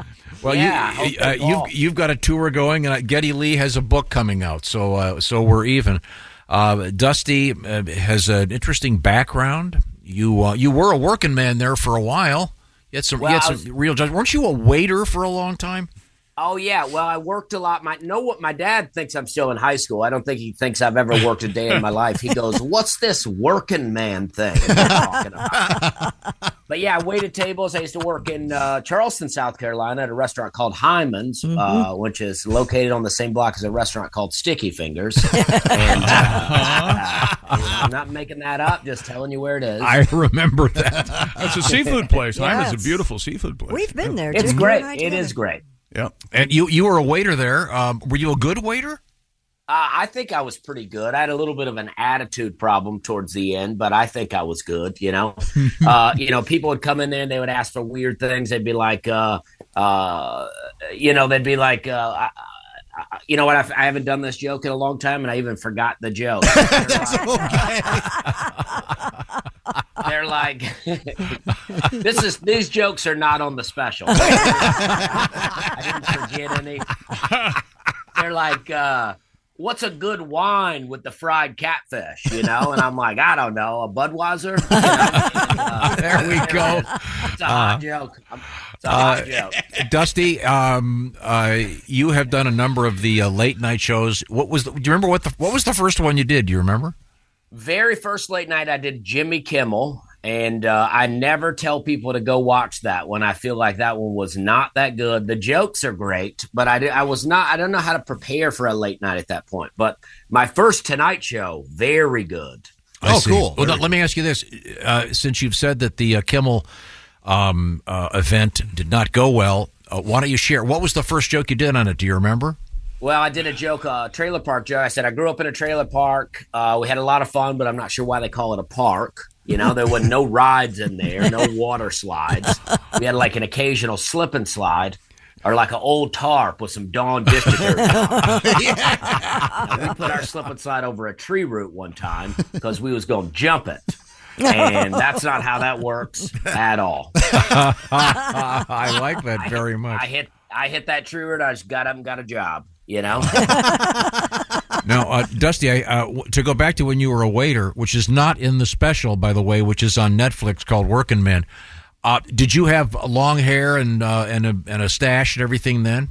S3: Well,
S12: Yeah, I hope
S3: you,
S12: they
S3: uh,
S12: call.
S3: you've, you've got a tour going, and uh, Getty Lee has a book coming out, so uh, so we're even. Uh, Dusty uh, has an interesting background. You uh, you were a working man there for a while. You had some, you
S12: Well,
S3: had
S12: I
S3: some real jobs. Weren't you a waiter for a long time? (laughs)
S12: Oh yeah, well I worked a lot. My know what my dad thinks I'm still in high school. I don't think he thinks I've ever worked a day in my life. He goes, "What's this working man thing?" that you're talking about?" But yeah, I waited tables. I used to work in uh, Charleston, South Carolina, at a restaurant called Hyman's, uh,
S8: Mhm.
S12: which is located on the same block as a restaurant called Sticky Fingers. and, uh, I'm not making that up; just telling you where it is.
S3: I remember that.
S1: (laughs) It's a seafood place.
S12: Yeah,
S1: Hyman's a
S12: it's-
S1: beautiful seafood place.
S12: We've
S4: been there.
S12: It's
S4: Jim.
S12: great.
S4: You and I
S12: It is
S4: together.
S12: great.
S1: Yeah.
S3: And you you were a waiter there. Um, were you a good waiter?
S12: Uh, I think I was pretty good. I had a little bit of an attitude problem towards the end, but I think I was good. You know, uh, you know, people would come in there and they would ask for weird things. They'd be like, uh, uh, you know, they'd be like, uh, I, I, you know what? I've, I haven't done this joke in a long time, and I even forgot the joke. They're like, (laughs) this is these jokes are not on the special. I didn't forget any. They're like, uh, what's a good wine with the fried catfish? You know,
S3: (laughs)
S12: and I'm like, I don't know, a Budweiser. You know? Uh,
S3: there we go.
S12: It's a hot
S3: Uh,
S12: joke. I'm- It's a hot
S3: Uh,
S12: joke.
S3: Dusty, um, uh, you have done a number of the uh, late night shows. What was the, do you remember what the what was the first one you did? Do you remember?
S12: very first late night I did Jimmy Kimmel, and uh, I never tell people to go watch that one. I feel like that one was not that good. The jokes are great, but I did, I was not. I don't know how to prepare for a late night at that point. But my first Tonight Show, very good.
S3: I see. Well, now, let me ask you this: uh, since you've said that the uh, Kimmel um, uh, event did not go well, uh, why don't you share what was the first joke you did on it? Do you remember? (laughs)
S12: Well, I did a joke, uh, trailer park joke. I said I grew up in a trailer park. Uh, we had a lot of fun, but I'm not sure why they call it a park. You know, there were no rides in there, no water slides. We had like an occasional slip and slide, or like an old tarp with some Dawn dish detergent. on it. And we put our slip and slide over a tree root one time because we was going to jump it, and that's not how that works at all.
S3: (laughs) I
S12: (laughs)
S3: like that very much.
S12: I hit, I hit that tree root. I just got up and got a job. You know.
S3: Now, uh, Dusty, I, uh, w- to go back to when you were a waiter, which is not in the special, by the way, which is on Netflix called Working Man. Uh, did you have long hair and uh, and a and a stash and everything then?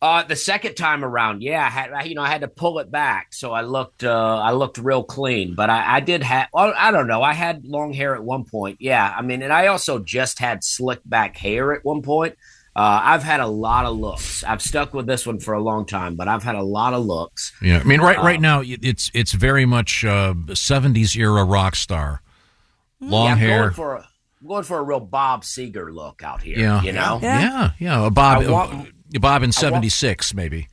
S12: Uh, the second time around, yeah, I had I, you know I had to pull it back, so I looked uh, I looked real clean, but I, I did have well, I don't know I had long hair at one point, yeah, I mean, and I also just had slick back hair at one point. Uh, I've had a lot of looks. I've stuck with this one for a long time, but I've had a lot of looks.
S3: Yeah, I mean, right
S12: Uh,
S3: right now y- it's it's very much uh, '70s era rock star,
S12: Uh, Mm,
S3: long
S12: yeah, I'm
S3: hair.
S12: Going for a, I'm going for a real Bob Seger look out here.
S3: yeah,
S12: you know,
S3: yeah, yeah. a Bob,
S12: I want-
S3: a Bob in
S12: I want-
S3: '76 maybe.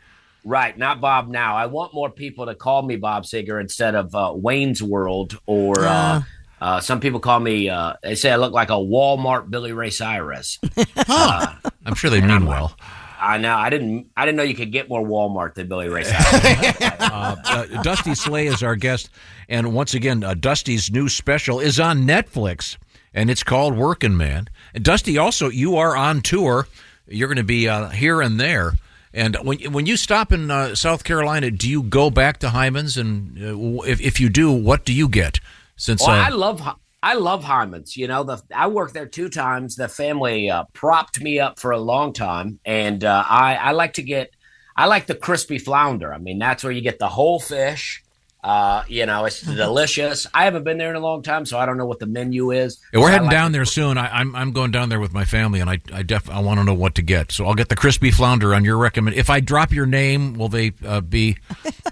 S12: Right, not Bob now. I want more people to call me Bob Seger instead of uh, Wayne's World or uh, uh, some people call me. Uh, they say I look like a Walmart Billy Ray Cyrus. (laughs)
S3: I'm sure they mean well.
S12: I know. I didn't. I didn't know you could get more Walmart than Billy Ray Cyrus.
S3: uh, uh, Dusty Slay is our guest, and once again, uh, Dusty's new special is on Netflix, and it's called Working Man. And Dusty, also, you are on tour. You're going to be uh, here and there. And when when you stop in uh, South Carolina, do you go back to Hyman's? And uh, w- if if you do, what do you get? Since
S12: well,
S3: uh,
S12: I love Hy- I love Hyman's. You know, the I worked there two times. The family uh, propped me up for a long time, and uh, I I like to get I like the crispy flounder. I mean, that's where you get the whole fish. Uh, you know, it's
S3: Mm-hmm.
S12: delicious. I haven't been there in a long time, so I don't know what the menu is.
S3: Yeah, we're
S12: I
S3: heading
S12: like-
S3: down there soon. I, I'm I'm going down there with my family, and I I def I want to know what to get. So I'll get the crispy flounder on your recommend. If I drop your name, will they uh, be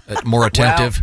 S3: uh,
S12: (laughs)
S3: more attentive?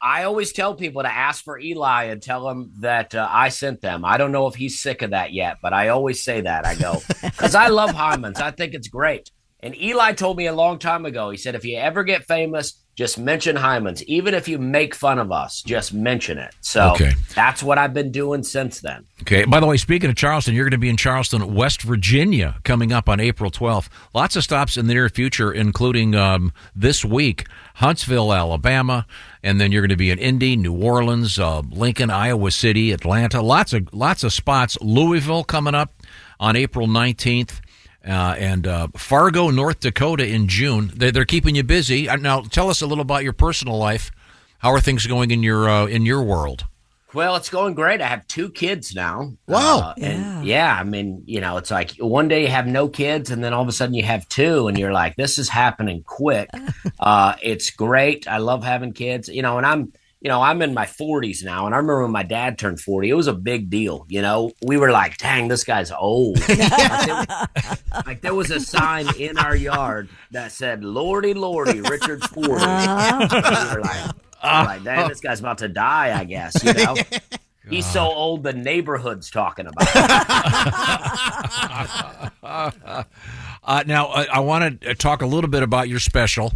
S12: I always tell people to ask for Eli and tell him that uh, I sent them. I don't know if he's sick of that yet, but I always say that. I
S3: (laughs)
S12: go, because I love Hyman's. I think it's great. And Eli told me a long time ago, he said, if you ever get famous, just mention Hyman's. Even if you make fun of us, just mention it. So
S3: Okay.
S12: that's what I've been doing since then.
S3: Okay. By the way, speaking of Charleston, you're going to be in Charleston, West Virginia, coming up on April 12th. Lots of stops in the near future, including um, this week, Huntsville, Alabama, and then you're going to be in Indy, New Orleans, uh, Lincoln, Iowa City, Atlanta. Lots of lots of spots. Louisville coming up on April 19th. Uh, and uh, Fargo, North Dakota, in June. They're, they're keeping you busy. Uh, Now, tell us a little about your personal life. How are things going in your uh, in your world?
S12: Well, it's going great. I have two kids now. Wow. And yeah, I mean, you know, it's like one day you have no kids and then all of a sudden you have two and you're like, this is happening quick. uh, it's great. I love having kids, you know, and I'm, you know, I'm in my 40s now, and I remember when my dad turned 40, it was a big deal. You know, we were like, dang, this guy's old. like there was a sign in our yard that said "Lordy, Lordy, Richard Ford."
S11: Uh-huh.
S12: We were like, we were like, damn, this guy's about to die. I guess you know. He's so old, the neighborhood's talking about.
S3: (laughs) uh, now, I, I want to talk a little bit about your special,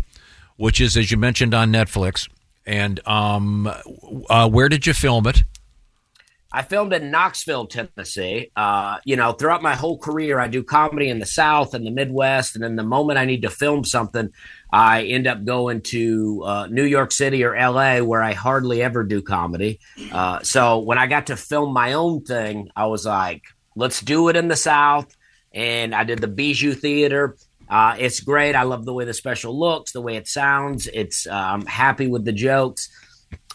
S3: which is, as you mentioned, on Netflix. And um, uh, where did you film it?
S12: I filmed in Knoxville, Tennessee. Uh, you know, throughout my whole career, I do comedy in the South and the Midwest. And then the moment I need to film something, I end up going to uh, New York City or LA, where I hardly ever do comedy. Uh, so when I got to film my own thing, I was like, let's do it in the South. And I did the Bijou Theater. Uh, it's great. I love the way the special looks, the way it sounds. It's uh, I'm happy with the jokes.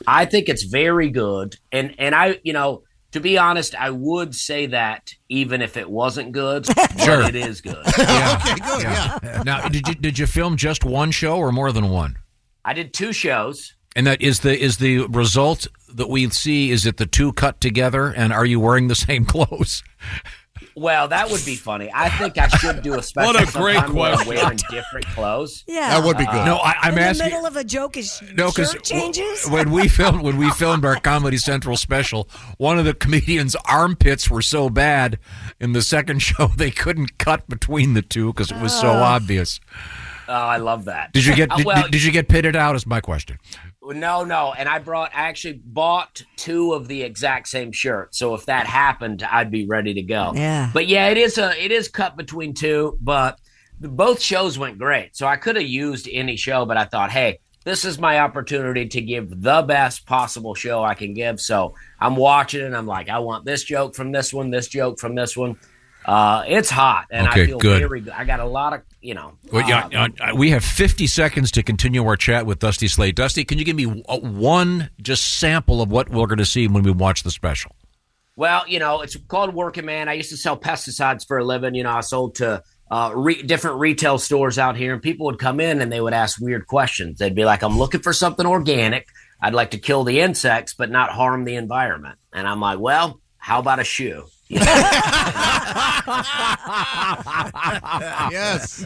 S12: I think it's very good. And and I, you know, to be honest, I would say that even if it wasn't
S3: (laughs)
S12: good,
S3: Sure.
S12: but it is
S3: (laughs)
S12: good. (laughs)
S3: Now, did you did you film just one show or more than one?
S12: I did two shows.
S3: And that is the is the result that we see. Is it the two cut together? And are you wearing the same (laughs) clothes?
S12: Well, that would be funny. I think I should do a special.
S3: (laughs) What a great
S12: sometime where I'm
S3: question.
S12: Wearing different clothes.
S3: (laughs)
S4: Yeah.
S12: Uh,
S3: No, I, I'm
S4: in
S3: asking.
S4: the middle of a joke is
S3: No, because
S4: shirt changes.
S3: when we filmed when we filmed our Comedy Central special, one of the comedians' armpits were so bad in the second (laughs) show they couldn't cut between the two because it was so
S12: Oh.
S3: obvious.
S12: Oh, I love that. (laughs)
S3: Did you get
S12: Uh,
S3: did,
S12: well,
S3: did you get pitted out? Is my question.
S12: No, no. And I brought, I actually bought two of the exact same shirt. So if that happened, I'd be ready to go.
S4: Yeah.
S12: But yeah, it is a, it is cut between two, but both shows went great. So I could have used any show, but I thought, hey, this is my opportunity to give the best possible show I can give. So I'm watching it and I'm like, I want this joke from this one, this joke from this one. Uh, it's hot and
S3: Okay,
S12: I feel
S3: good.
S12: very good. I got a lot of, you know,
S3: Well, yeah, uh, we have 50 seconds to continue our chat with Dusty Slade. Dusty, can you give me uh, one just sample of what we're going to see when we watch the special?
S12: Well, you know, it's called Working Man. I used to sell pesticides for a living. You know, I sold to uh, re- different retail stores out here, and people would come in and they would ask weird questions. They'd be like, I'm looking for something organic. I'd like to kill the insects, but not harm the environment. And I'm like, well, how about a shoe?
S5: yes.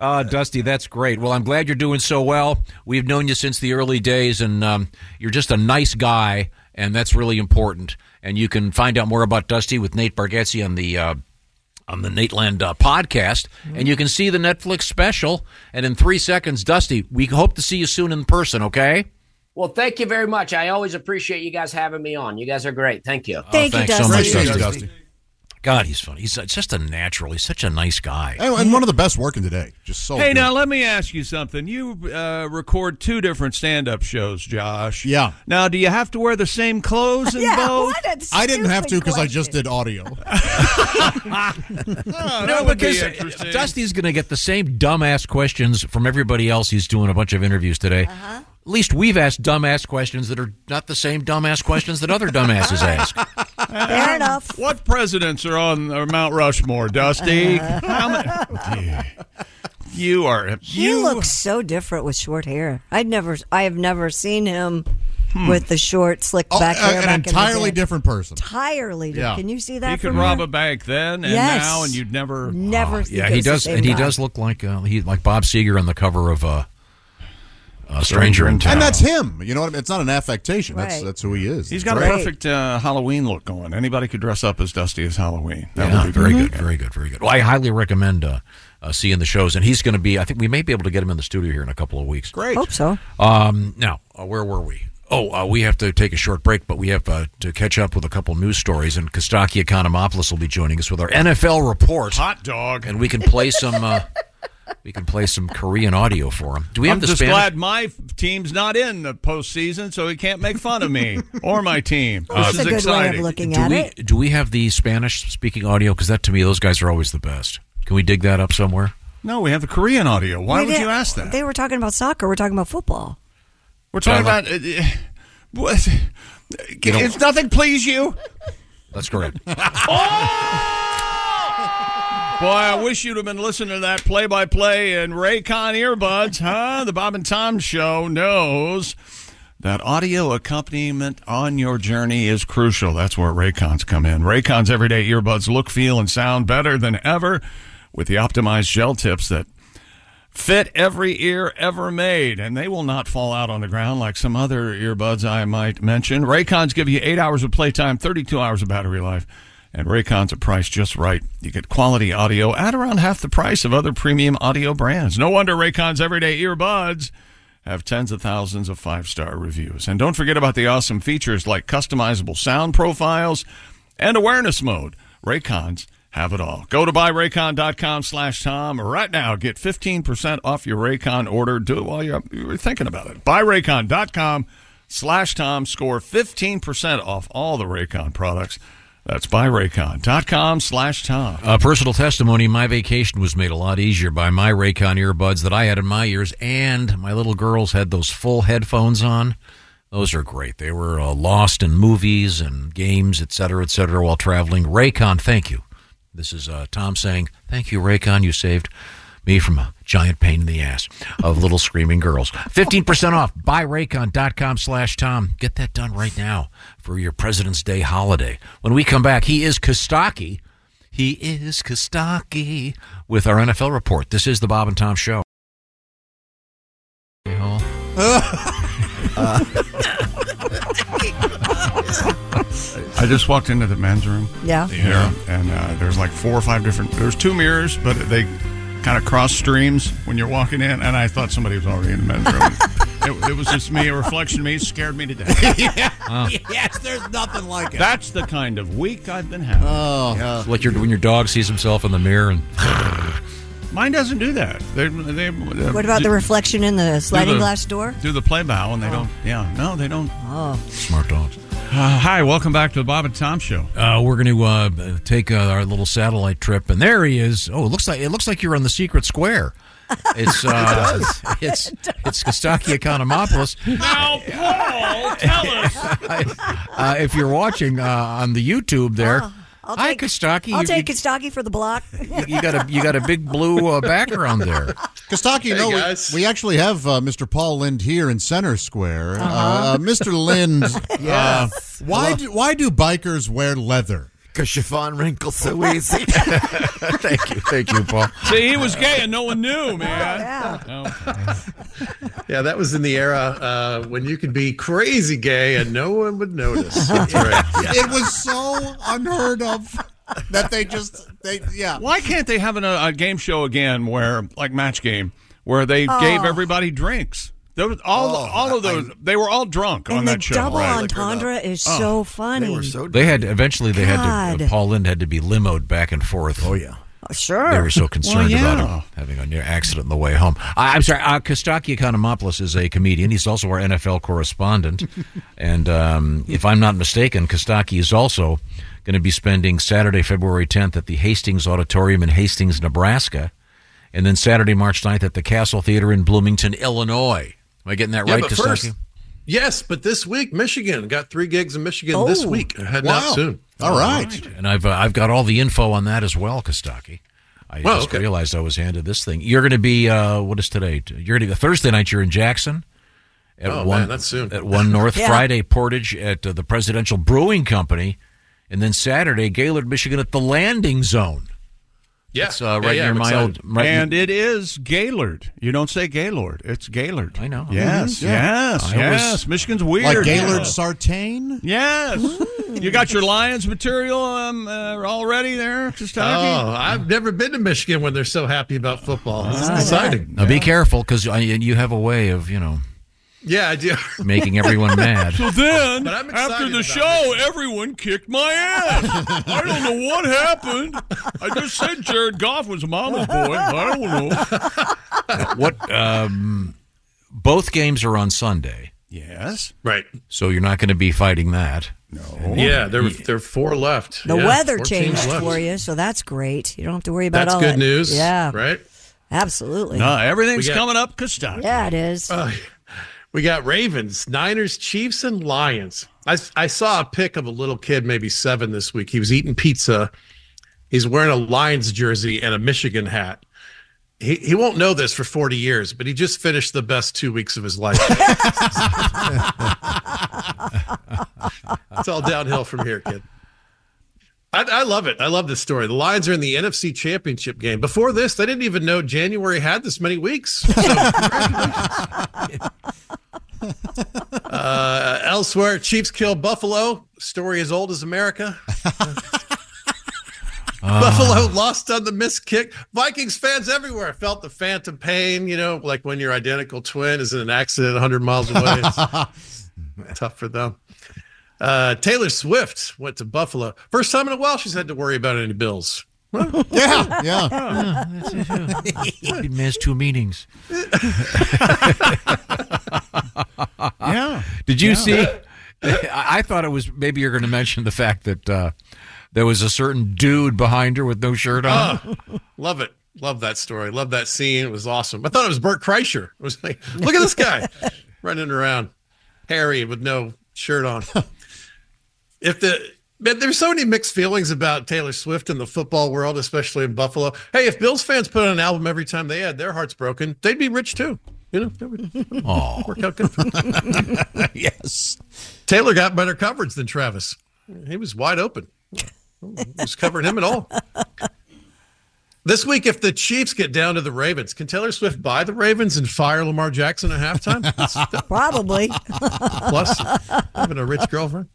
S3: Uh, Dusty, that's great. Well, I'm glad you're doing so well. We've known you since the early days, and um, you're just a nice guy, and that's really important. And you can find out more about Dusty with Nate Bargatze on the uh, on the Nateland uh, podcast, and you can see the Netflix special. And in three seconds, Dusty, we hope to see you soon in person. Okay.
S12: Well, thank you very much. I always appreciate you guys having me on. You guys are great. Thank you.
S3: Oh, thanks so much, Dusty. God, he's funny. He's uh, just a natural. He's such a nice guy.
S5: And, and one of the best working today. Just so.
S1: hey,
S5: good.
S1: now let me ask you something. You uh, record two different stand-up shows, Josh.
S5: Yeah.
S1: Now, do you have to wear the same
S11: (laughs)
S1: clothes in both?
S5: I didn't have to because I just did
S1: (laughs)
S10: (laughs)
S5: audio.
S10: Oh,
S3: No,
S1: would be
S3: because
S1: interesting.
S3: Dusty's going to get the same dumbass questions from everybody else. He's doing a bunch of interviews today.
S4: Uh-huh.
S3: At least we've asked dumbass questions that are not the same dumbass questions that other
S4: (laughs)
S3: dumbasses ask.
S1: Fair enough. What presidents are on uh, Mount Rushmore, Dusty?
S4: Uh-huh.
S1: How many?
S4: (laughs)
S1: You are.
S4: You, look so different with short hair. I'd never, I have never seen him with the short, slicked
S5: Oh,
S4: back
S5: a-
S4: hair.
S5: an
S4: back in the
S5: entirely
S4: day.
S5: different person.
S4: Entirely different.
S5: Yeah.
S4: Can you see that?
S1: He could
S4: from
S1: rob
S4: here?
S1: a bank then and
S4: Yes.
S1: now, and you'd never. Oh, Ah,
S4: Never. think
S3: yeah,
S4: it
S3: he
S4: was the
S3: does,
S4: same
S3: and he
S4: guy.
S3: does look like uh, he like Bob Seger on the cover of uh, uh, Stranger in Town.
S5: And that's him. You know what I mean? It's not an affectation. That's
S1: Right.
S5: that's who he is.
S1: He's got
S5: Right.
S1: a perfect uh, Halloween look going. Anybody could dress up as Dusty as Halloween. That
S3: Yeah,
S1: would be
S3: very
S1: great.
S3: good, very good, very good. Well, I highly recommend uh, uh, seeing the shows, and he's going to be. I think we may be able to get him in the studio here in a couple of weeks.
S1: Great.
S4: Hope so.
S3: Um, now, uh, where were we? Oh, uh, we have to take a short break, but we have uh, to catch up with a couple news stories, and Kostaki Economopoulos will be joining us with our NFL report.
S1: Hot dog,
S3: and we can play some. Uh, we can play some Korean audio for him. Do we have
S1: I'm
S3: the
S1: just
S3: Spanish?
S1: glad my f- team's not in the postseason, so he can't make fun of
S4: (laughs)
S1: me or my team. This is Uh, exciting.
S3: do we, Do we have the Spanish speaking audio? Because that to me, those guys are always the best. Can we dig that up somewhere?
S1: No, we have the Korean audio. Why
S4: We
S1: would
S4: did-
S1: you ask that?
S4: They were talking about soccer. We're talking about football.
S1: We're talking
S3: Yeah,
S1: about. Uh, uh, what?
S4: (laughs)
S1: If nothing please you,
S3: That's correct.
S1: uh, (laughs) Boy, I wish you'd have been listening to that play by play and Raycon earbuds, huh? The Bob and Tom show knows That audio accompaniment on your journey is crucial. That's where Raycons come in. Raycons everyday earbuds look, feel, and sound better than ever with the optimized gel tips that fit every ear ever made, and they will not fall out on the ground like some other earbuds I might mention. Raycons give you eight hours of playtime, 32 hours of battery life, and Raycons are priced just right. You get quality audio at around half the price of other premium audio brands. No wonder Raycons everyday earbuds have tens of thousands of five star reviews. And don't forget about the awesome features like customizable sound profiles and awareness mode. Raycons have it all. Go to buyraycon.com slash Tom right now. Get 15% off your Raycon order. Do it while you're, you're thinking about it. Buyraycon.com slash Tom. Score 15% off all the Raycon products. That's buyraycon.com slash Tom.
S3: Uh, personal testimony My vacation was made a lot easier by my Raycon earbuds that I had in my ears, and my little girls had those full headphones on. Those are great. They were uh, lost in movies and games, et cetera, et cetera, while traveling. Raycon, thank you. This is uh, Tom saying, Thank you, Raycon. You saved me from a giant pain in the ass of little screaming girls. 15% off. Buy Raycon.com slash Tom. Get that done right now for your President's Day holiday. When we come back, he is Kostaki. He is Kostaki with our NFL report. This is the Bob and Tom Show. (laughs)
S1: Uh, I just walked into the men's room.
S4: Yeah.
S1: The hair, And uh, there's like four or five different. There's two mirrors, but they kind of cross streams when you're walking in. And I thought somebody was already in the men's
S4: (laughs)
S1: room. it, it was just me, a reflection of me, scared me to death. Wow.
S5: Yes, there's nothing like it.
S1: That's the kind of week I've been having.
S5: Oh,
S3: It's like your, when your dog sees himself in the mirror and.
S1: mine doesn't do that. They, they, uh,
S4: What about
S1: do-
S4: the reflection in the sliding
S1: the-
S4: glass door?
S1: Do the play bow, and they
S4: Oh.
S1: don't. Yeah, no, they don't.
S4: Oh.
S3: Smart dogs.
S1: Uh, hi, welcome back to the Bob and Tom Show.
S3: Uh, we're going to uh, take uh, our little satellite trip, and there he is. Oh, it looks like it looks like you're on the secret
S1: (laughs)
S3: square. It's uh, (laughs) it's it's Kostaki
S1: (laughs)
S3: Economopoulos.
S11: Now,
S3: (laughs)
S11: Paul, tell us.
S3: Uh, if you're watching uh, on the YouTube, there,
S1: Oh,
S4: I'll
S3: Hi,
S4: take,
S3: Kostaki.
S4: I'll
S3: You-
S4: take Kostaki for the block.
S3: (laughs) you got a you got a big blue uh, background
S1: (laughs)
S3: there.
S5: Kostaki, you
S4: Hey,
S5: know,
S4: guys.
S5: we, we actually have uh, Mr. Paul Lind here in Center Square. uh
S9: Uh-huh. (laughs)
S5: Mr. Lind, uh,
S9: Yes.
S5: why,
S9: Hello.
S5: do, why do bikers wear leather?
S9: Because chiffon wrinkles
S5: (laughs)
S9: so
S4: (laughs)
S9: easy.
S3: (laughs) thank you, thank you, Paul.
S1: See, he was gay and no one knew, man.
S8: Yeah, that was in the era uh, when you could be crazy gay and no one would notice. That's right.
S5: It was so unheard of that they just, they yeah.
S1: Why can't they have an, a, a game show again where, like Match Game, where they
S5: Oh.
S1: gave everybody drinks? Those, all, all of those, they were all drunk on
S4: And the
S1: that show.
S4: double entendre is
S1: Oh,
S4: so funny.
S3: They had eventually they had to, uh,
S4: God.
S3: Paul Lind had to be limoed back and forth. Oh yeah.
S4: sure.
S3: They were so concerned
S4: Well, yeah.
S3: about him having a near accident on the way home. I, I'm sorry. Uh, Kostaki Economopoulos is a comedian. He's also our NFL
S4: (laughs)
S3: correspondent. and um, if I'm not mistaken, Kostaki is also going to be spending Saturday, February 10th at the Hastings Auditorium in Hastings, Nebraska, and then Saturday, March 9th at the Castle Theater in Bloomington, Illinois. Am I getting that
S8: (laughs) Yeah,
S3: right,
S8: but
S3: Kostaki?
S8: first- Yes, but this week, Michigan got three gigs in Michigan this week. Heading
S3: Wow.
S8: out soon.
S3: And I've uh, I've got all the info on that as well, Kostaki. I
S8: Well,
S3: just
S8: okay.
S3: realized I was handed this thing. You're going to be uh, what is today? You're going to Thursday night. You're in Jackson. At
S8: Oh, man, that's soon.
S3: At one North
S8: Yeah.
S3: Friday Portage at uh, the Presidential Brewing Company, and then Saturday Gaylord, Michigan at the Landing Zone.
S8: Yeah,
S3: It's, uh, right near my old. Right
S1: and it is Gaylord. You don't say Gaylord. It's Gaylord. I know. Yes,
S5: Mhm. Yeah.
S1: yes,
S5: I always-
S1: yes. Michigan's weird.
S5: Like Gaylord
S1: Yeah.
S5: Sartain?
S1: Yes.
S4: Mm.
S1: you got your Lions material um, uh, already there, Kostaki?
S8: Oh, I've never been to Michigan when they're so happy about football. This is
S1: Ah.
S8: exciting.
S3: now be careful because you have a way of
S8: (laughs)
S3: you know
S8: Yeah, I do.
S3: making everyone mad.
S1: (laughs) So then,
S8: But I'm
S1: after
S8: excited
S1: the
S8: about
S1: show, everyone kicked my ass. I don't know what happened. I just said Jared Goff was mama's boy. I don't know.
S3: what um both games are on Sunday.
S1: Yes.
S8: Right.
S3: So you're not going to be fighting that. No.
S8: (laughs) Yeah, there were there are four left.
S4: The
S8: Yeah,
S4: weather
S8: four teams
S4: changed
S8: left.
S4: for you, so that's great. You don't have to worry about
S8: That's
S4: all
S8: good
S4: that.
S8: news.
S4: Yeah,
S8: Right?
S4: absolutely.
S8: No, everything's We got-
S1: Coming up, Kostaki.
S4: Yeah, it is.
S8: Uh, we got Ravens, Niners, Chiefs, and Lions. I, I saw a pic of a little kid, maybe seven this week. He was eating pizza. He's wearing a Lions jersey and a Michigan hat. he, he won't know this for 40 years, but he just finished the best two weeks of his life. (laughs) it's all downhill from here, kid. I, I love it. I love this story. The Lions are in the NFC Championship game. Before this, they didn't even know January had this many weeks. (laughs) Uh, elsewhere, Chiefs kill Buffalo. Story as old as America.
S10: Ah.
S8: (laughs) Buffalo lost on the missed kick. Vikings fans everywhere felt the phantom pain, you know, like when your identical twin is in an accident 100 miles away. It's tough for them. Uh, Taylor Swift went to Buffalo. First time in a while she's had to worry about any bills.
S10: (laughs)
S1: Uh,
S8: yeah,
S3: yeah. He (laughs) missed two meetings.
S1: Yeah.
S3: Did you
S1: Yeah.
S3: see? I I thought it was maybe you're going to mention the fact that uh, there was a certain dude behind her with no shirt on.
S8: Oh, love it. Love that story. Love that scene. It was awesome. I thought it was Bert Kreischer. It was like, look at this guy running around, hairy with no shirt on. If the man, there's so many mixed feelings about Taylor Swift in the football world, especially in Buffalo. Hey, if Bills fans put out an album every time they had their hearts broken, they'd be rich too. You know, that would
S3: Aw.
S8: work out good for them. yes. Taylor got better coverage than Travis. He was wide open. Who's covering him at all? This week, if the Chiefs get down to the Ravens, can Taylor Swift buy the Ravens and fire Lamar Jackson at halftime?
S4: Probably.
S8: (laughs) Plus, having a rich girlfriend.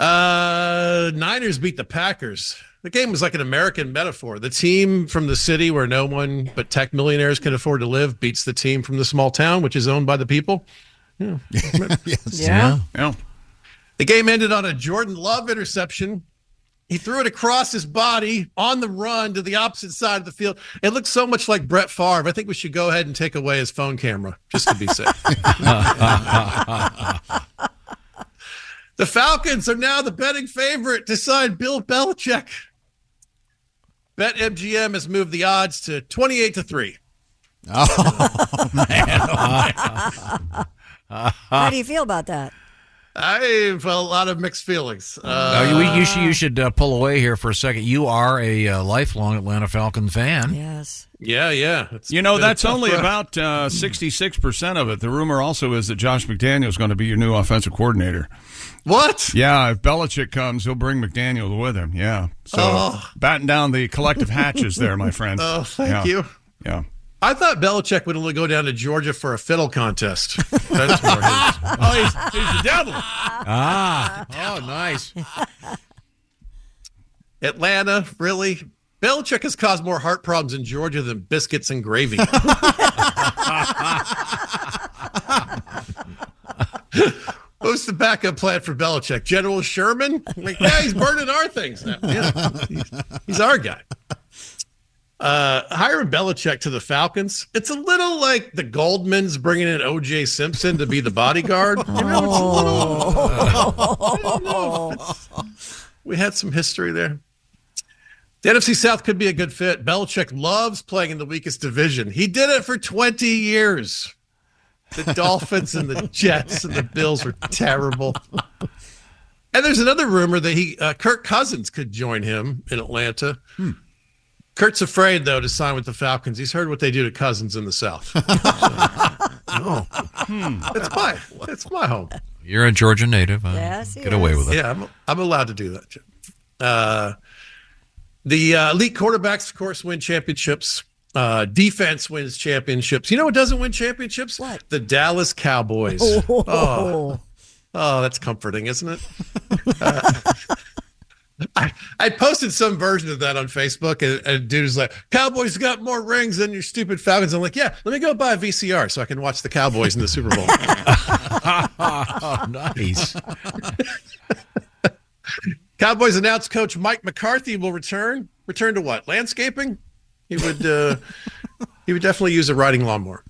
S8: Uh, Niners beat the Packers. The game was like an American metaphor. The team from the city where no one but tech millionaires can afford to live beats the team from the small town, which is owned by the people. Yeah.
S1: Yeah.
S8: The game ended on a Jordan Love interception. He threw it across his body on the run to the opposite side of the field. It looked so much like Brett Favre. I think we should go ahead and take away his phone camera just to be safe.
S10: (laughs)
S8: the Falcons are now the betting favorite to sign Bill Belichick. BetMGM has moved the odds to 28 to 3.
S4: Oh, man.
S3: (laughs)
S4: How do you feel about that? Oh,
S8: I felt a lot of mixed feelings.
S3: Uh, you, you should, you should uh, pull away here for a second. You are a uh, lifelong Atlanta Falcon fan.
S4: Yes.
S8: Yeah, yeah.
S1: you know,
S8: been a
S1: that's
S8: tough
S1: only
S8: road.
S1: about uh, 66% of it. The rumor also is that Josh McDaniel is going to be your new offensive coordinator.
S8: What?
S1: Yeah, if Belichick comes, he'll bring McDaniel with him. Yeah. So
S8: Oh.
S1: batten down the collective hatches there, my friend.
S8: (laughs) Oh, thank
S1: Yeah.
S8: you.
S1: Yeah.
S8: I thought Belichick would only go down to Georgia for a fiddle contest.
S1: (laughs)
S8: That's more his.
S1: (laughs) Oh, he's, he's the devil.
S3: Ah. Oh, nice.
S8: Atlanta, really? Belichick has caused more heart problems in Georgia than biscuits and gravy. What's the backup plan for Belichick? General Sherman? Like, yeah, he's burning our things now.
S11: (laughs)
S8: Yeah, he's, he's our guy. Uh, hiring Belichick to the Falcons, it's a little like the Goldmans bringing in O.J. Simpson to be the bodyguard. You know, it's a little- I don't know. we had some history there. The NFC South could be a good fit. Belichick loves playing in the weakest division. He did it for 20 years. The Dolphins and the Jets and the Bills were terrible. And there's another rumor that he uh, Kirk Cousins could join him in Atlanta. Kurt's afraid though to sign with the Falcons. He's heard what they do to Cousins in the South.
S3: Oh.
S8: That's my that's my home.
S3: You're a Georgia native. Uh,
S8: Yes,
S3: Get away with it.
S8: Yeah, I'm, I'm allowed to do that. Jim. Uh, the uh, elite quarterbacks, of course, win championships. Uh, defense wins championships. You know what doesn't win championships? What? The Dallas Cowboys.
S4: Oh.
S8: (laughs) Oh, Oh, that's comforting, isn't it? Uh, (laughs) I, I posted some version of that on Facebook, and, and dude's like, "Cowboys got more rings than your stupid Falcons." I'm like, "Yeah, let me go buy a VCR so I can watch the Cowboys in the Super Bowl."
S3: nice.
S8: (laughs) Cowboys announced coach Mike McCarthy will return. Return to what? Landscaping? He would uh, he would definitely use a riding lawnmower.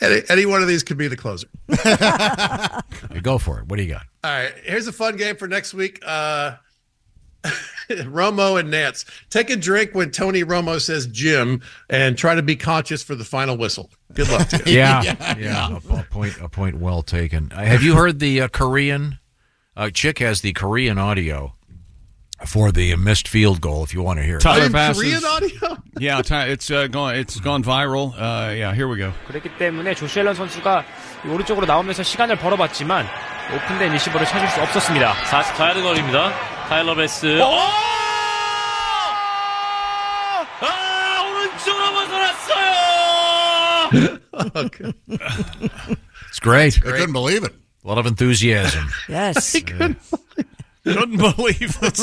S8: any, any one of these could be the closer.
S3: (laughs) Go for it. What do you got?
S8: All right, here's a fun game for next week. Uh, (laughs) Romo and Nance take a drink when Tony Romo says Jim, and try to be conscious for the final whistle. Good luck. To you.
S3: (laughs) Yeah, yeah.
S1: (laughs)
S3: A, a point, a point well taken. Uh, Have you heard the uh, Korean? Uh, Chick has the Korean audio for the missed field goal if you want to hear it.
S1: Tyler passes. yeah, Ty, it's uh, gone. It's gone viral. Uh, yeah, here we go.
S15: 그랬기 때문에 조시앨런 선수가 이 오른쪽으로 나오면서 시간을 벌어봤지만 오픈된 리시버를 찾을 수 없었습니다. 어?
S22: 44야드 거리입니다. 타일러 베스. 아, 오른쪽으로 벗어났어요!
S3: It's great.
S5: I couldn't believe it.
S3: A lot of enthusiasm. (laughs)
S4: Yes.
S3: couldn't
S1: Couldn't believe
S3: it.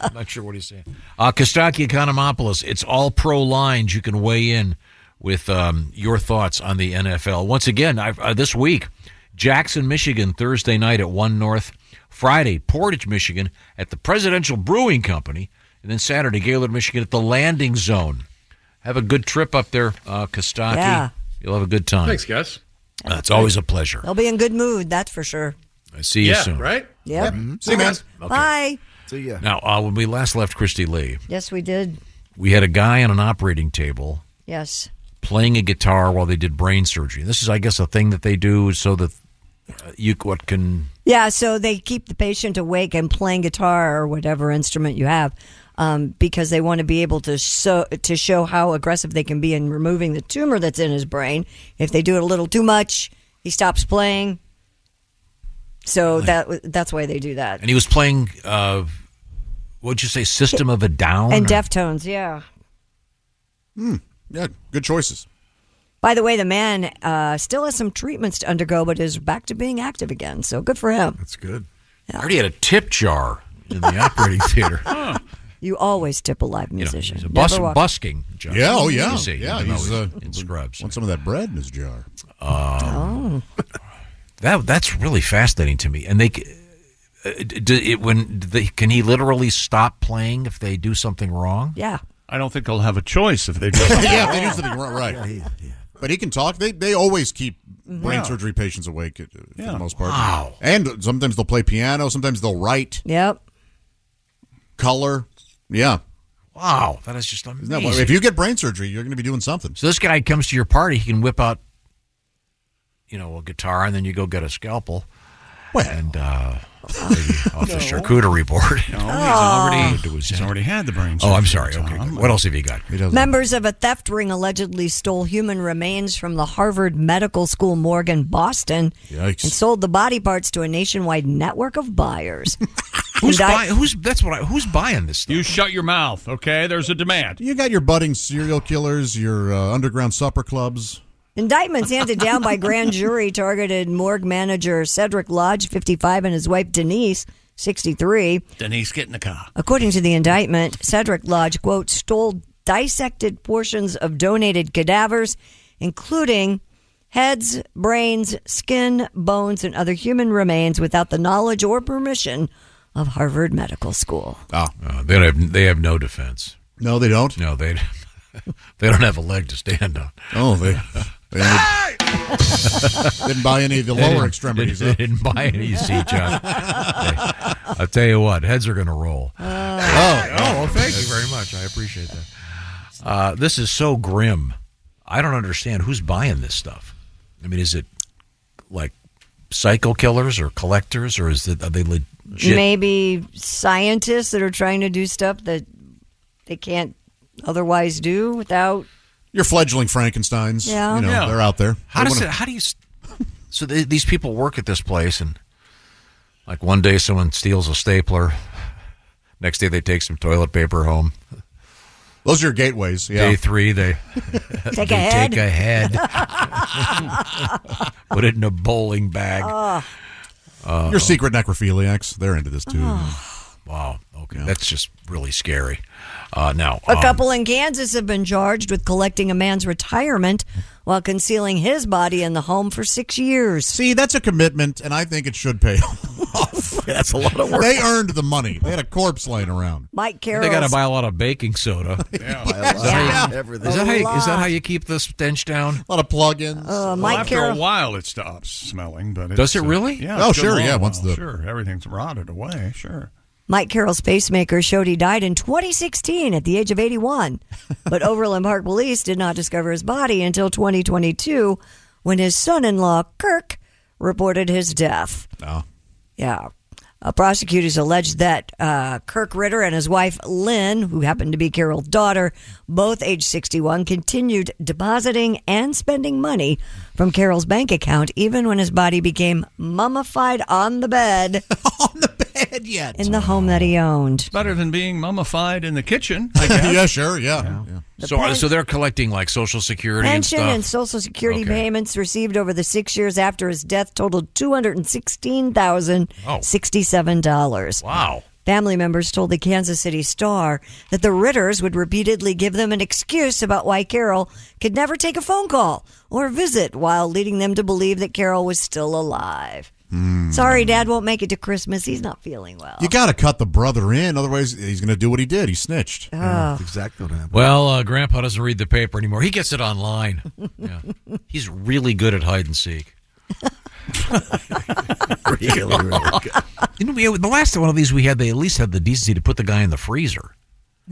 S3: I'm not sure what he's saying. Uh, Kostaki Economopoulos, it's all pro lines. You can weigh in with um, your thoughts on the NFL. Once again, I've, uh, this week, Jackson, Michigan, Thursday night at 1 North. Friday, Portage, Michigan, at the Presidential Brewing Company. And then Saturday, Gaylord, Michigan, at the Landing Zone. Have a good trip up there, uh, Kostaki.
S4: Yeah.
S3: You'll have a good time.
S4: Thanks,
S8: guys.
S3: Uh, it's always a pleasure.
S4: They'll be in good mood, that's for sure.
S3: I see you
S4: Yeah,
S3: soon.
S8: right?
S4: Yep.
S3: Mhm.
S8: See you, guys.
S3: Okay.
S4: Mm-hmm. Bye.
S6: See ya.
S3: Now, uh, when we last left Christy Lee,
S4: Yes, we did.
S3: we had a guy on an operating table
S4: Yes.
S3: playing a guitar while they did brain surgery. This is, I guess, a thing that they do so that uh, you c- what can
S4: Yeah, so they keep the patient awake and playing guitar or whatever instrument you have, um, because they want to be able to so to show how aggressive they can be in removing the tumor that's in his brain. If they do it a little too much, he stops playing. So that that's why they do that.
S3: And he was playing, uh, what'd you say, System of a Down?
S4: And
S3: or-
S4: Deftones, yeah.
S5: Yeah, good choices.
S4: By the way, the man uh, still has some treatments to undergo, but is back to being active again. So good for him.
S6: That's good.
S3: I already had a tip jar in the
S4: (laughs)
S3: operating theater.
S4: You always tip a live musician.
S3: a bus-
S4: Never walk-
S3: busking job.
S5: Yeah, oh yeah,
S3: You see,
S5: yeah.
S3: even
S5: He's
S3: though
S5: uh,
S3: in scrubs.
S5: Want some of that bread in his jar?
S3: Um, (laughs) That that's really fascinating to me. And they c- uh, d- it, when they, can he literally stop playing if they do something wrong?
S4: Yeah.
S1: I don't think I'll have a choice if
S3: (laughs)
S1: they do.
S5: yeah, they do something wrong, right. But he can talk. They they always keep brain
S1: Yeah.
S5: surgery patients awake uh, for
S1: Yeah.
S5: the most part.
S1: Wow.
S5: And sometimes they'll play piano. Sometimes they'll write.
S4: Yep.
S5: Color. Yeah.
S3: Wow, that is just
S5: Isn't that
S3: amazing.
S5: what- if you get brain surgery, you're going to be doing something.
S3: so this guy comes to your party, he can whip out, you know, a guitar, and then you go get a scalpel. and uh, maybe off the charcuterie board.
S1: No, he's already-
S3: he's
S1: already had the brain.
S3: Oh, I'm
S1: surgery,
S3: sorry. Okay,
S1: Tom.
S3: good. what else have you got?
S4: Members of a theft ring allegedly stole human remains from the Harvard Medical School morgue in Boston
S3: Yikes.
S4: and sold the body parts to a nationwide network of
S5: (laughs)
S4: buyers.
S3: Who's
S4: And I-
S3: buy, who's that's what I, who's buying this?
S1: You shut your mouth, okay? There's a demand.
S5: You got your budding serial killers, your uh, underground supper clubs.
S4: Indictments handed down by grand jury targeted morgue manager Cedric Lodge, 55, and his wife Denise, 63.
S1: Then he's getting the car.
S4: According to the indictment, Cedric Lodge, quote, stole dissected portions of donated cadavers, including heads, brains, skin, bones, and other human remains without the knowledge or permission of Harvard Medical School.
S5: Oh,
S3: Uh, they don't have they have no defense.
S5: No, they don't.
S3: No, they (laughs) they don't have a leg to stand on.
S5: Oh, they, they (laughs) didn't buy any of the
S3: They
S5: lower
S3: didn't-
S5: extremities.
S3: They
S5: huh?
S3: didn't buy any. You see,
S5: (laughs)
S3: John. They- I'll tell you what, heads are going to roll.
S4: Uh,
S5: oh, oh, well, thank you
S3: very much. I appreciate that. Uh, this is so grim. I don't understand who's buying this stuff. I mean, is it like psycho killers or collectors, or is it are they legit?
S4: Maybe scientists that are trying to do stuff that they can't otherwise do without.
S5: Your fledgling Frankenstein's.
S4: Yeah.
S5: You know,
S4: Yeah.
S5: they're out there.
S3: How
S5: They
S3: does
S5: wanna-
S3: it? How do you? s- So they, these people work at this place, and like one day someone steals a stapler, next day they take some toilet paper home.
S5: Those are your gateways. Yeah.
S3: Day three, they
S4: (laughs) Take
S3: they
S4: a head.
S3: Take a
S4: (laughs)
S3: head. Put it in a bowling bag.
S4: Ugh.
S3: Uh,
S5: Your secret necrophiliacs, they're into this too.
S3: Wow. Okay. That's just really scary. Uh, now,
S4: A
S3: um,
S4: couple in Kansas have been charged with collecting a man's retirement while concealing his body in the home for six years.
S5: See, that's a commitment, and I think it should pay off.
S3: (laughs) that's a lot of work.
S5: They earned the money. They had a corpse laying around.
S4: Mike
S3: they
S4: Carroll.
S3: got to buy a lot of baking
S5: (laughs)
S3: soda. yeah,
S5: Is that how you- Yeah. everything.
S3: Is that, how you, is that
S5: A
S3: how you keep the stench down?
S5: A lot of plug-ins.
S4: Uh,
S1: Well, after a while, it stops smelling, but it's,
S3: Does it really?
S1: Uh, yeah.
S3: Oh,
S1: it's been a
S3: sure, yeah,
S1: long
S3: once
S1: while.
S3: the-
S1: sure everything's rotted away. Sure.
S4: Mike Carroll's pacemaker showed he died in 2016 at the age
S5: (laughs)
S4: of 81, but Overland Park police did not discover his body until 2022 when his son in law, Kirk, reported his death.
S5: No.
S4: Yeah. Uh, prosecutors alleged that uh, Kirk Ritter and his wife Lynn, who happened to be Carol's daughter, both age 61, continued depositing and spending money from Carol's bank account even when his body became mummified on the bed. (laughs) on the bed, yet. In the home that he owned.
S1: Better than being mummified in the kitchen.
S6: (laughs)
S1: I guess.
S5: yeah, sure, yeah.
S3: So, uh, so they're collecting like Social Security and
S4: Pension
S3: stuff.
S4: and, Social Security payments received over the six years after his death totaled two hundred and sixteen thousand sixty-seven dollars.
S3: Wow.
S4: Family members told the Kansas City Star that the Ritters would repeatedly give them an excuse about why Carol could never take a phone call or visit, while leading them to believe that Carol was still alive. Sorry, Dad won't make it to Christmas. He's not feeling well.
S5: Hmm. You got to cut the brother in, otherwise he's going to do what he did. He snitched.
S4: Oh. Yeah, that's
S5: exactly what happened.
S3: Well, uh, Grandpa doesn't read the paper anymore. He gets it online. Yeah. He's really good at hide and seek. really, really good. (laughs) You know, we, the last one of these we had, they at least had the decency to put the guy in the freezer.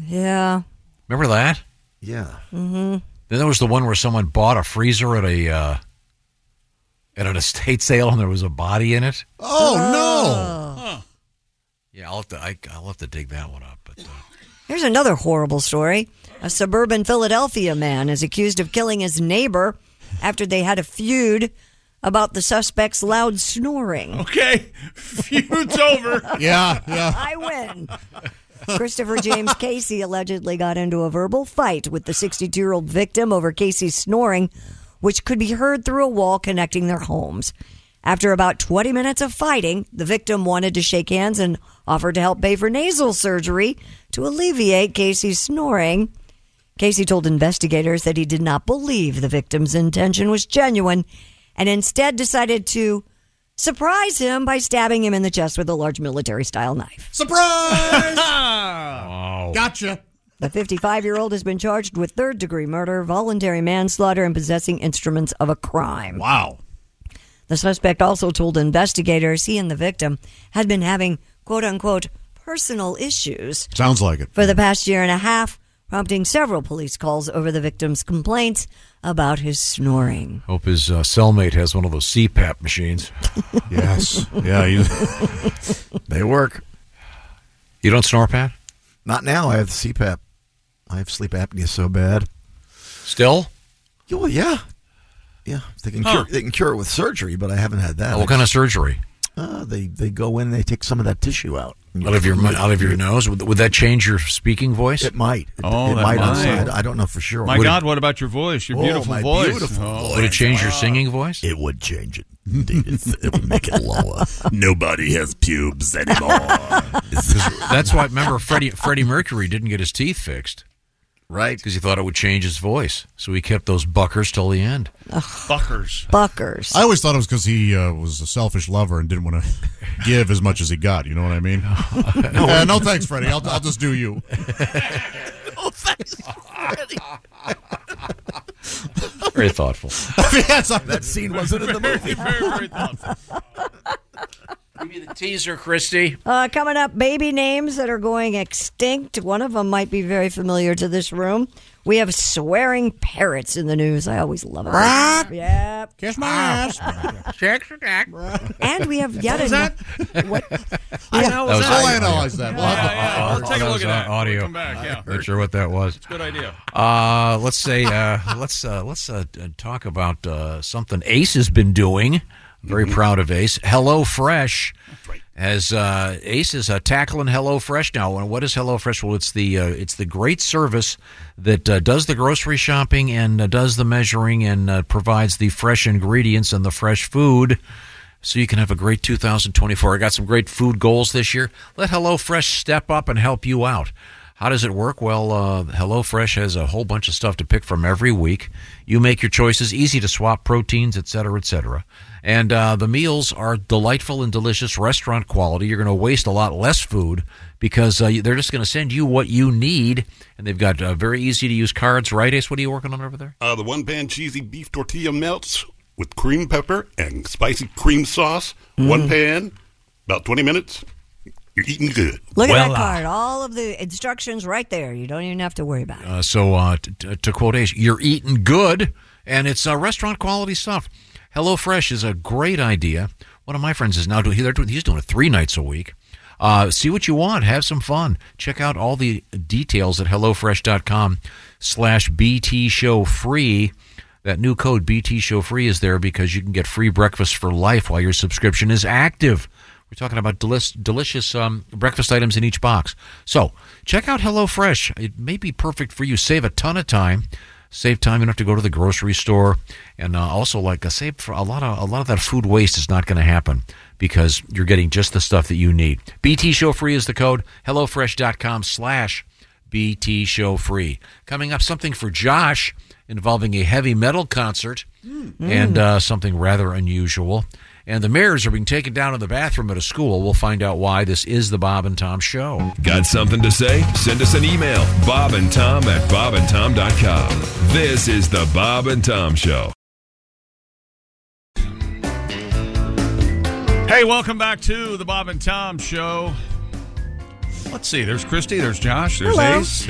S4: Yeah.
S3: Remember that?
S6: Yeah.
S4: Mm-hmm.
S3: Then there was the one where someone bought a freezer at a uh, at an estate sale, and there was a body in it.
S5: Oh,
S4: Oh.
S5: no!
S3: Yeah, I'll have to I, I'll have to dig that one up.
S4: Here's another horrible story. A suburban Philadelphia man is accused of killing his neighbor after they had a feud about the suspect's loud snoring.
S1: Okay, (laughs) feud's
S4: Oh.
S1: over.
S5: Yeah, yeah.
S4: I win. Christopher James Casey allegedly got into a verbal fight with the 62 year old victim over Casey's snoring, which could be heard through a wall connecting their homes. After about 20 minutes of fighting, the victim wanted to shake hands and offered to help pay for nasal surgery to alleviate Casey's snoring. Casey told investigators that he did not believe the victim's intention was genuine and instead decided to surprise him by stabbing him in the chest with a large military style knife.
S5: Surprise!
S10: Oh.
S4: Gotcha. The 55 year old has been charged with third degree murder, voluntary manslaughter, and possessing instruments of a crime.
S5: Wow.
S4: The suspect also told investigators he and the victim had been having quote unquote personal issues
S5: Sounds like it.
S4: for the past year and a half, prompting several police calls over the victim's complaints about his snoring.
S3: Hope his uh, cellmate has one of those CPAP machines.
S5: yes. Yeah.
S3: (laughs)
S6: they work.
S3: You don't snore, Pat?
S6: Not now. I have the CPAP. I have sleep apnea so bad.
S3: Still?
S6: Oh, yeah. Yeah. They can,
S3: Huh.
S6: cure, they can cure it with surgery, but I haven't had that.
S3: What kind of surgery?
S9: Ah,
S6: Uh, they, they go in, they take some of that tissue out.
S3: Out of your mu- out of your nose? Would, would that change your speaking voice? It
S6: might.
S1: Oh,
S6: it
S1: that
S6: might.
S1: might.
S6: Outside. I don't know for sure.
S1: My
S6: Would it-
S1: God, what about your voice? Your
S6: Oh,
S1: beautiful
S6: my
S1: voice.
S6: beautiful
S1: Oh.
S6: voice. Would it change your
S3: singing voice?
S9: It would change it. Indeed, it's- it would make it
S3: (laughs)
S9: lower. Nobody has pubes anymore.
S3: (laughs) That's why. Remember, Freddie Freddie Mercury didn't get his teeth fixed,
S6: right?
S3: Because he thought it would change his voice, so he kept those buckers till the end.
S1: Buckers.
S4: Buckers.
S5: I always thought it was because he uh, was a selfish lover and didn't want to (laughs) give as much as he got. You know what I mean? (laughs) no, uh, no thanks, Freddie. I'll, I'll just do
S4: (laughs)
S5: you.
S4: Oh,
S9: no thanks, Freddy.
S3: (laughs) Very thoughtful.
S6: that scene wasn't in the movie.
S3: Give me the teaser, Christy.
S4: Uh, coming up, baby names that are going extinct. One of them might be very familiar to this room. We have swearing parrots in the news. I always love it. Yep.
S5: Kiss my ass.
S10: (laughs)
S3: Check your neck.
S4: And we have yet
S5: What was
S4: another.
S5: I know.
S3: That was-
S5: I'll analyze that. We'll have to-
S3: Uh,
S1: We'll take a
S3: that
S1: look
S3: was
S1: at
S3: on
S1: that. We'll
S3: Audio.
S1: come back, yeah.
S3: Not sure what that was.
S1: Good idea.
S3: Uh, let's say uh, let's uh, let's uh, uh, talk about uh, something Ace has been doing. I'm very proud of Ace. Hello Fresh, as uh, Ace is uh, tackling Hello Fresh now. And what is Hello Fresh? Well, it's the uh, it's the great service that uh, does the grocery shopping and uh, does the measuring and uh, provides the fresh ingredients and the fresh food. So you can have a great 2024. I got some great food goals this year. Let HelloFresh step up and help you out. How does it work? Well, uh, HelloFresh has a whole bunch of stuff to pick from every week. You make your choices, easy to swap proteins, et cetera, et cetera. And uh, the meals are delightful and delicious, restaurant quality. You're going to waste a lot less food because uh, they're just going to send you what you need. And they've got uh, very easy to use cards, right, Ace? What are you working on over there?
S17: Uh, the one pan cheesy beef tortilla melts with cream pepper and spicy cream sauce. One pan, about 20 minutes. You're eating good.
S4: Look at that card. All of the instructions right there. You don't even have to worry about it.
S3: Uh, so uh, t- t- to quote Ace, you're eating good, and it's uh, restaurant quality stuff. HelloFresh is a great idea. One of my friends is now doing, they're doing he's doing it three nights a week. Uh, see what you want. Have some fun. Check out all the details at HelloFresh.com slash BT Show Free. That new code BT Show Free is there because you can get free breakfast for life while your subscription is active. We're talking about delis- delicious um, breakfast items in each box. So check out HelloFresh. It may be perfect for you. Save a ton of time. Save time. You don't have to go to the grocery store, and uh, also like uh, save for a lot of a lot of that food waste is not going to happen because you're getting just the stuff that you need. BT Show Free is the code. HelloFresh.com slash BT Show Free. Coming up, something for Josh involving a heavy metal concert and uh, something rather unusual. And the mirrors are being taken down in the bathroom at a school. We'll find out why. This is the Bob and Tom Show.
S13: Got something to say? Send us an email, Bob and Tom at bobandtom.com. This is the Bob and Tom Show.
S1: Hey, welcome back to the Bob and Tom Show. Let's see. There's Christy. There's Josh. There's
S13: Hello.
S1: Ace.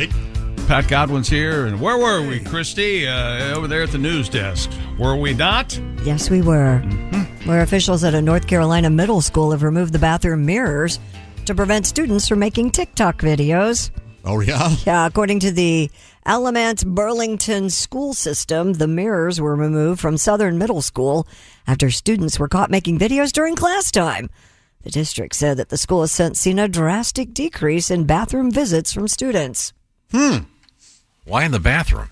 S1: Pat Godwin's here. And where were we, Christy? Uh, over there at the news desk. Were we not?
S4: Yes, we were.
S5: Mm-hmm.
S4: Where officials at a North Carolina middle school have removed the bathroom mirrors to prevent students from making TikTok videos.
S5: Oh, yeah?
S4: Yeah, according to the Alamance Burlington school system, the mirrors were removed from Southern Middle School after students were caught making videos during class time. The district said that the school has since seen a drastic decrease in bathroom visits from students.
S5: Hmm.
S3: Why in the bathroom?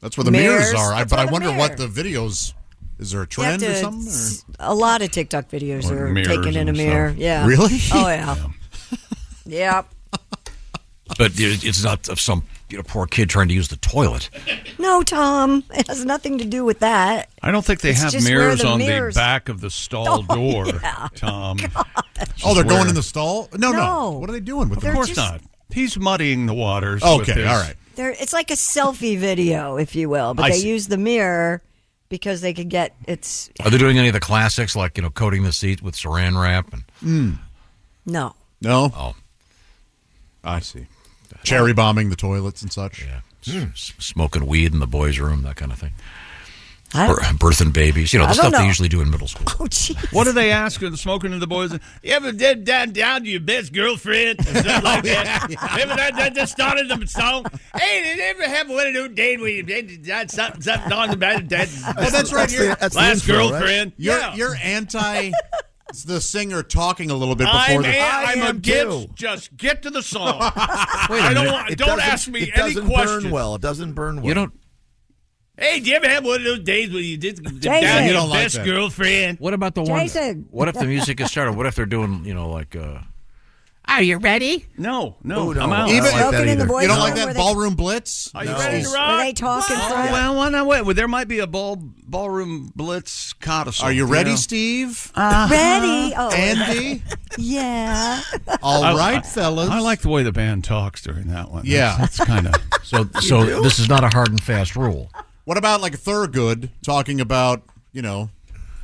S5: That's where the mirrors,
S4: Mirrors.
S5: are. I,
S4: That's
S5: but I
S4: where the
S5: wonder what the
S4: mirror-
S5: videos. Is there a
S4: You have
S5: trend or
S4: to-
S5: something? or-
S4: A lot of TikTok videos
S5: Or
S4: are
S5: mirrors
S4: taken in a
S5: and
S4: mirror.
S5: stuff.
S4: Yeah.
S5: Really?
S4: Oh
S5: (laughs)
S4: yeah. yep.
S3: But it- it's not of some you know, poor kid trying to use the toilet.
S4: No, Tom. It has nothing to do with that.
S1: I don't think they
S4: It's
S1: have
S4: just where
S1: mirrors
S4: the
S1: on
S4: mirrors-
S1: the back of the stall
S4: Oh,
S1: door,
S4: yeah.
S1: Tom.
S5: Oh, they're going in the
S1: stall.
S5: stall? No, no.
S4: No.
S5: What are they doing with
S1: Of
S5: them?
S1: course not. He's muddying the waters.
S5: Okay,
S1: with his-
S5: all right.
S4: They're, it's like a selfie video, if you will, but
S3: I
S4: they
S3: see.
S4: use the mirror because they could get it's
S3: Are they doing any of the classics like you know coating the seat with Saran wrap and
S5: Hmm.
S4: no.
S5: No.
S3: Oh.
S5: I see. Cherry bombing the toilets and such. Yeah.
S3: s- smoking weed in the boys' room, that kind of thing?
S4: I-
S3: Or birthing babies, you know
S1: I
S3: the
S1: don't
S3: stuff they
S1: know.
S3: usually do in middle school.
S4: Oh, jeez.
S1: What do they ask the smoking of the boys? You ever did down down to your best girlfriend? Or something
S5: (laughs)
S1: like that? Ever that, that just started the song? Hey, did you ever have one of those days where you did did something something on the bad that?
S5: (laughs) Well, Oh, that's right. Your
S1: last girlfriend.
S5: You're,
S1: yeah.
S5: you're anti the singer talking a little bit before
S1: I'm,
S5: the.
S1: am, I'm
S5: a
S1: against. Just get to the song.
S5: (laughs) Wait a
S1: I don't
S5: minute.
S1: want.
S5: It
S1: Don't
S5: doesn't-
S1: ask me
S5: it
S1: any
S5: doesn't burn
S1: questions.
S9: well. It doesn't burn well.
S3: You don't.
S1: Hey, do you ever have one of those days where you did down
S3: Jason.
S1: to
S3: You
S1: your
S3: don't like
S1: best
S3: that.
S1: girlfriend?
S3: What about the one?
S1: Jason.
S3: What if the (laughs) music is started? What if they're doing you know like? uh
S1: Are you ready? No, no,
S3: Oh, no.
S1: I'm out.
S3: Even- I don't like that either.
S5: You don't like
S1: No.
S5: that ballroom blitz?
S1: Are you ready to
S5: Jeez.
S1: rock?
S4: Were they talking
S1: Wow.
S4: front?
S1: Well, why not wait? Well, there might be a ball ballroom blitz codicil.
S5: Are you ready,
S1: know?
S5: Steve?
S1: Uh-huh.
S4: Ready? Oh,
S5: Andy?
S4: yeah.
S5: All
S1: I-
S5: right,
S1: I-
S5: fellas.
S1: I like the way the band talks during that one.
S5: Yeah.
S1: that's,
S5: (laughs)
S1: that's kind of
S3: so. So this is not a hard and fast rule.
S5: What about like Thurgood talking about, you know,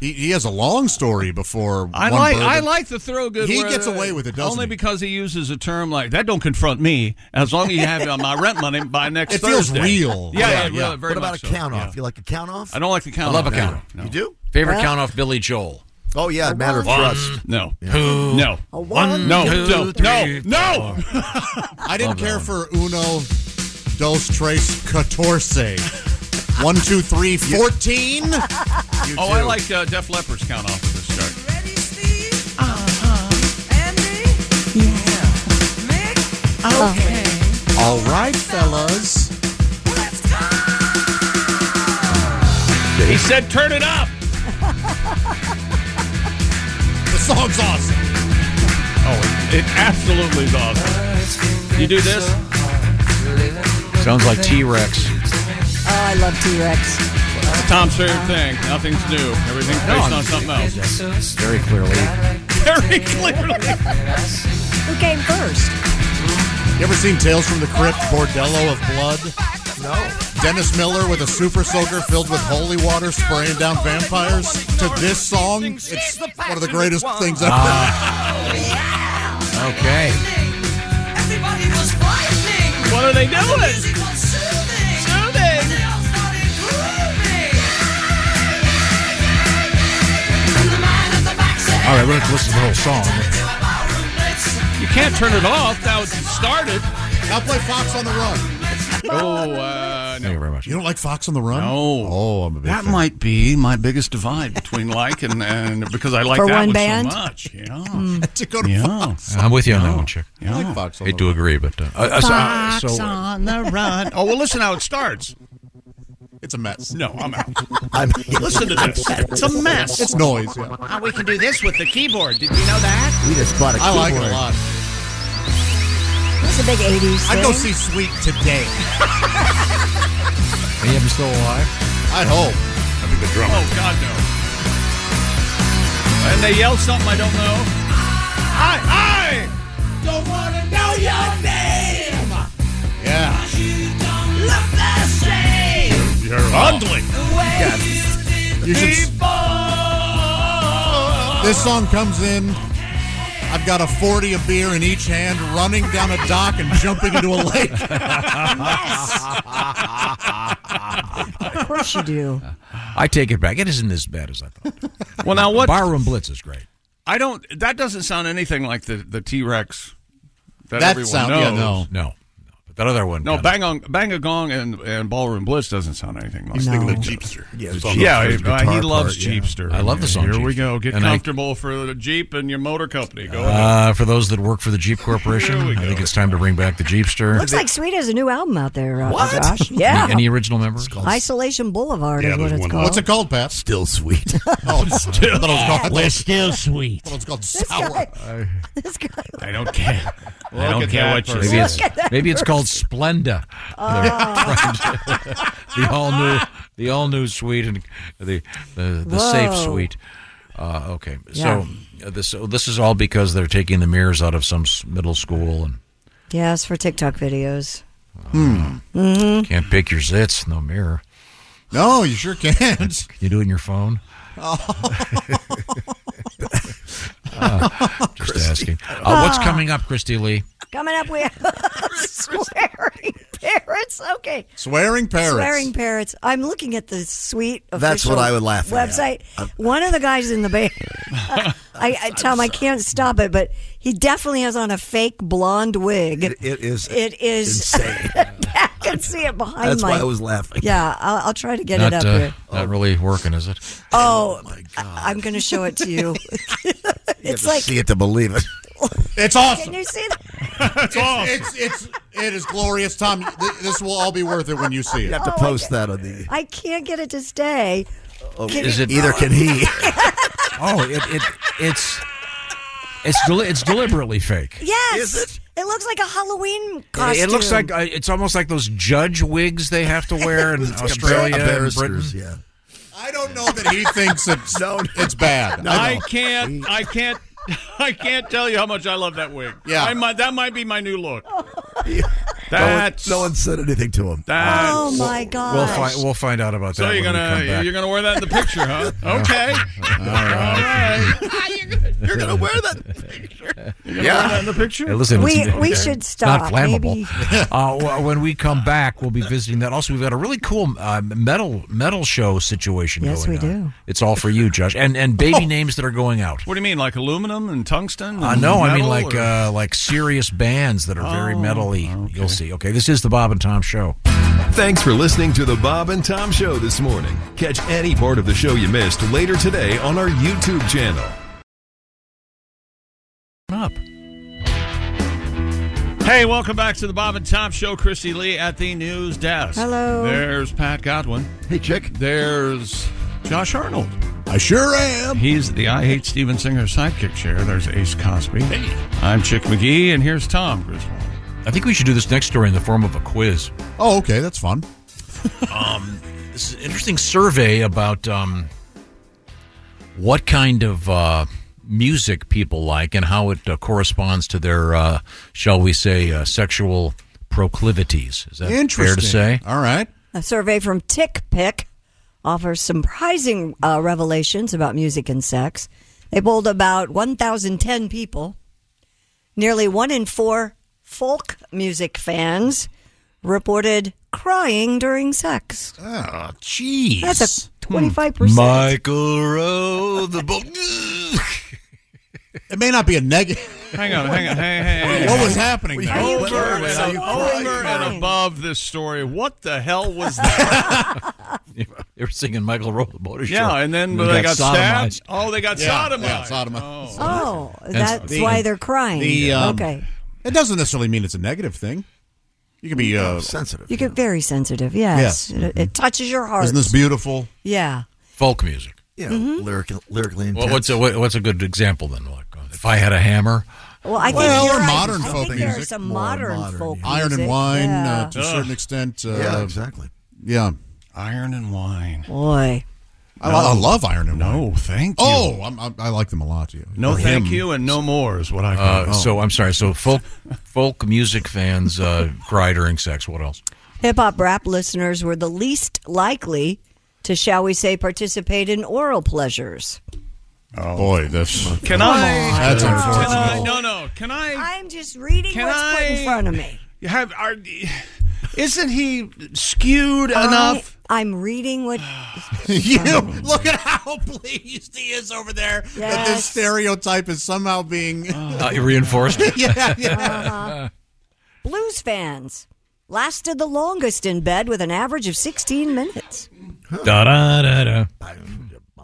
S5: he, he has a long story before.
S1: I
S5: one
S1: like
S5: bourbon.
S1: I like the throw good.
S5: He
S1: where-
S5: gets away with it, doesn't
S1: only
S5: he?
S1: because he uses a term like that. Don't confront me. As long as you have uh, my rent money by next.
S9: It feels
S1: Thursday."
S9: real.
S1: Yeah, yeah,
S9: Yeah, yeah.
S1: really, very
S9: What about
S1: much
S9: a
S1: so.
S9: count off?
S1: Yeah.
S9: You like a count off?
S1: I don't like the count.
S3: I love
S1: off.
S3: a
S1: No.
S3: count off.
S1: No.
S9: You do?
S3: Favorite
S9: Well-
S3: count off Billy Joel.
S9: Oh yeah, matter of
S3: One,
S9: trust.
S1: No.
S3: Two.
S1: No.
S9: A one,
S1: no.
S9: two,
S1: no.
S9: three,
S1: no. No.
S5: I didn't
S9: Love that
S5: care for Uno, Dos, Tres, Catorce. One, two, three,
S1: (laughs)
S5: fourteen.
S1: Oh, I like uh, Def Leppard's count off of this chart. uh-huh.
S5: Okay. All right, fellas.
S1: He said, "Turn it up."
S5: The song's awesome.
S1: Oh, it, it absolutely is awesome. You do this.
S3: Sounds like T Rex.
S4: Oh, I love T Rex.
S1: It's Tom's favorite thing. Nothing's new. Everything's based on something else.
S3: Very clearly.
S1: Very clearly.
S4: Who came first?
S5: You ever seen Tales from the Crypt, Bordello of Blood? No. Dennis Miller with a super soaker filled with holy water spraying down vampires to this song. It's one of the greatest things ever.
S3: Okay.
S1: What are they doing?
S6: All right, we're going to listen to the whole song.
S1: You can't turn it off. Now it's started.
S5: Now play Fox on the Run.
S1: Oh, uh, no.
S3: Thank you very much.
S5: You don't like Fox on the Run?
S1: No.
S5: Oh, I'm a big
S1: That
S5: fan.
S1: might be my biggest divide between (laughs) like and, and because I like
S5: For
S1: that
S5: one
S1: one
S5: band?
S1: so much. Yeah.
S5: (laughs) Dakota
S1: Mm. yeah.
S3: I'm with you on that
S1: Yeah.
S3: one, chick.
S1: Yeah. I like Fox on
S3: Hate
S1: the
S3: to
S1: Run.
S3: agree, but uh, uh, so- uh, so,
S1: on the run. (laughs) Oh well, listen how it starts.
S5: It's a mess.
S1: No, I'm out.
S5: I'm-
S1: (laughs) listen to this. It's a mess.
S5: It's noise, yeah.
S1: Ah, we can do this with the keyboard. Did you know that?
S5: We just bought
S1: a
S5: I like it a
S1: keyboard.
S5: lot.
S4: It's a big 80s.
S5: I'd go
S4: thing.
S5: see Sweet today.
S3: Are you still alive?
S5: I hope.
S17: I think the drummer.
S1: Oh God no! And they yelled something I don't know. I I don't want to know your name.
S5: Yeah.
S22: Look the same.
S5: You're
S1: ugly.
S5: You should. This song comes in. I've got a 40 of beer in each hand, running down a dock and jumping into a lake.
S4: Of course you do.
S3: (laughs) I take it back. It isn't as bad as I thought.
S1: Well, now what?
S3: Barroom Blitz is great.
S1: I don't. That doesn't sound anything like the the T Rex. That,
S3: That
S1: everyone
S3: sound-
S1: knows.
S3: yeah, no. No. No. But that other one
S1: No,
S3: kinda-
S1: bang on, bang a gong, and, and ballroom bliss doesn't sound anything like.
S17: He's thinking of
S1: that.
S17: Jeepster.
S1: Yeah,
S17: The
S1: yeah,
S17: Jeepster's
S1: he- uh,
S17: guitar
S1: he loves
S17: part, yeah.
S1: Jeepster.
S3: I love the song
S1: Here we
S3: Jeepster.
S1: go. Get
S3: And I-
S1: comfortable for the Jeep and your motor company. Go ahead.
S3: Uh, for those that work for the (laughs) Jeep Corporation, I think it's time to bring back the Jeepster.
S4: Looks like Sweet has a new album out there, uh,
S3: What?
S5: (laughs)
S4: Josh.
S3: Any-
S4: Yeah.
S3: Any original members?
S4: Isolation Boulevard is what it's called.
S5: What's it called, Pat?
S19: Still sweet.
S1: (laughs)
S5: Oh, still.
S19: We're still
S5: sweet. it's called sour.
S1: I don't care.
S3: I
S1: Look
S3: don't
S1: at
S3: care
S1: that
S3: what you
S1: person.
S3: maybe it's,
S1: Look at that
S3: maybe it's
S1: person.
S3: called Splenda. (laughs) the all new, the all new suite and the the, the safe
S7: Whoa.
S3: suite. Uh, okay,
S4: Yeah.
S3: so uh, this so this is all because they're taking the mirrors out of some s- middle school and
S4: Yes, for TikTok videos.
S3: Hmm.
S4: hmm
S3: can't pick your zits, no mirror.
S5: Mm-hmm. No, you sure can't.
S3: (laughs)
S5: Can
S3: you do it in your
S5: (laughs)
S3: phone? Uh, just asking. Uh, what's
S4: Ah.
S3: coming up, Christy Lee?
S4: Coming up, we have (laughs) swearing parrots. Okay.
S5: Swearing parrots.
S4: Swearing parrots. I'm looking at the sweet.
S9: That's
S4: official
S9: what I would laugh at. Uh,
S4: Website. One of the guys in
S9: (laughs)
S4: the band. I, I Tom, I can't stop it, but he definitely has on a fake blonde wig. It,
S9: it is.
S4: It is
S9: insane.
S4: (laughs) I can see it behind.
S9: That's why
S4: my-
S9: I was laughing.
S4: Yeah, I'll, I'll try to get
S3: not
S4: it up
S3: uh,
S4: here.
S3: not really working, is it?
S4: Oh, I, am going to show it to you.
S9: (laughs)
S4: (laughs) it's like (laughs)
S9: see it to believe it.
S5: It's awesome.
S4: Can
S9: (laughs)
S4: you see
S5: it's, it's, it's, it is glorious, Tom. Th- This will all be worth it when you see it.
S9: You have to
S4: Oh,
S9: post that on the.
S4: I can't get it to stay.
S9: Oh,
S4: Can
S3: is
S4: you-
S3: it
S9: Neither can he.
S3: oh, it, it it's it's deli- it's deliberately fake.
S4: Yes. it? looks like a Halloween costume.
S3: It looks like uh, it's almost like those judge wigs they have to wear
S4: (laughs)
S3: in
S9: It's like a
S3: Australia
S9: bar- a
S3: and Britain.
S9: barrister's, yeah.
S5: I don't know that he
S3: (laughs)
S5: thinks
S4: (laughs)
S5: it's, it's bad.
S1: I can't. I can't. (laughs) I can't tell you how much I love that wig.
S9: Yeah.
S1: I might, that might be my new (laughs) look.
S9: That's no one, no one said anything to him.
S1: That's-
S4: Oh my gosh!
S3: We'll find we'll find out about
S1: So
S3: that.
S1: you're
S3: when we
S1: gonna
S3: come back.
S1: you're gonna wear that in the
S3: (laughs)
S1: picture, huh? Okay.
S3: All right.
S9: You're gonna wear that.
S1: You're gonna wear that in the picture.
S3: Hey, listen,
S4: We-
S3: it's-
S4: we
S3: it's
S4: should stop,
S3: Not flammable.
S4: maybe.
S3: (laughs) uh, wh- when we come back, we'll be visiting that. Also, we've got a really cool uh, metal metal show situation
S1: (laughs) Yes,
S3: going
S1: we
S3: on. It's all for you, Josh, and and baby
S4: Oh.
S3: names that are going out.
S1: What do you mean, like aluminum and tungsten?
S3: Uh,
S1: and
S3: no, I mean
S1: metal,
S3: like
S1: or-
S3: uh, like serious bands that are very
S1: Oh,
S3: metally. You'll see. Okay, this is the Bob and Tom Show.
S13: Thanks for listening to the Bob and Tom Show this morning. Catch any part of the show you missed later today on our YouTube channel.
S3: Up.
S1: Hey, welcome back to the Bob and Tom Show. Christy Lee at the news desk.
S4: Hello.
S1: There's Pat Godwin.
S9: Hey, chick.
S1: There's Josh Arnold.
S5: I sure am.
S1: He's the I Hate Steven Singer sidekick chair. There's Ace Cosby. I'm Chick McGee, and here's Tom Griswold.
S3: I think we should do this next story in the form of a quiz.
S5: Oh, okay. That's fun.
S3: um, this is an interesting survey about um, what kind of uh, music people like and how it uh, corresponds to their, uh, shall we say, uh, sexual proclivities. Is that fair to
S4: Interesting.
S3: say?
S1: Uh,
S5: All right.
S4: A survey from TickPick offers surprising uh, revelations about music and sex. They polled about 1,010 people. Nearly one in four folk music fans reported crying during sex.
S5: Oh, jeez.
S3: Hmm.
S4: That's a 25%.
S3: Michael Rowe, the book.
S5: It may not be a negative.
S1: Hang on, hang on, hang, hang, hang.
S5: What was happening there?
S1: Over, and, over and above this story, what the hell
S5: (laughs)
S1: was that?
S3: they were singing Michael Rowe, the motor
S1: yeah,
S3: Show.
S1: and then
S3: We
S1: they got,
S3: sodomized.
S1: stabbed. Oh, they got
S5: Yeah,
S1: sodomized.
S5: yeah,
S1: Oh.
S4: Oh,
S5: That's-
S4: that's
S5: the-
S4: why they're crying.
S5: The, um,
S4: okay.
S5: It doesn't necessarily mean it's a negative thing. You can be uh,
S6: sensitive.
S4: You get very sensitive. Yes.
S5: Yes.
S4: It, it touches your heart.
S5: Isn't this beautiful?
S4: Yeah.
S3: Folk music.
S6: Yeah,
S1: Mm-hmm.
S4: Mhm.
S6: lyric, lyrically
S3: Well,
S6: intense.
S3: what's a what- what's a good example then? Like, uh, if I had a hammer,
S4: Well, I think
S5: Well,
S4: you're
S5: or
S4: right.
S5: modern
S4: I
S5: folk
S4: think there are
S5: music,
S4: some
S5: more
S4: modern,
S5: modern,
S4: folk
S5: yeah. Iron and
S4: music.
S5: Wine,
S4: Yeah.
S5: uh, to a Ugh. certain extent, uh,
S6: yeah, exactly.
S5: Yeah.
S1: Iron and wine.
S4: Boy.
S5: I, I love Iron and
S1: No,
S5: Wine.
S1: thank you.
S5: Oh, I'm, I'm, I like them a lot. Yeah.
S1: No,
S5: Or
S1: thank
S5: him.
S1: you, and no more is what I.
S3: uh,
S1: call it.
S3: so I'm sorry. So folk folk music fans uh, cry during sex. What else?
S4: Hip hop rap listeners were the least likely to, shall we say, participate in oral pleasures.
S5: Oh. Boy, that's.
S1: Can I?
S5: That's
S1: can
S5: unfortunate.
S1: I- no, no. Can I?
S4: I'm just reading
S1: Can
S4: what's put
S1: I-
S4: in front of me.
S1: You have are. Isn't he skewed enough?
S4: I, am reading what.
S5: (laughs) you look at how pleased he is over there that
S4: Yes.
S5: this stereotype is somehow
S4: (laughs)
S5: being (laughs)
S3: Uh, reinforced.
S5: (laughs) yeah, yeah.
S4: Uh-huh. Blues fans lasted the longest in bed with an average of 16 minutes.
S3: Da da da da.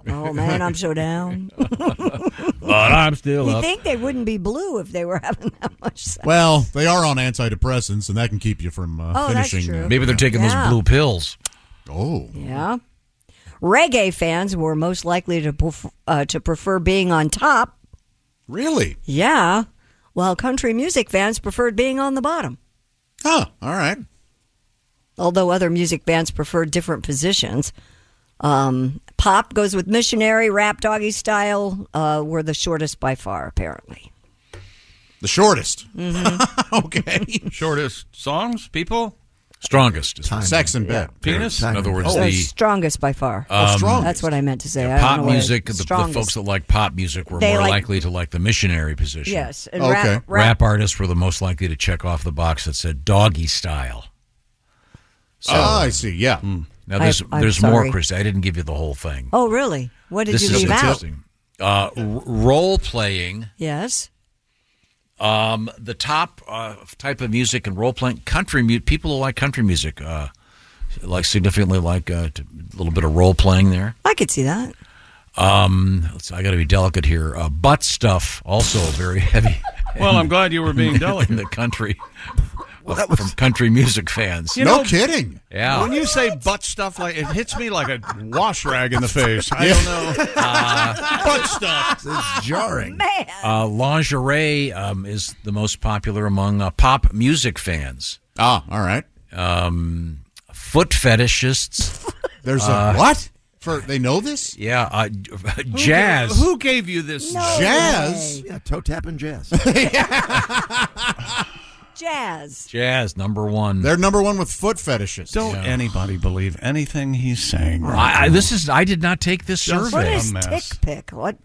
S4: Oh man, I'm so down.
S3: But I'm still
S4: You
S3: up.
S4: think they wouldn't be blue if they were (laughs) having that much sex?
S5: Well, they are on antidepressants, and that can keep you from uh,
S4: Oh, that's
S5: finishing.
S4: true.
S5: uh,
S3: Maybe they're taking
S4: Yeah.
S3: those blue pills.
S5: Oh,
S4: Yeah. Reggae fans were most likely to pref- uh, to prefer being on top.
S5: really?
S4: Yeah. While country music fans preferred being on the bottom.
S5: Huh. Oh, All right.
S4: although other music bands prefer different positions. Um, pop goes with missionary, rap, doggy style uh, were the shortest by far, apparently.
S5: The shortest. Mm-hmm.
S1: (laughs)
S5: okay.
S1: Shortest songs, people.
S3: Strongest. is-
S5: Sex in bed.
S1: Penis?
S3: In other words,
S4: So
S3: the
S4: Oh, strongest by far.
S3: Oh, Um, strongest.
S4: That's what I meant to say. I don't
S3: pop
S4: know what-
S3: music, the, the
S4: strongest.
S3: folks that like pop music were
S4: They
S3: more
S4: like-
S3: likely to like the missionary position.
S4: Yes, and
S5: Okay.
S4: rap,
S5: Rap-
S4: rap,
S3: Rap artists were the most likely to check off the box that said doggy style. So- hmm.
S5: Ah, I see. Yeah.
S3: Now there's
S4: I- I'm
S3: there's more,
S4: sorry.
S3: Chris. I didn't give you the whole thing.
S4: Oh, really? What did
S3: this
S4: you
S3: is
S4: leave out?
S3: interesting. Uh, r- role playing,
S4: Yes.
S3: um, the top uh, type of music and role playing country mu- people who like country music, uh, like significantly like uh, t- a little bit of role playing there.
S4: I could see that.
S3: Um, let's- I got to be delicate here. Uh, butt stuff also very heavy.
S1: (laughs) Well, I'm glad you were
S3: (laughs)
S1: being
S3: in
S1: delicate.
S3: the country from country music fans.
S1: You
S5: no
S1: know,
S5: kidding.
S3: Yeah.
S1: When you say butt stuff, like it hits me like a wash rag in the
S5: (laughs)
S1: face. I
S5: Yeah.
S1: don't know. butt stuff.
S4: (laughs)
S6: It's jarring.
S3: Uh, lingerie um, is the most popular among uh, pop music fans.
S5: Ah, all right.
S3: Um, foot fetishists.
S5: (laughs) There's
S3: Uh,
S5: a what? For they know this?
S3: Yeah. Uh, (laughs)
S5: (laughs)
S3: jazz.
S1: Who gave you this?
S5: Jazz.
S6: Yeah, toe tapping jazz.
S4: Jazz.
S3: Jazz, number one.
S5: They're number one with foot fetishes.
S1: Don't anybody believe anything he's saying. Right.
S3: I, I, this is. I did not take this
S1: Just-
S4: What
S3: survey.
S1: a
S4: is
S1: mess.
S4: tick pick? What?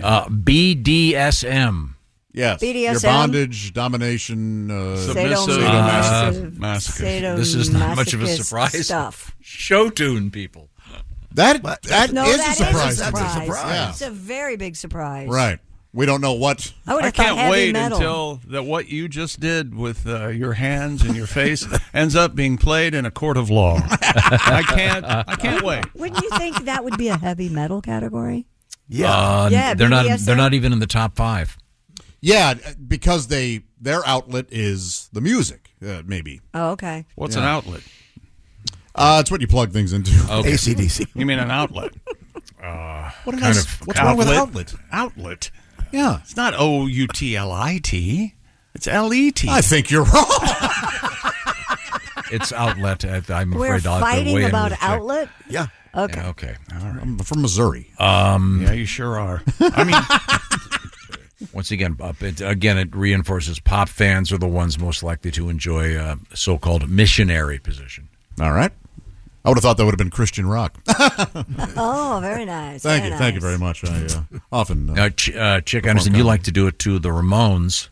S3: Uh, BDSM.
S5: Yes. Your
S4: BDSM?
S5: bondage, domination. Uh,
S1: Submissive.
S4: Sadomasochist-
S1: Masochist.
S3: Uh, This is not much of a
S4: sadomasochist
S3: surprise.
S4: Stuff.
S3: Show tune people.
S5: that that
S4: No,
S5: is
S4: that
S5: a surprise.
S4: That's a surprise.
S5: Yeah.
S4: It's a very big
S5: (laughs)
S4: surprise.
S5: Right. We don't know what.
S4: I would
S1: I
S4: have thought
S1: can't
S4: heavy
S1: wait
S4: metal.
S1: until that what you just did with uh, your hands and your face (laughs) ends up being played in a court of law.
S5: (laughs)
S1: I can't. I can't wait.
S4: Wouldn't you think that would be a heavy metal category?
S6: Yeah.
S3: Uh,
S4: Yeah,
S3: they're not.
S4: BDSM.
S3: They're not even in the top five.
S5: Yeah, uh, because they their outlet is the music. Uh, maybe
S4: Oh, okay.
S1: What's an outlet?
S5: uh, it's what you plug things into.
S6: ACDC.
S1: (laughs) You mean an outlet?
S5: Uh,
S1: Uh,
S5: What did I
S3: kind
S5: s-
S3: of
S5: what's wrong with outlet?
S1: Outlet.
S5: Yeah,
S1: It's not O U T L I T. It's L E T.
S5: I think you're wrong.
S3: It's outlet. I- I'm
S4: We're
S3: afraid I'll have to weigh
S4: fighting
S3: in
S4: about
S3: with the check.
S4: outlet.
S6: Yeah.
S4: Okay.
S3: Yeah, okay. Um,
S5: I'm from Missouri.
S1: Yeah, you sure are. I
S3: (laughs)
S1: mean,
S3: Once again, uh, it, again, it reinforces pop fans are the ones most likely to enjoy uh, so-called missionary position.
S5: All right. I would have thought that would have been
S3: (laughs)
S5: Christian rock.
S4: Oh, very nice.
S5: thank you,
S4: very
S5: thank you
S4: nice.
S5: very much. I uh, often uh, (laughs)
S3: Now, Ch- uh, Chick Anderson, you like to do it to the Ramones,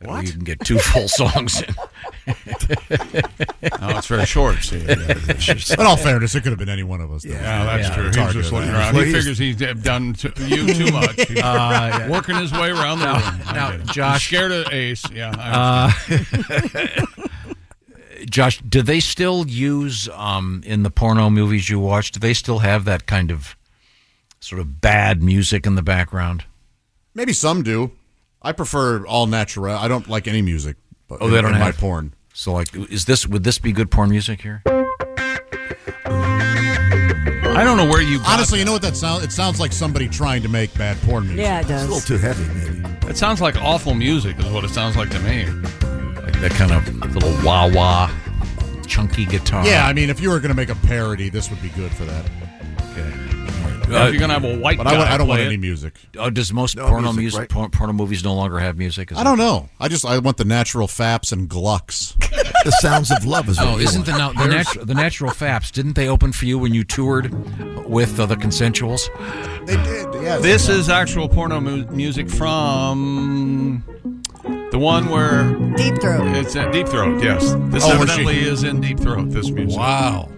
S3: That way You can get two full (laughs) songs in.
S1: Oh,
S5: No, it's very short, see.
S1: (laughs)
S5: In all fairness, it could have been any one of us, though.
S1: Yeah, that's
S5: Yeah,
S1: true.
S5: it's
S1: He's
S5: hard
S1: just
S5: to-
S1: looking around.
S5: Well,
S1: he
S5: he's-
S1: figures he's done to,
S3: (laughs)
S1: you too much. He's
S3: Uh, yeah.
S1: working his way around the
S3: Now-
S1: room. I
S3: now,
S1: get it. I'm
S3: Josh-
S1: scared of Ace. Yeah.
S3: Uh,
S1: I
S5: Uh,
S3: (laughs)
S1: understand. (laughs)
S3: Josh, do they still use um, in the porno movies you watch? Do they still have that kind of sort of bad music in the background?
S5: Maybe some do. I prefer all natural. I don't like any music. But
S3: Oh, they don't
S5: in my
S3: have-
S5: porn.
S3: So, like, is this would this be good porn music here?
S1: I don't know where you.
S5: Honestly, you know what that sounds? It sounds like somebody trying to make bad porn music.
S1: Yeah, it It's a does. little too
S5: heavy, maybe.
S1: It sounds like awful music, is what it sounds like to me.
S3: Like that kind of little wah wah, chunky guitar.
S5: Yeah, I mean, if you were going to make a parody, this would be good for that. Okay.
S3: Uh,
S5: but I, want- I don't want any music.
S3: Oh, does most
S5: No
S3: porno music,
S5: music, right?
S3: por- porno movies no longer have music? Is
S5: I
S3: it-
S5: don't know. I just I want the natural faps and glucks. (laughs) the sounds of love
S3: Oh, isn't the, now, the, natu- the natural faps? Didn't they open for you when you toured with uh, the consensuals?
S5: They did. Yeah.
S1: This is actual porno mu- music from the one where
S4: Deep Throat.
S1: It's at Deep Throat. Yes, this
S5: Oh, was she-
S1: evidently is in Deep Throat. This music.
S3: Wow.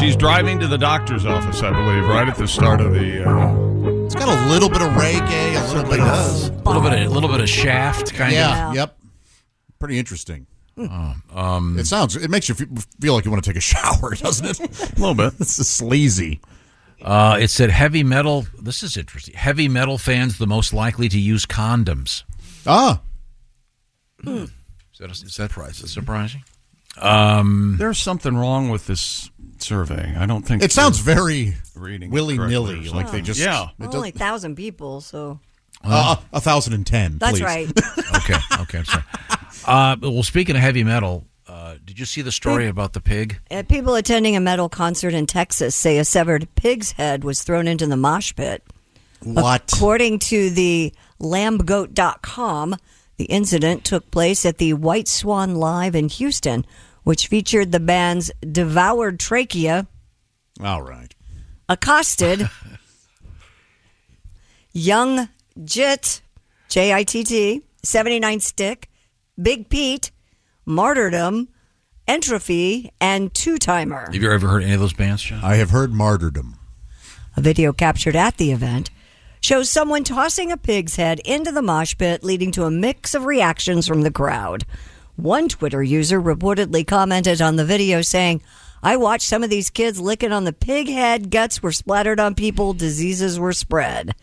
S1: She's driving to the doctor's office, I believe, right at the start of the. Uh,
S5: it's got a little bit of reggae, a little bit of
S3: a little bit, of, a little bit of shaft, kind
S5: yeah,
S3: of.
S5: Yep. Pretty interesting.
S3: Um,
S5: It sounds. It makes you fe- feel like you want to take a (laughs) shower, doesn't it? a
S1: little bit.
S5: (laughs) This is sleazy.
S3: Uh, it said heavy metal. This is interesting. Heavy metal fans the most likely to use condoms.
S5: Ah.
S3: Is that, a, is that surprising? Um,
S1: There's something wrong with this survey. I don't think
S5: It sounds very
S1: reading
S5: willy nilly.
S1: correctly or
S5: Like they
S1: something.
S5: just
S1: yeah.
S5: It
S4: Only thousand people, so
S5: Uh, a thousand and ten.
S4: that's
S5: please. (laughs)
S4: right.
S3: okay, okay, I'm sorry. Uh, well, speaking of heavy metal, uh, did you see the story about the pig?
S4: Uh, people attending a metal concert in Texas say a severed pig's head was thrown into the mosh pit.
S5: What?
S4: According to the lambgoat.com, the incident took place at the White Swan Live in Houston, which featured the band's Devoured Trachea
S5: All right.
S4: accosted young Jit, J I T T, 79 Stick, Big Pete, Martyrdom, Entropy, and Two Timer.
S3: Have you ever heard any of those bands, John?
S5: I have heard martyrdom.
S4: A video captured at the event shows someone tossing a pig's head into the mosh pit, leading to a mix of reactions from the crowd. One Twitter user reportedly commented on the video saying, I watched some of these kids licking on the pig head, guts were splattered on people, diseases were spread.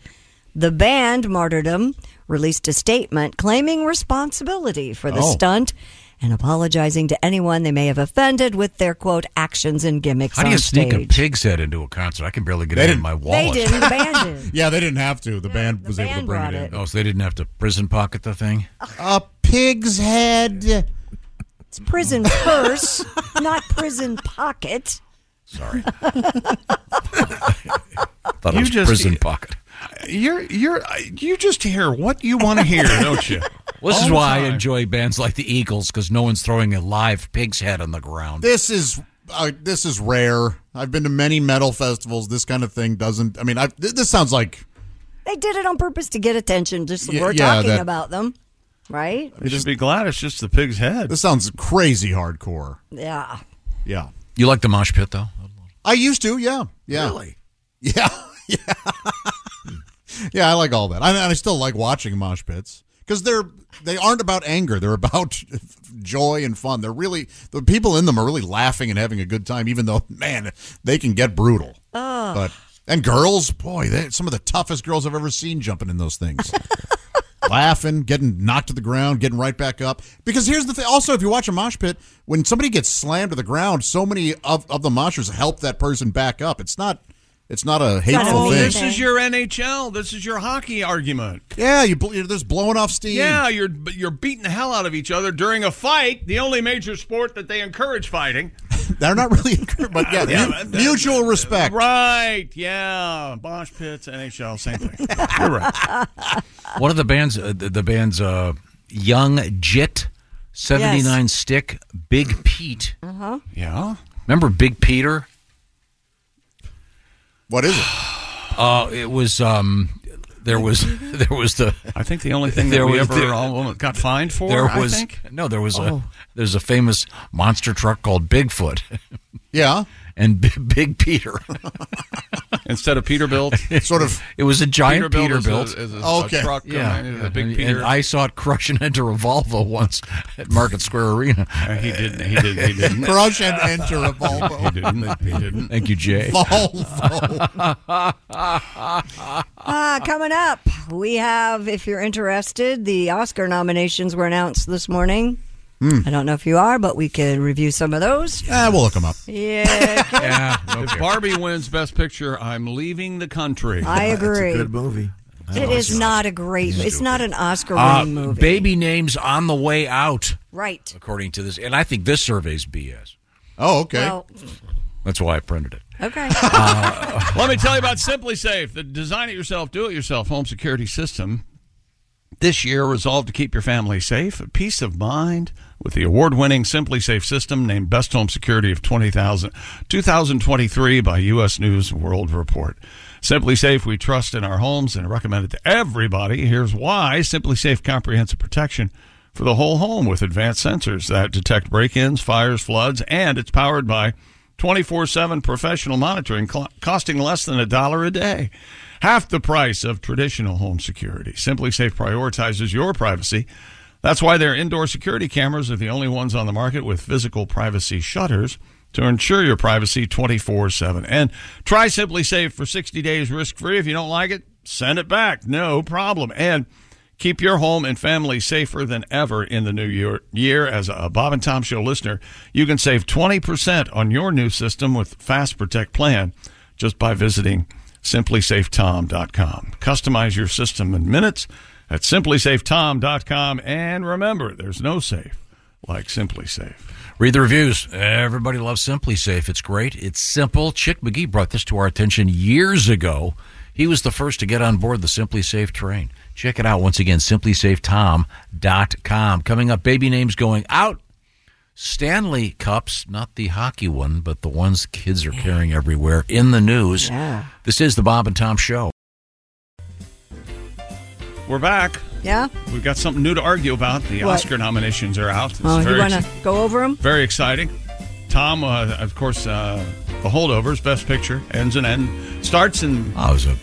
S4: The band, Martyrdom, released a statement claiming responsibility for the
S7: Oh.
S4: stunt and apologizing to anyone they may have offended with their quote actions and gimmicks.
S3: How do
S4: on
S3: you sneak
S4: stage.
S3: a pig's head into a concert? I can barely get
S5: They
S3: it in
S5: didn't-
S3: my
S4: They
S3: wallet. (laughs)
S5: (laughs)
S4: didn't. The band did.
S5: Yeah, they didn't have to. The band was able to bring it in.
S3: Oh, so they didn't have to prison pocket the thing.
S5: A pig's head.
S4: It's prison purse, not prison pocket.
S3: Sorry.
S1: You just-
S5: e-
S3: prison pocket.
S1: You're you're you just hear what you want to hear, (laughs) don't you?
S3: Well, this
S1: All
S3: is
S1: the
S3: why I
S1: time.
S3: enjoy bands like the Eagles because no one's throwing a live pig's head on the ground.
S5: This is uh, this is rare. I've been to many metal festivals. This kind of thing doesn't. I mean, I, th- this sounds like
S4: (laughs) They did it on purpose to get attention. Just
S5: Yeah,
S4: we're
S5: yeah,
S4: talking
S5: that-
S4: about them, right?
S1: You should be glad it's just the pig's head.
S5: This sounds crazy hardcore.
S4: Yeah.
S5: Yeah,
S3: You like the mosh pit though?
S5: I used to. Yeah, yeah, (laughs) yeah, yeah. yeah, I like all that. I, and I still like watching mosh pits because they're they aren't about anger. They're about (laughs) joy and fun. They're really the people in them are really laughing and having a good time. Even though, man, they can get brutal.
S4: Ugh.
S5: But and girls, boy, they, some of the toughest girls I've ever seen jumping in those things. Laughing, getting knocked to the ground, getting right back up. Because here's the thing. Also, if you watch a mosh pit, when somebody gets slammed to the ground, so many of, of the moshers help that person back up. It's not, it's not a hateful
S1: oh,
S5: thing.
S1: this is your NHL. This is your hockey argument.
S5: yeah, you, bl- you're just blowing off steam.
S1: Yeah, you're but you're beating the hell out of each other during a fight. The only major sport that they encourage fighting.
S5: they're not really, but yeah,
S1: (laughs) Yeah,
S5: mu-
S1: but that-
S5: mutual respect.
S1: Right? Yeah. Bosch Pitts, NHL,
S5: (laughs)
S1: same thing. You're right.
S3: One of the bands, uh, the, the band's uh, Young Jit, seventy nine Stick, Big Pete.
S4: Uh huh.
S1: Yeah.
S3: Remember Big Peter?
S5: What is it?
S3: (sighs) Uh, it was um, There was (laughs) there was the.
S1: I think the only thing that we ever all got fined for,
S3: There
S1: I
S3: was
S1: think?
S3: no. There was
S1: Oh.
S3: a there's a famous monster truck called Bigfoot.
S5: Yeah,
S3: (laughs) and B- Big Peter
S1: (laughs) instead
S3: (laughs)
S1: of Peterbilt.
S5: Sort of.
S3: It was a giant
S1: Peterbilt
S3: Peterbilt.
S1: is a- is a- a Okay. truck, (laughs)
S3: yeah.
S1: uh, a big
S3: and,
S1: Peter.
S3: and I saw it crushing into Revolvo once at Market Square Arena.
S1: Uh, he didn't. He didn't.
S3: (laughs)
S1: He didn't.
S5: Crush and enter Revolvo.
S3: He didn't. He didn't. Thank you, Jay.
S5: Uh,
S4: Ah,
S5: (laughs)
S4: coming up, we have, if you're interested, the Oscar nominations were announced this morning. I don't know if you are, but we could review some of those.
S5: Ah, Hmm. we'll look them up. (laughs)
S4: Yeah.
S1: yeah. If Barbie wins Best Picture, I'm leaving the country.
S4: I It's a agree. good
S1: movie.
S4: It is not a great. It's not an
S3: Uh,
S4: Oscar-winning movie,
S3: baby names on the way out,
S4: right?
S3: according to this, and I think this survey's BS.
S5: Oh,
S4: Well,
S3: That's why I printed it.
S4: okay.
S1: Uh, (laughs) Let me tell you about Simply Safe, the design it yourself, do it yourself home security system. This year, resolved to keep your family safe, peace of mind with the award winning Simply Safe system named Best Home Security of 20,000 2023 by U.S. News and World Report. Simply Safe, we trust in our homes and recommend it to everybody. Here's why Simply Safe Comprehensive Protection for the whole home with advanced sensors that detect break ins, fires, floods, and it's powered by 24 7 professional monitoring, cl- costing less than a dollar a day. Half the price of traditional home security. Simply Safe prioritizes your privacy. That's why their indoor security cameras are the only ones on the market with physical privacy shutters to ensure your privacy 24 7. And try Simply Safe for 60 days risk free. If you don't like it, send it back. No problem. And Keep your home and family safer than ever in the new year. year. As a Bob and Tom Show listener, you can save 20% on your new system with Fast Protect Plan just by visiting simplysafetom.com. Customize your system in minutes at simplysafetom.com. And remember, there's no safe like Simply Safe.
S3: Read the reviews. Everybody loves Simply Safe. It's great. It's simple. Chick McGee brought this to our attention years ago. He was the first to get on board the Simply Safe train. Check it out once again, simplysafetom.com. Coming up, baby names going out. Stanley Cups, not the hockey one, but the ones kids are carrying everywhere in the news.
S4: Yeah.
S3: This is the Bob and Tom Show.
S1: We're back.
S4: Yeah.
S1: We've got something new to argue about. The
S4: What?
S1: Oscar nominations are out. It's
S4: Oh, you
S1: very
S4: want to go over them?
S1: Very exciting. Tom, uh, of course, uh, the holdovers, best picture, ends and end starts and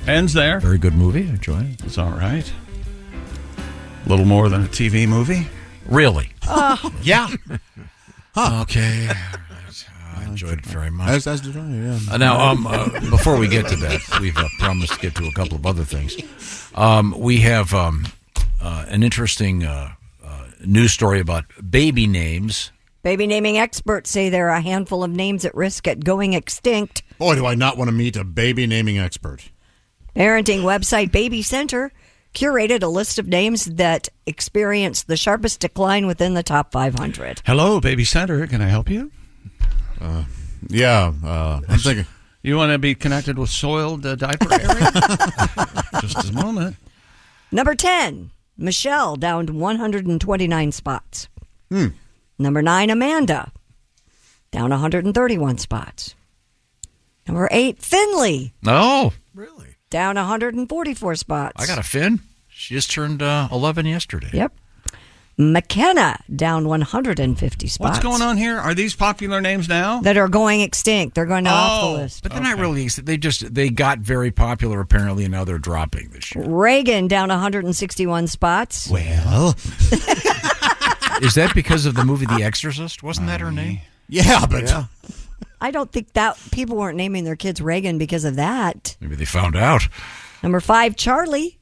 S1: ends there.
S3: Very good movie. I enjoyed it.
S1: It's all right. A little more than a TV movie.
S3: Really?
S5: (laughs)
S3: yeah.
S5: Huh.
S3: Okay. (laughs) I enjoyed it very much.
S5: As, as did I, yeah.
S3: Uh, now, um, uh, before we get to that, we've uh, promised to get to a couple of other things. Um, we have um, uh, an interesting uh, uh, news story about baby names.
S4: Baby naming experts say there are a handful of names at risk at going extinct.
S5: Boy, do I not want to meet a baby naming expert.
S4: Parenting website Baby Center curated a list of names that experienced the sharpest decline within the top 500.
S1: Hello, baby center. Can I help you?
S5: Uh, yeah, uh, I'm thinking.
S1: You want to be connected with soiled uh, diaper
S5: (laughs)
S1: area? Just a moment.
S4: Number 10, Michelle, down to 129 spots.
S1: Hmm.
S4: Number 9, Amanda, down 131 spots. Number 8, Finley,
S3: No,
S4: down 144 spots.
S3: I got a Finn. She just turned uh, 11 yesterday.
S4: Yep. McKenna, down 150 spots.
S1: What's going on here? Are these popular names now?
S4: That are going extinct. They're going
S1: Oh,
S4: off the list.
S3: But they're not really. They just they got very popular apparently, and now they're dropping this year.
S4: Reagan down 161 spots.
S3: Well, (laughs) is that because of the movie The Exorcist? Wasn't that her name?
S5: Yeah, but
S4: (laughs) I don't think that people weren't naming their kids Reagan because of that.
S3: maybe they found out
S4: Number five, Charlie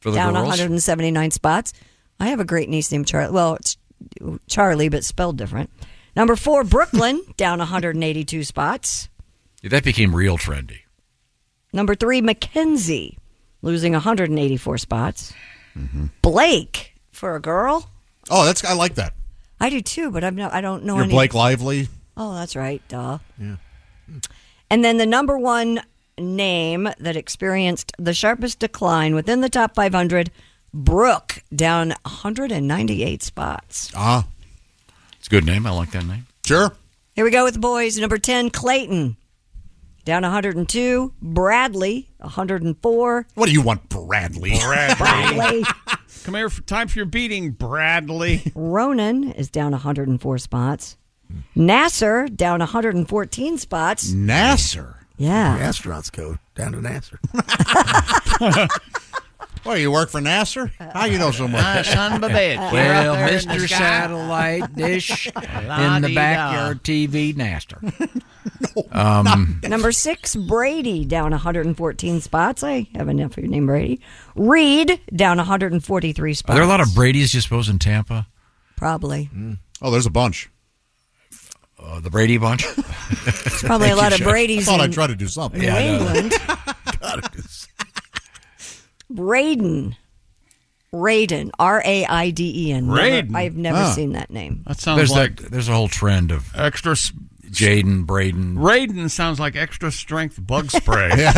S3: for the
S4: down
S3: girls.
S4: 179 spots. I have a great niece named Charlie. Well, it's Charlie, but spelled different. Number four,
S1: (laughs)
S4: Brooklyn down 182 spots.
S3: That became real trendy.
S4: Number three, Mackenzie losing 184 spots. Blake for a girl.
S5: Oh, that's I like that.
S4: I do too, but I'm not. I don't know
S5: You're
S4: any.
S5: Blake Lively.
S4: Oh, that's right. Duh.
S5: Yeah.
S4: And then the number one name that experienced the sharpest decline within the top 500, Brooke, down 198 spots.
S5: Ah,
S3: it's a good name. I like that name.
S5: Sure.
S4: Here we go with the boys. Number 10, Clayton, Down 102. Bradley, 104.
S5: What do you want, Bradley?
S4: Bradley.
S1: Come here. For, time for your beating, Bradley.
S4: Ronan is down 104 spots. Nasser down 114 spots.
S5: Nasser.
S4: Yeah.
S6: Astronauts go down to Nassar.
S5: (laughs)
S4: (laughs)
S5: Well, you work for Nasser? How you know so much?
S6: Ah, son of a bitch. You're up
S3: Well,
S6: there in
S3: Mr.
S6: the sky.
S3: Satellite Dish in the
S6: La-dee-da.
S3: backyard TV Naster. Um,
S4: Number six, Brady down 114 spots. I have a nephew named Brady. Reed down 143 spots.
S3: Are there a lot of Brady's you suppose in Tampa?
S4: Probably.
S5: Oh, there's a bunch.
S3: Uh, the Brady
S5: (laughs)
S3: bunch.
S4: There's probably a lot of Brady's.
S5: I thought
S4: in
S5: I'd try to do something. (laughs)
S4: New England. Braden. Raiden. R A I D E N. Never-
S3: Raiden.
S4: I've never
S3: Huh.
S4: seen that name.
S1: That
S3: there's that, there's a whole trend of
S1: extra
S3: Jaden Braden.
S1: Raiden sounds like extra strength bug
S5: (laughs)
S1: spray.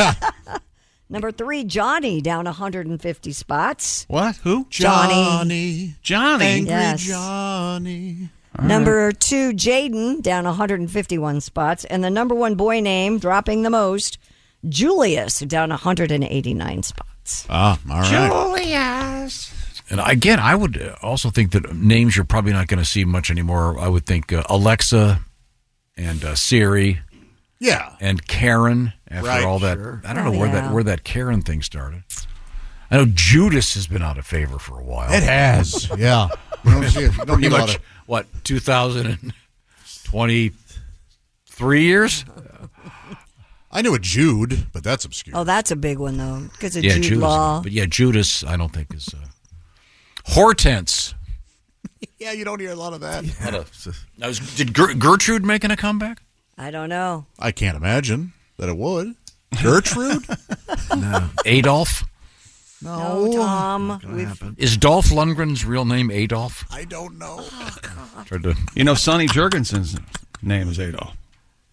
S4: Number three, Johnny down 150 spots.
S1: What? Who?
S4: Johnny.
S1: Johnny.
S4: Yes.
S5: Johnny.
S4: Number two, Jaden, down 151 spots. And the number one boy name, dropping the most, Julius, down 189 spots.
S5: Ah, all
S4: Julius.
S3: And again, I would uh, also think that names you're probably not going to see much anymore. I would think uh, Alexa and uh, Siri.
S5: Yeah.
S3: And Karen after
S5: Right,
S3: all that.
S5: sure.
S3: I don't
S5: Oh,
S3: know where
S5: yeah.
S3: that where that Karen thing started. I know Judas has been out of favor for a while.
S5: It has,
S3: (laughs)
S5: yeah. You don't see it- you don't
S3: Pretty
S5: get a lot
S3: much,
S5: of-
S3: what, 2023 years?
S5: I knew a Jude, but that's obscure.
S4: Oh, that's a big one, though, because of
S3: yeah,
S4: Jude
S3: Judas.
S4: Law.
S3: But yeah, Judas, I don't think is. Uh, Hortense.
S5: Yeah, you don't hear a lot of that.
S3: Had
S1: (laughs)
S3: a- Now, is- did Ger- Gertrude making a comeback?
S4: (laughs) I don't know.
S5: I can't imagine that it would. Gertrude?
S3: (laughs) (laughs) no.
S4: (laughs)
S3: Adolf?
S4: No, Tom. We've,
S3: Is Dolph Lundgren's real name Adolf?
S5: I don't know.
S1: You know, Sonny Jurgensen's name is Adolf.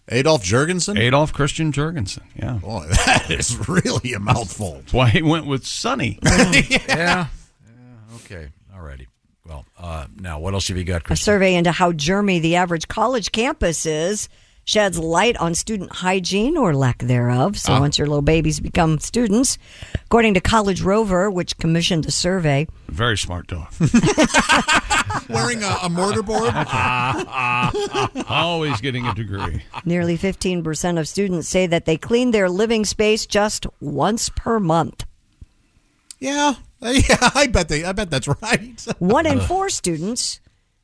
S5: Adolf Jurgensen?
S1: Adolf Christian Jurgensen, yeah.
S5: Boy, (laughs) that is really a mouthful. That's
S1: why he went
S5: (laughs)
S1: with Sonny.
S3: (laughs) yeah. Okay. All righty. Well, uh, now what else have you got,
S4: a
S3: Chris? (laughs)
S4: survey into how germy the average college campus is sheds light on student hygiene or lack thereof. So
S3: Ah.
S4: once your little babies become students, according to College Rover, which commissioned the survey,
S1: Very smart dog.
S5: (laughs) Wearing a, a
S3: (laughs)
S5: mortar board?
S1: Always getting a degree.
S4: Nearly 15% of students say that they clean their living space just once per month.
S5: Yeah, (laughs) yeah. I bet they. I bet that's right. (laughs)
S4: One in four students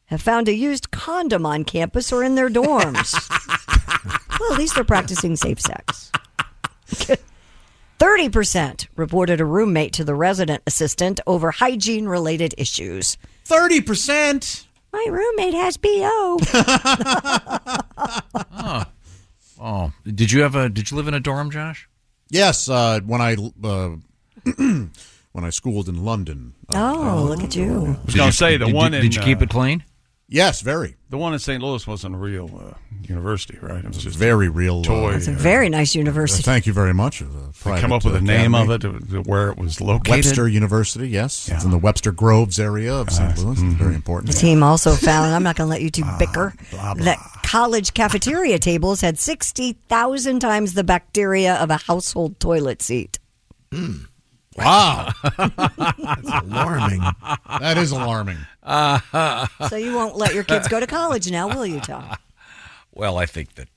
S4: have found a used condom on campus or in
S5: (laughs)
S4: their dorms. well, at least they're practicing safe sex. (laughs) 30% reported a roommate to the resident assistant over hygiene related issues.
S5: 30%?
S4: My roommate
S3: (laughs)
S4: has BO.
S3: Oh, did you have a? Did you live in a dorm, Josh?
S5: Yes, uh, when I uh, (clears throat) when I schooled in London.
S4: Oh, look at you.
S1: I was going to say the
S3: did you-
S1: one. in, uh,
S3: did you keep it clean?
S5: Yes, very.
S1: The one in St. Louis wasn't a real uh, university, right? It was just
S5: very real.
S1: Toy.
S4: It's a very nice university.
S5: Thank you very much. It was a
S1: They
S5: private,
S1: come up with
S5: uh,
S1: a name of
S5: academy.
S1: it, uh, where it was located.
S5: Webster University. Yes, it's in the Webster Groves area of St. Louis.
S1: Mm-hmm.
S5: Very important.
S4: The team also found, I'm not going to let you two bicker, that college cafeteria tables had 60,000 times the bacteria of a household toilet seat.
S5: (laughs) Wow,
S6: that's alarming.
S5: That is alarming.
S3: Uh,
S4: So you won't let your kids go to college now, will you, Tom?
S3: (laughs) Well, I think that.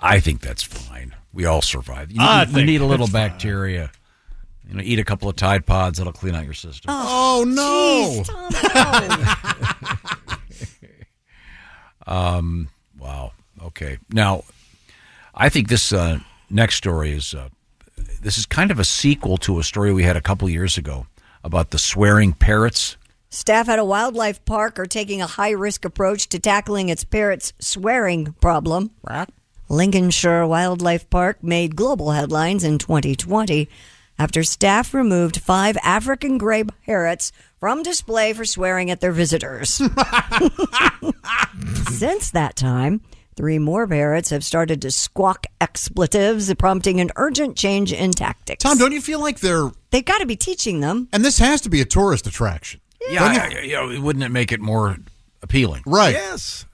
S3: I think that's fine. We all survive. You,
S1: I
S3: you- you
S1: think
S3: need a little
S1: it's fine.
S3: bacteria. You know, eat a couple of Tide Pods. That'll clean out your system.
S5: Oh, no.
S1: (laughs)
S3: (laughs) Um, wow. Okay. Now, I think this uh, next story is uh, this is kind of a sequel to a story we had a couple years ago about the swearing parrots.
S4: Staff at a wildlife park are taking a high risk approach to tackling its parrot's swearing problem. Lincolnshire Wildlife Park made global headlines in 2020 after staff removed five African gray parrots from display for swearing at
S5: (laughs)
S4: their visitors. Since that time, three more parrots have started to squawk expletives, prompting an urgent change in tactics.
S5: Tom, don't you feel like they're
S4: they've got to be teaching them?
S5: And this has to be a tourist attraction.
S3: Yeah, I- I- you know, wouldn't it make it more appealing? (laughs)
S5: Right.
S6: Yes.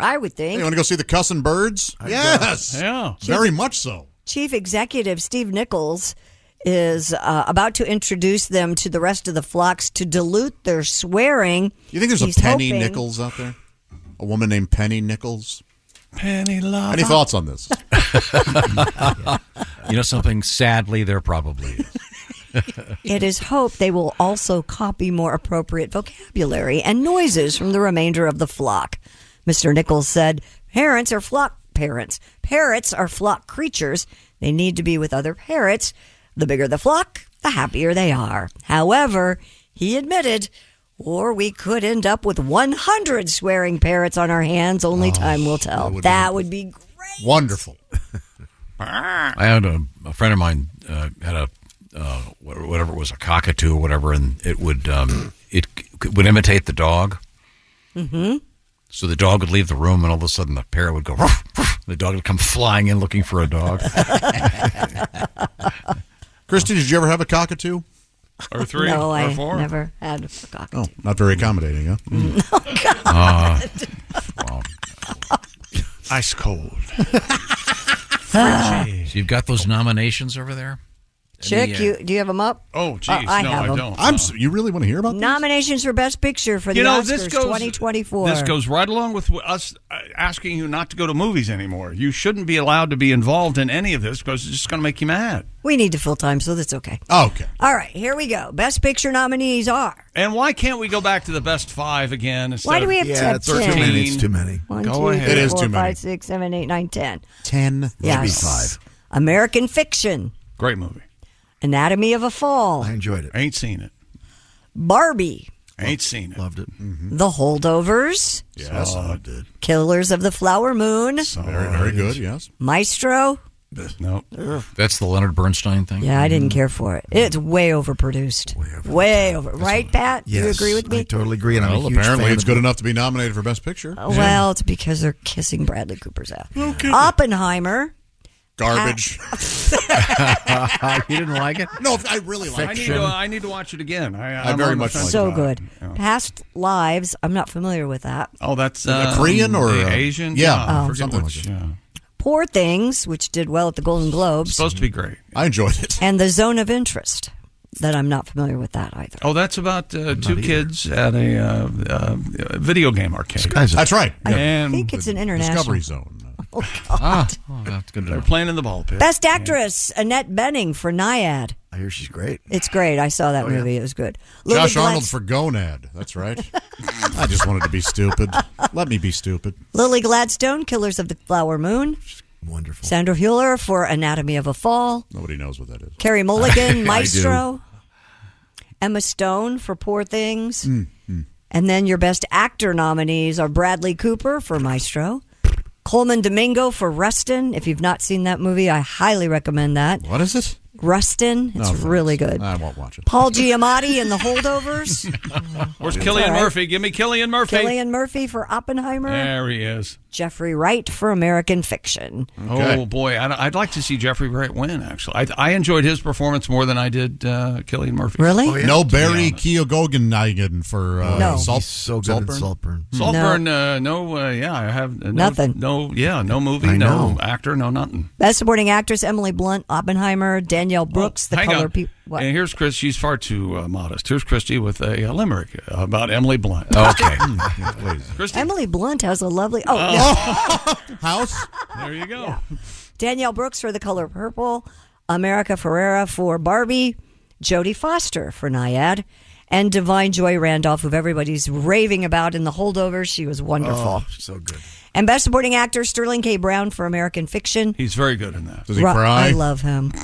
S4: I would think.
S5: you want to go see the cussing birds? yes.
S1: Yeah.
S5: Very much so.
S4: Chief Executive Steve Nichols is uh, about to introduce them to the rest of the flocks to dilute their swearing.
S5: You think there's
S4: He's
S5: a Penny
S4: hoping-
S5: Nichols out there? A woman named Penny Nichols?
S1: Penny Love.
S5: Any thoughts on this? (laughs)
S3: you know something? Sadly, there probably is.
S4: It is hoped they will also copy more appropriate vocabulary and noises from the remainder of the flock. Mr. Nichols said, Parents are flock parents. Parrots are flock creatures. They need to be with other parrots. The bigger the flock, the happier they are. However, he admitted, or we could end up with 100 swearing parrots on our hands. Only time will tell. Oh, That would (laughs) be
S5: Wonderful.
S3: I had a, a friend of mine uh, had a uh, wha- whatever it was a cockatoo or whatever, and it would um, it c- would imitate the dog.
S22: Mm-hmm.
S3: So the dog would leave the room, and all of a sudden the parrot would go. "Ruff, ruff." The dog would come flying in looking for a dog.
S5: Christy, did you ever have a cockatoo?
S1: Or
S4: three? No, Or I four? never had a cockatoo.
S5: Oh, not very accommodating, huh?
S4: Mm.
S5: Mm.
S4: (laughs)
S5: Uh,
S4: God.
S3: (laughs) Ice cold.
S4: Ah.
S3: (laughs) so you've got those nominations over there.
S4: Chick,
S3: Any, uh,
S4: you do you have them up? Oh, I have 'em.
S5: I'm. s- You really want to hear about?
S4: Nominations for Best Picture for
S1: You
S4: the
S1: know,
S4: Oscars
S1: this goes-
S4: 2024.
S1: This goes right along with us uh, asking you not to go to movies anymore. You shouldn't be allowed to be involved in any of this because it's just going to make you mad.
S4: we need to fill time, so that's okay.
S1: Oh.
S5: Okay.
S4: All right, here we go. Best Picture nominees are
S1: And why can't we go back to the best five again? Instead
S4: Why do we have
S1: of
S4: to have
S1: 13?
S4: 10? One,
S1: go
S4: two,
S1: ahead.
S4: three, four, five, six, seven, eight, nine, ten.
S5: Ten.
S4: Yes. American Fiction,
S1: Great movie.
S4: Anatomy of a Fall,
S1: enjoyed it. Ain't seen it.
S4: Barbie,
S1: Ain't seen it. Loved it.
S5: Mm-hmm.
S4: The Holdovers,
S1: Hmm? Yes, I did.
S4: Killers of the Flower Moon,
S5: Very, very good. Yes.
S4: Maestro.
S1: No.
S3: That's the Leonard Bernstein thing. (laughs)
S4: Yeah, I didn't care for it. It's way overproduced. Way over. Right, Pat? You agree with me?
S5: totally agree,
S4: and I'm a huge
S5: apparently
S4: fan
S5: it's
S4: of-
S5: good enough to be nominated for Best Picture.
S4: Oh, Well, it's because they're kissing Bradley Cooper's Ah. ass. Oppenheimer.
S5: garbage.
S4: (laughs)
S3: Oh, you didn't like it?
S5: (laughs) No, I really like
S1: I
S5: it.
S1: need, to, I need to watch it again. I,
S5: I
S1: I'm
S5: very
S1: on the
S5: much
S1: fence
S4: so
S1: about
S4: good.
S1: it. Yeah.
S4: Past Lives. I'm not familiar with that.
S1: Oh, that's
S5: A
S1: uh,
S5: Korean or
S1: the
S5: a-
S1: Asian?
S5: yeah,
S1: I
S5: Oh.
S1: forget
S5: something
S1: which,
S5: like
S1: yeah.
S4: Poor Things, which did well at the Golden Globes.
S1: Supposed to be great.
S5: I enjoyed it.
S4: And The Zone of Interest, that I'm not familiar with that either.
S1: Oh, that's about uh, two kids at a uh, uh, video game arcade.
S5: That's right.
S4: I
S1: and Ah,
S4: think it's an international.
S5: Zone.
S4: (laughs) Oh, God.
S1: that's good They're playing in the ball pit.
S4: Best Actress, Annette Benning for Naiad.
S5: I hear she's great.
S4: It's great. I saw that
S5: Oh, yeah.
S4: movie. It was good. Lily
S5: Josh Arnold
S4: Gladstone-
S5: for Gonad. That's right. I just wanted to be stupid. Let me be stupid.
S4: Lily Gladstone, Killers of the Flower Moon. Wonderful. Sandra Hewler for Anatomy of a Fall.
S5: Nobody knows what that is. (laughs)
S4: Carrie
S5: I
S4: Mulligan,
S5: do.
S4: Maestro. Emma Stone for Poor Things.
S5: Mm, mm.
S4: And then your best actor nominees are Bradley Cooper for Maestro, Coleman Domingo for Rustin. If you've not seen that movie, I highly recommend that.
S5: What is it?
S4: Rustin.
S5: No,
S4: It's
S5: thanks.
S4: really good.
S5: I won't watch it.
S4: Paul Giamatti and
S5: (laughs)
S4: the Holdovers.
S1: Where's
S4: It's
S1: Killian
S4: all right.
S1: Murphy? Give me Killian Murphy.
S4: Killian Murphy for Oppenheimer.
S1: There he is.
S4: Jeffrey Wright for American Fiction.
S1: Oh boy, I'd, I'd like to see Jeffrey Wright win. Actually, I, I enjoyed his performance more than I did uh, Killian Murphy.
S4: Really?
S5: No Barry Keoghan for uh,
S1: No.
S5: Salt,
S1: He's so
S6: good at
S5: Saltburn.
S6: Saltburn.
S1: Saltburn, uh, no, uh, yeah, I have uh, no,
S4: Nothing.
S1: No, yeah, no movie,
S6: I
S1: no
S6: know.
S1: actor, no nothing.
S4: Best supporting actress Emily Blunt, Oppenheimer, Danielle
S5: Oh,
S4: Brooks, The
S1: Hang
S4: Color
S1: on.
S4: People.
S1: And here's Chris. She's far too uh, modest. Here's Christy with a, uh limerick about Emily Blunt. (laughs)
S3: Okay. (laughs)
S4: Emily Blunt has a lovely. Oh, no. (laughs)
S5: house.
S1: Oh. There you go.
S4: Danielle Brooks for The Color Purple, America Ferrera for Barbie, Jodie Foster for Naiad, and Divine Joy Randolph, who everybody's raving about in The Holdovers. She was wonderful.
S6: Oh, so good.
S4: And best supporting actor Sterling K. Brown for American Fiction.
S1: He's very good in that.
S5: uh, Does he
S4: Ro-
S5: cry?
S4: I love him.
S5: (laughs)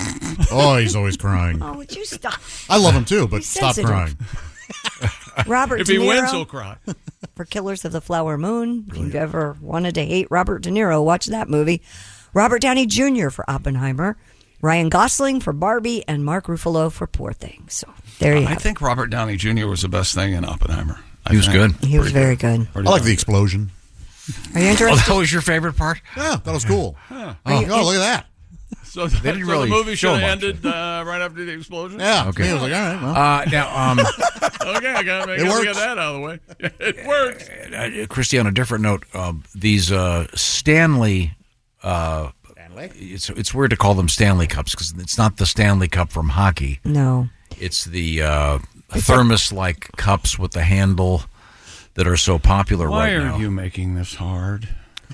S5: Oh, he's always crying.
S4: Oh, would you stop?
S5: I love him too, but
S4: He's
S5: stop
S4: sensitive.
S5: crying.
S4: (laughs) Robert
S1: If
S4: De
S1: he
S4: Niro
S1: wins, he'll cry.
S4: (laughs) for Killers of the Flower Moon. If you've ever wanted to hate Robert De Niro, watch that movie. Robert Downey Jr. for Oppenheimer, Ryan Gosling for Barbie, and Mark Ruffalo for Poor Things. So there you
S1: I
S4: have
S1: think Robert Downey Jr. was the best thing in Oppenheimer. I
S3: He was
S1: think.
S4: good. He was very good.
S1: Pretty good.
S5: explosion.
S4: Are you
S3: Oh,
S4: interested?
S3: that was your favorite part?
S5: Yeah, that was cool.
S4: Are you-
S1: (laughs)
S5: Oh, look at that.
S1: So,
S3: They didn't
S1: so
S3: really
S1: the movie
S3: show
S1: should have
S3: much.
S1: ended uh, right after the explosion.
S3: Yeah, Okay. me, I was like, all right, well. Uh, now, (laughs) um,
S1: okay, I got
S3: It
S1: to get
S3: works.
S1: that out of the way. (laughs) It works.
S3: uh, Christy, on a different note, uh, these uh, Stanley. Uh, it's, it's weird to call them Stanley Cups because it's not the Stanley Cup from hockey.
S4: No.
S3: It's the uh, thermos like cups with the handle that are so popular
S1: Why
S3: right
S1: are
S3: now.
S1: you making
S3: (laughs)
S1: this hard?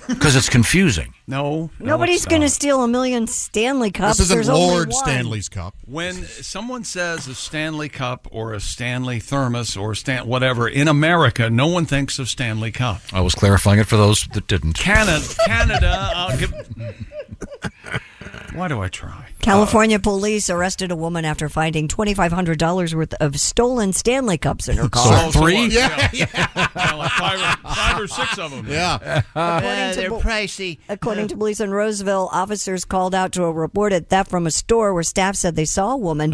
S3: Because it's confusing.
S1: No,
S4: Nobody's going to steal a million Stanley Cups. There's only one.
S5: Cup.
S1: When someone says a Stanley Cup or a Stanley Thermos or Stan whatever in America, no one thinks of Stanley (laughs) Cup.
S3: I was clarifying it for those that didn't.
S1: Canada, Canada.
S4: (laughs)
S1: I'll give, why do I try?
S4: California police arrested a woman after finding $2,500 worth of stolen Stanley
S1: (laughs)
S4: Cups in her car.
S1: Yeah, (laughs) Yeah, like five, or, five or six of them. Uh,
S5: Yeah.
S3: Uh,
S4: According to
S7: they're
S4: Bo-
S7: pricey.
S4: According to police in Roseville, officers called out to a reported theft from a store where staff said they saw a woman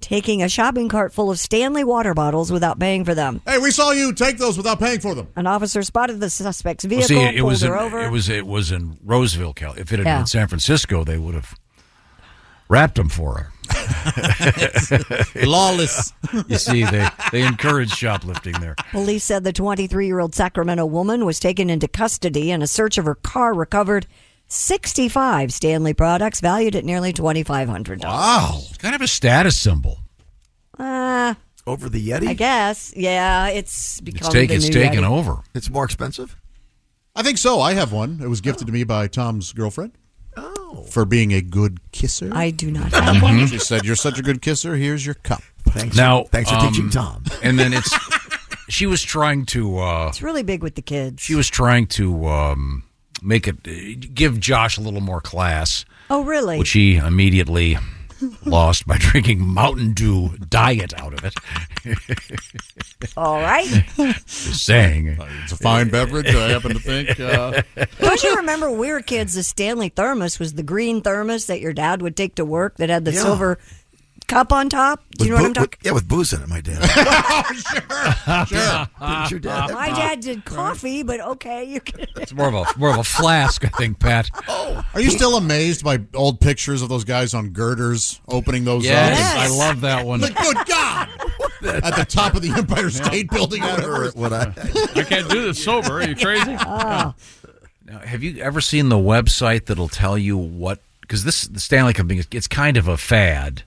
S4: taking a shopping cart full of Stanley water bottles without paying for them.
S5: Hey, we saw you take those without paying for them.
S4: An officer spotted the suspect's
S3: Well,
S4: vehicle,
S3: see, it
S4: pulled
S3: was in,
S4: her over.
S3: it was it was in Roseville, Cal. If it had been
S4: Yeah.
S3: in San Francisco, they would have wrapped them for her.
S4: Lawless.
S3: you see, they they encourage shoplifting there.
S4: Police said the 23 year old Sacramento woman was taken into custody and a search of her car recovered 65 Stanley products valued at nearly $2,500.
S3: Wow. It's kind of Oh, a status symbol.
S4: Uh,
S7: Over the
S4: I
S7: Yeti?
S4: guess. Yeah, it's become
S3: take-
S4: the
S3: it's
S4: new
S3: taken
S4: Yeti.
S3: over.
S7: It's more expensive?
S5: I think so. I have one. It was gifted to me by Tom's girlfriend. Oh. For being a good kisser. Mm-hmm.
S4: I do not
S3: have one.
S5: She said, You're such a good kisser. Here's your cup. Thanks.
S3: Now, um,
S7: Tom.
S3: And then it's she was trying to uh,
S4: It's really big with the kids.
S3: she was trying to um, make it uh, give Josh a little more class,
S4: Oh, really?
S3: which he immediately (laughs) lost by drinking Mountain Dew diet out of it. (laughs)
S4: All right.
S3: Just saying,
S5: Uh, it's a fine beverage. I happen to think. Uh,
S4: Don't you remember when we were kids? The Stanley thermos was the green thermos that your dad would take to work that had the
S7: Yeah.
S4: silver cup on top. Do you know what I'm talking? (laughs) Oh,
S7: Yeah, with booze in it, my dad. Didn't your dad have
S4: My
S7: booze?
S4: dad did coffee, but okay, you can.
S3: It's more of a more of a flask, I think, Pat.
S5: Oh, Are you still amazed by old pictures of those guys on girders opening those
S3: Yes,
S5: up?
S3: I love that one. (laughs)
S5: Like, good God! At the top of the Empire State Building. Whatever.
S7: What I
S1: I can't do this sober. Are you
S4: (laughs)
S1: crazy?
S3: (laughs)
S4: Oh.
S3: Now, have you ever seen the website that'll tell you what? Because this the Stanley Cup thing, it's kind of a fad.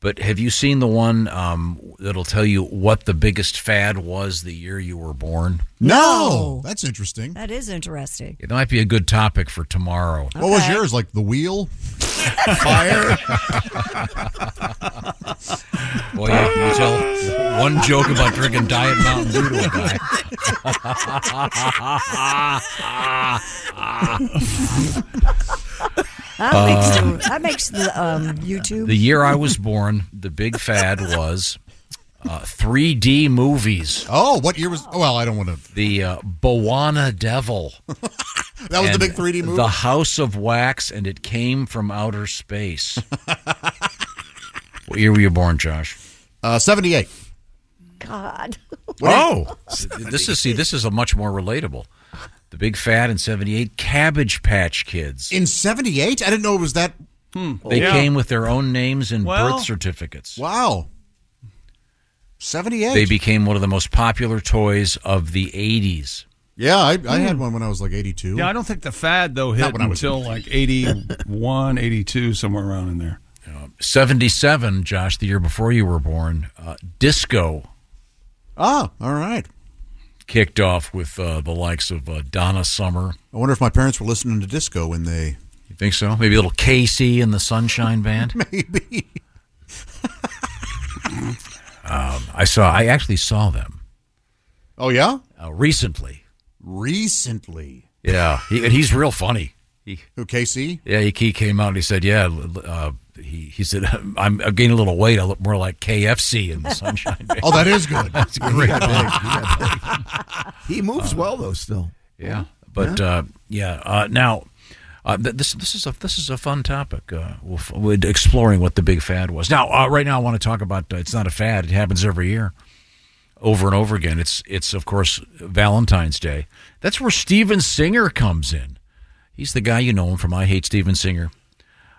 S3: But have you seen the one um, that'll tell you what the biggest fad was the year you were born?
S4: (laughs)
S5: No, that's interesting.
S4: That
S3: (laughs)
S4: is interesting.
S3: It might be a good topic for tomorrow.
S5: What was yours? Like the wheel? Fire?
S3: Well, yeah, you tell one joke about drinking Diet Mountain Dew to a (laughs) guy.
S4: That
S3: Uh,
S4: makes the, that makes the um, YouTube.
S3: the year
S4: (laughs)
S3: I was born, the big fad was uh, 3D movies.
S5: Oh, what year was? Well, I don't want to.
S3: The uh, Boana Devil.
S5: (laughs) That was the
S3: And
S5: big 3D movie?
S3: The House of Wax, and it came from outer space. what year were you born, Josh?
S5: (laughs) Uh, 78.
S4: God.
S3: Oh, this is see. This is a much more relatable. The big fad in '78, Cabbage Patch Kids.
S5: In 78? I didn't know it was that.
S3: They came with their own names and
S5: Well-
S3: birth certificates.
S5: Wow. 78.
S3: They became one of the most popular toys of the '80s.
S5: yeah, I, I had one when I was like 82.
S1: Hmm. Yeah, I don't think the fad though hit
S5: Not when I was-
S1: until like 81, 82, somewhere around in there.
S3: '77, Josh, the year before you were born, uh, disco
S5: Ah, all right.
S3: kicked off with uh, the likes of uh, Donna Summer.
S5: I wonder if my parents were listening to disco when they.
S3: You think so? Maybe a little Casey and the Sunshine Band.
S5: (laughs) Maybe.
S3: um, I saw. I actually saw them.
S5: Oh yeah.
S3: Uh, recently.
S5: Recently.
S3: Yeah, he, and he's real funny.
S5: Who KC?
S3: Yeah, he, he came out and he said, "Yeah." l- l- Uh, he, he said, (laughs) I'm, I'm gaining a little weight. I look more like KFC in the Sunshine Band.
S7: Oh, that is
S3: (laughs)
S7: good.
S3: That's
S7: He
S3: great.
S7: got big.
S3: (laughs)
S7: He He moves
S3: Uh,
S7: well though. Still.
S3: Yeah, but uh, yeah. Uh, now, uh, th- this this is a this is a fun topic. Uh, we'll, f- we're exploring what the big fad was. Now, uh, right now, I want to talk about. Uh, it's not a fad. It happens every year, over and over again. It's it's of course Valentine's Day. That's where Steven Singer comes in. He's the guy you know him from. I hate Steven Singer.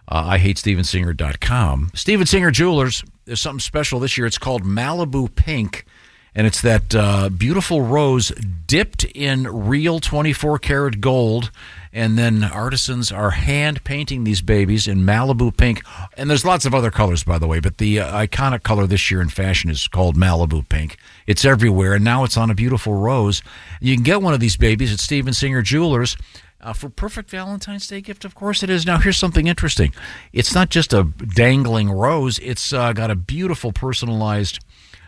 S3: uh, I hate Stevensinger.com. Steven Singer Jewelers, there's something special this year. It's called Malibu Pink, and it's that uh, beautiful rose dipped in real 24 karat gold. And then artisans are hand painting these babies in Malibu pink. And there's lots of other colors, by the way, but the uh, iconic color this year in fashion is called Malibu pink. It's everywhere, and now it's on a beautiful rose. You can get one of these babies at Steven Singer Jewelers uh, for perfect Valentine's Day gift. Of course, it is. Now, here's something interesting. It's not just a dangling rose. It's uh, got a beautiful personalized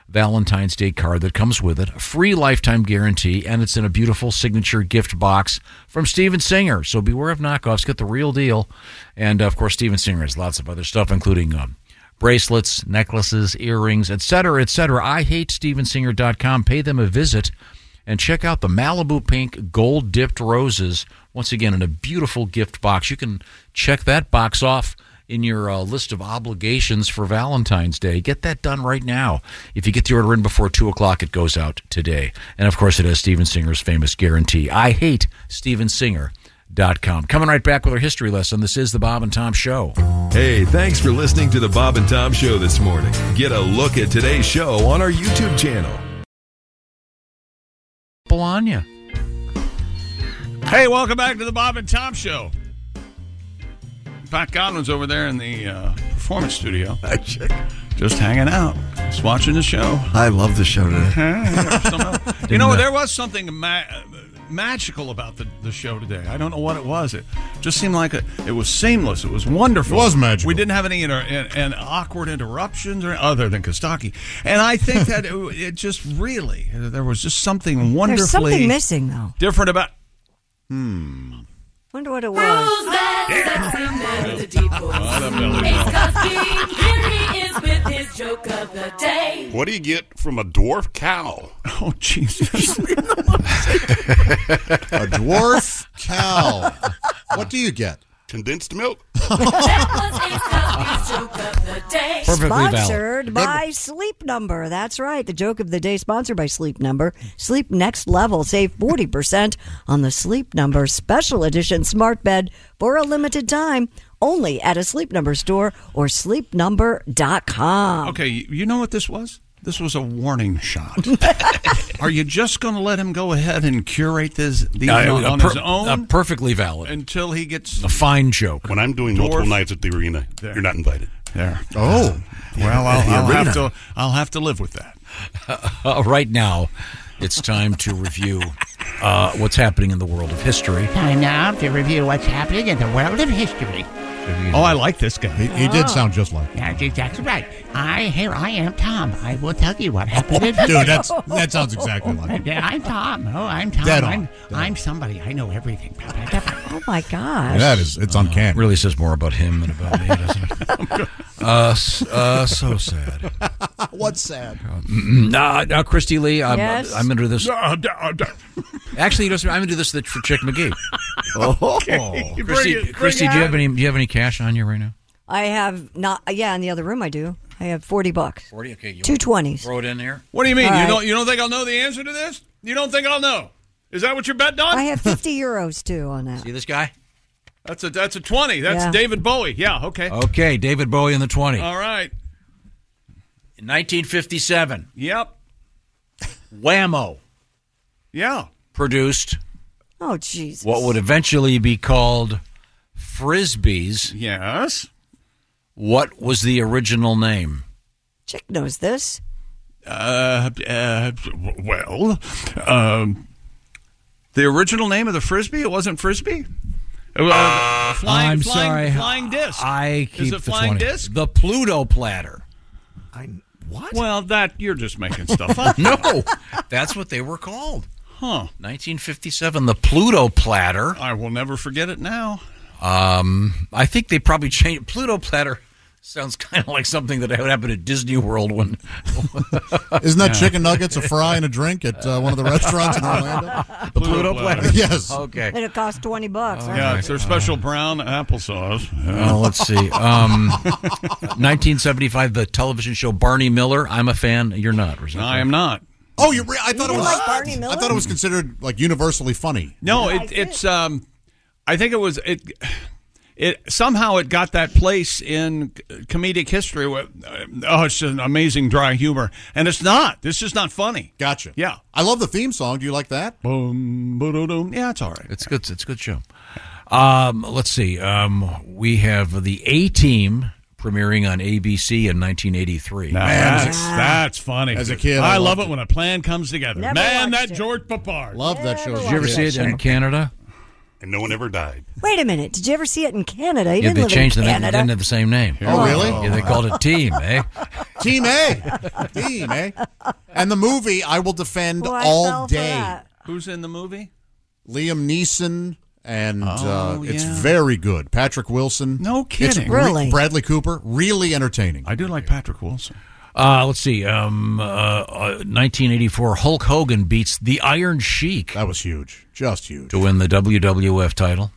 S3: Valentine's Day card that comes with it, a free lifetime guarantee, and it's in a beautiful signature gift box from Steven Singer. So beware of knockoffs. Get the real deal. And uh, of course, Steven Singer has lots of other stuff, including. Um, bracelets, necklaces, earrings, etc., etc. I hate stevensinger.com. Pay them a visit and check out the Malibu pink gold dipped roses once again in a beautiful gift box. You can check that box off in your uh, list of obligations for Valentine's Day. Get that done right now. If you get the order in before 2 o'clock, it goes out today. And of course, it has Steven Singer's famous guarantee. I hate stevensinger.com. Coming right back with our history lesson. This is the Bob and Tom Show.
S13: Hey, thanks for listening to the Bob and Tom Show this morning. Get a look at today's show on our YouTube channel.
S3: Bologna.
S1: Hey, welcome back to the Bob and Tom Show. Pat Godwin's over there in the uh,
S5: (laughs)
S1: performance studio. Just hanging out, just watching the show.
S7: I love the show today.
S5: (laughs)
S1: you know, there was something ma- magical about the, the show today. I don't know what it was. It just seemed like a, it was seamless. It was wonderful.
S5: It was magical.
S1: We didn't have any inter- and, and awkward interruptions or other than Kostaki. And I think that it, (laughs) it just really there was just something wonderfully
S4: There's something missing though.
S1: different about. Hmm.
S4: Wonder what it was.
S17: What do you get (laughs) from a dwarf
S4: (laughs)
S17: cow?
S1: Oh, Jesus.
S17: a
S5: dwarf cow. What do you get?
S17: Condensed milk.
S3: Perfectly valid.
S4: Sponsored by Sleep Number. That's right. The joke of the day sponsored by Sleep Number. Sleep Next Level. Save 40% on the Sleep Number Special Edition Smart Bed for a limited time only at a Sleep Number store or Oh sleepnumber.com.
S1: Okay, you you know what this was? This was a warning
S4: (laughs)
S1: shot. Are you just going to let him go ahead and curate this these
S3: Uh,
S1: on,
S3: a
S1: on
S3: per-
S1: his own?
S3: a perfectly valid.
S1: Until he gets
S3: A fine joke.
S17: When I'm doing multiple nights at the arena,
S1: There.
S17: you're not invited.
S1: There.
S5: Oh.
S1: Well, I'll,
S3: The
S1: I'll
S3: arena.
S1: have to. I'll have to live with that.
S3: (laughs) Uh, right now, it's time to review uh, what's happening in the world of history.
S10: Time now to review what's happening in the world of history.
S1: Oh, I like this guy. He,
S10: Oh,
S5: did sound just like.
S10: That's exactly right. I here I am Tom. I will tell you what happened. in
S5: (laughs) Dude,
S10: history. (laughs)
S5: that's that sounds exactly like.
S10: And, uh, I'm Tom. Oh, I'm Tom.
S5: Dead on.
S10: I'm I'm somebody. I
S5: (laughs)
S10: know everything.
S4: Oh, my gosh.
S5: That is, it's uncanny.
S3: Uh, really says more about him than about me, doesn't
S17: (laughs)
S3: it? Uh, s- uh, so sad.
S5: (laughs) What's sad?
S3: Now, now, Christy Lee, I'm,
S5: Yes.
S3: I'm into this. Actually, you know, something? I'm into this for Chick
S1: (laughs)
S3: McGee. Oh.
S5: Okay.
S3: Christy,
S5: Bring it- bring
S3: Christy,
S5: it
S3: do you
S5: on.
S3: have any? Do you have any cash on you right now?
S4: I have not. Yeah, in the other room I do. I have forty bucks.
S3: 40? Okay, you
S4: Two twenties.
S3: Throw it in there.
S1: What do you mean?
S4: All
S1: you
S4: right.
S1: don't. You don't think I'll know the answer to this? You don't think I'll know? Is that what you're betting on?
S4: I have fifty euros too on that.
S3: See this guy?
S1: That's a. That's a twenty. That's
S4: Yeah.
S1: David Bowie. Yeah. Okay.
S3: Okay, David Bowie in the twenty.
S1: All right.
S3: In 1957.
S1: Yep.
S3: Whammo.
S1: Yeah.
S3: Produced
S4: Oh, Jesus.
S3: what would eventually be called frisbees.
S1: Yes.
S3: What was the original name?
S4: Chick knows this.
S1: Uh, uh, well, um, the original name of the frisbee. It wasn't frisbee. It was, uh, flying,
S3: I'm
S1: flying,
S3: sorry.
S1: Flying disc.
S3: I keep
S1: Is it
S3: the
S1: flying
S3: 20.
S1: disc?
S3: The Pluto platter.
S1: What? Well, that you're just
S3: (laughs)
S1: making stuff up. (laughs)
S3: no, that's what they were called.
S1: Huh.
S3: 1957, the Pluto platter.
S1: I will never forget it now.
S3: Um, I think they probably changed Pluto platter. Sounds kind of like something that would happen at Disney World when.
S5: (laughs) Isn't that chicken nuggets,
S3: (laughs)
S5: a fry, and a drink at uh, one of the restaurants in
S1: (laughs)
S5: Orlando?
S3: The Pluto platter.
S5: Yes.
S3: Okay.
S4: And it cost twenty bucks. huh?
S1: Yeah, it's their special brown applesauce.
S3: Oh, Uh, Well, Oh, let's see. Um, 1975, the television show Barney Miller. I'm a fan. You're not. Rosanna.
S1: I am not.
S5: Oh, you. Re- I thought it was.
S4: like Barney
S5: I thought it was considered like universally funny.
S1: No, it, it's. Um, I think it was it. it somehow it got that place in comedic history. Where, uh, oh, it's an amazing dry humor, and it's not. This is not funny.
S5: Gotcha.
S1: Yeah,
S5: I love the theme song. Do you like that?
S1: Boom, boom, Yeah, it's all right.
S3: It's good. It's a good show. Um, let's see. Um, we have the A Team premiering on ABC in 1983.
S1: Now, that's, that's funny.
S3: As a kid,
S1: I,
S3: I
S1: love
S3: loved
S1: it, when a plan comes together.
S3: Never
S1: Man, that George Papard.
S5: Love that show.
S3: Did you ever see it in Canada?
S17: And no one ever died.
S4: Wait a minute. Did you ever see it in Canada? You
S3: Yeah,
S4: didn't
S3: they
S4: live
S3: changed
S4: in
S3: the name. They
S4: Canada.
S3: didn't have the same name.
S4: Oh, really?
S3: Yeah, they called it Team, eh?
S5: Team A.
S1: (laughs)
S5: Team A. And the movie I will defend
S1: Well, Oh, I fell
S5: all
S1: for
S5: day.
S1: that. Who's in the movie?
S5: Liam Neeson, and
S1: Oh,
S5: uh, it's
S1: yeah.
S5: very good. Patrick Wilson.
S1: No kidding.
S5: It's
S1: Really?
S5: Bradley Cooper. Really entertaining.
S1: I do like Patrick Wilson.
S3: Uh, let's see. Um, uh, uh, 1984, Hulk Hogan beats the Iron Sheik.
S5: That was huge, just huge,
S3: to win the WWF title.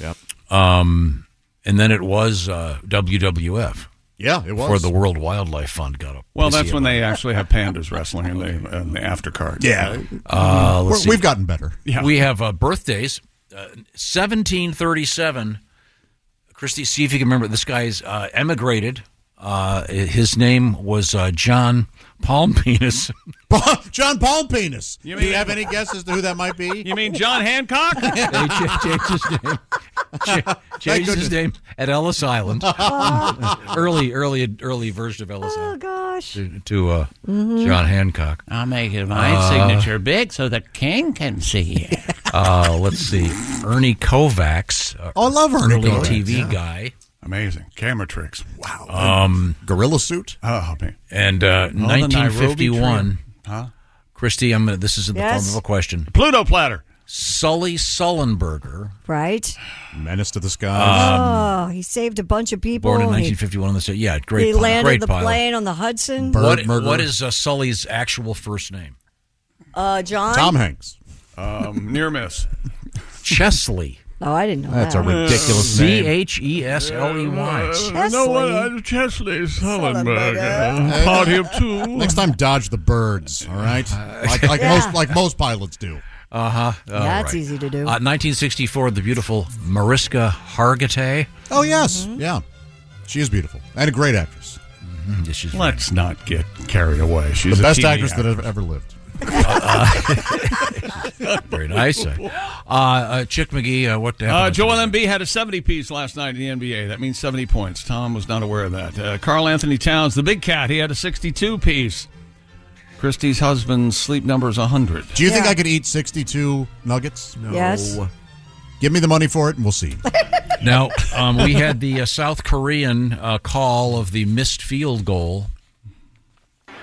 S5: Yep.
S3: Um, and then it was uh, WWF.
S5: Yeah, it was.
S3: Before the World Wildlife Fund got up.
S1: Well, that's when they actually have pandas wrestling in the, in the aftercard.
S3: Yeah.
S1: Uh,
S3: Uh, let's see.
S5: We've gotten better.
S3: We have uh, birthdays. Uh, 1737. Christy, see if you can remember. This guy's uh, emigrated. Uh, his name was uh, John Palm (laughs)
S5: (laughs)
S3: Penis.
S5: John Paul Penis.
S1: You
S5: Do
S1: mean-
S5: you have any guess as to who that might be?
S1: You mean John (laughs) Hancock?
S3: They (laughs) cha- changed his name. Cha- changed his name at Ellis Island. early, early, early version of Ellis Island.
S4: Oh gosh.
S3: To, to uh,
S10: Mhm.
S3: John Hancock.
S1: (laughs)
S10: I'll make it my
S3: Uh,
S10: signature big so the king can see
S3: (laughs)
S10: it.
S3: Uh, let's see, Ernie Kovacs. uh,
S10: Oh, I love Ernie
S3: early
S10: Kovacs,
S3: TV
S10: yeah.
S3: guy.
S1: Amazing camera tricks. Wow.
S3: Um,
S5: Gorilla suit.
S1: Oh man.
S3: And uh,
S1: the Nairobi
S3: 1951.
S1: trip. Huh?
S3: Christy, I'm gonna, this is in the
S4: Yes?
S3: form of a question.
S1: Pluto platter.
S3: Sully Sullenberger, Um,
S4: Right?
S5: Menace to the
S3: Skies.
S4: oh, he saved a bunch of people.
S3: uh, born in
S4: and he-
S3: 1951 in the state. Yeah, great.
S4: He
S3: pilot,
S4: landed
S3: great
S4: the
S3: pilot.
S4: plane on the Hudson.
S3: What, what is uh, Sully's actual first name?
S4: Uh, John.
S5: Hanks.
S1: Um, (laughs) near miss.
S3: Chesley.
S4: Oh, I didn't know
S1: That's
S4: that.
S5: (laughs)
S1: a ridiculous
S3: C
S1: name.
S3: H E S L E Y.
S1: Uh, no one, uh, Chesley Sullenberger. Uh, party of two.
S5: Next time, dodge the birds. All right,
S1: Uh,
S3: (laughs)
S5: like, like
S4: Yeah.
S5: most like most pilots do.
S3: Uh huh.
S4: Yeah, it's easy to do.
S3: Uh, 1964, the beautiful Mariska Hargitay. Mm-hmm.
S5: Oh yes, yeah, she is beautiful and a great actress.
S3: Mm-hmm.
S5: (laughs)
S1: Let's not get carried away. She's
S5: the
S1: a Uh-uh.
S5: best
S1: teeny
S5: actress that
S1: actress.
S5: ever, ever lived.
S3: Very nice.
S1: (laughs)
S3: Uh, uh, Chick McGee, uh, what the
S1: Uh,
S3: hell?
S1: Joel Embiid had a 70 piece last night in the NBA. That means 70 points. Tom was not aware of that. Uh, Carl Anthony Towns, the big cat, he had a 62 piece. Christie's husband's sleep number is 100.
S5: Do you think I could eat sixty-two nuggets? No.
S3: Yes.
S5: Give me the money for it, and we'll see.
S3: now, um, we had the uh, South Korean uh, call of the missed field goal.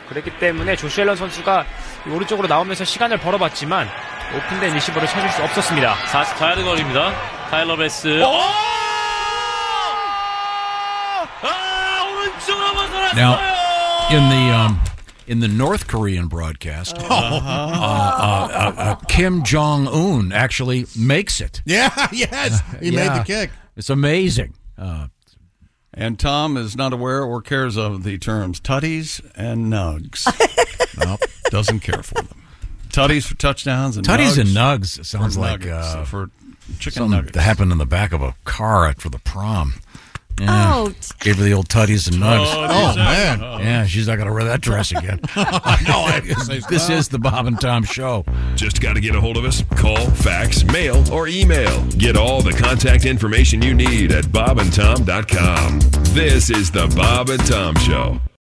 S15: 그랬기 때문에 조시앨런 선수가 이 오른쪽으로 나오면서 시간을 벌어봤지만 오픈된 리시버를 찾을 수 없었습니다. 어?
S14: 44야드 거리입니다. 타일러 베스. 아, 오른쪽으로 벗어났어요.
S3: Now, in the um, in the North Korean broadcast,
S1: Oh.
S3: uh, uh, uh, uh, Kim Jong Un actually makes it.
S19: (laughs)
S5: Yeah, yes, he made the kick.
S3: It's amazing. Uh,
S1: And Tom is not aware or cares of the terms tutties
S3: (laughs)
S1: and nugs. nope, doesn't care for them. Tutties for touchdowns and
S3: Tutties
S1: nugs
S3: and nugs sounds
S1: for
S3: like
S1: nuggets,
S3: uh,
S1: for chicken
S3: something
S1: nuggets.
S3: that happened in the back of a car after the prom. Yeah.
S1: Oh.
S3: Gave her the old tutties and nugs.
S1: Tutties Oh, and- man.
S3: Yeah, she's not going to wear that dress again.
S1: (laughs)
S3: this is the Bob and Tom Show.
S13: Just got to get a hold of us. Call, fax, mail, or email. Get all the contact information you need at bobandtom.com. This is the Bob and Tom Show.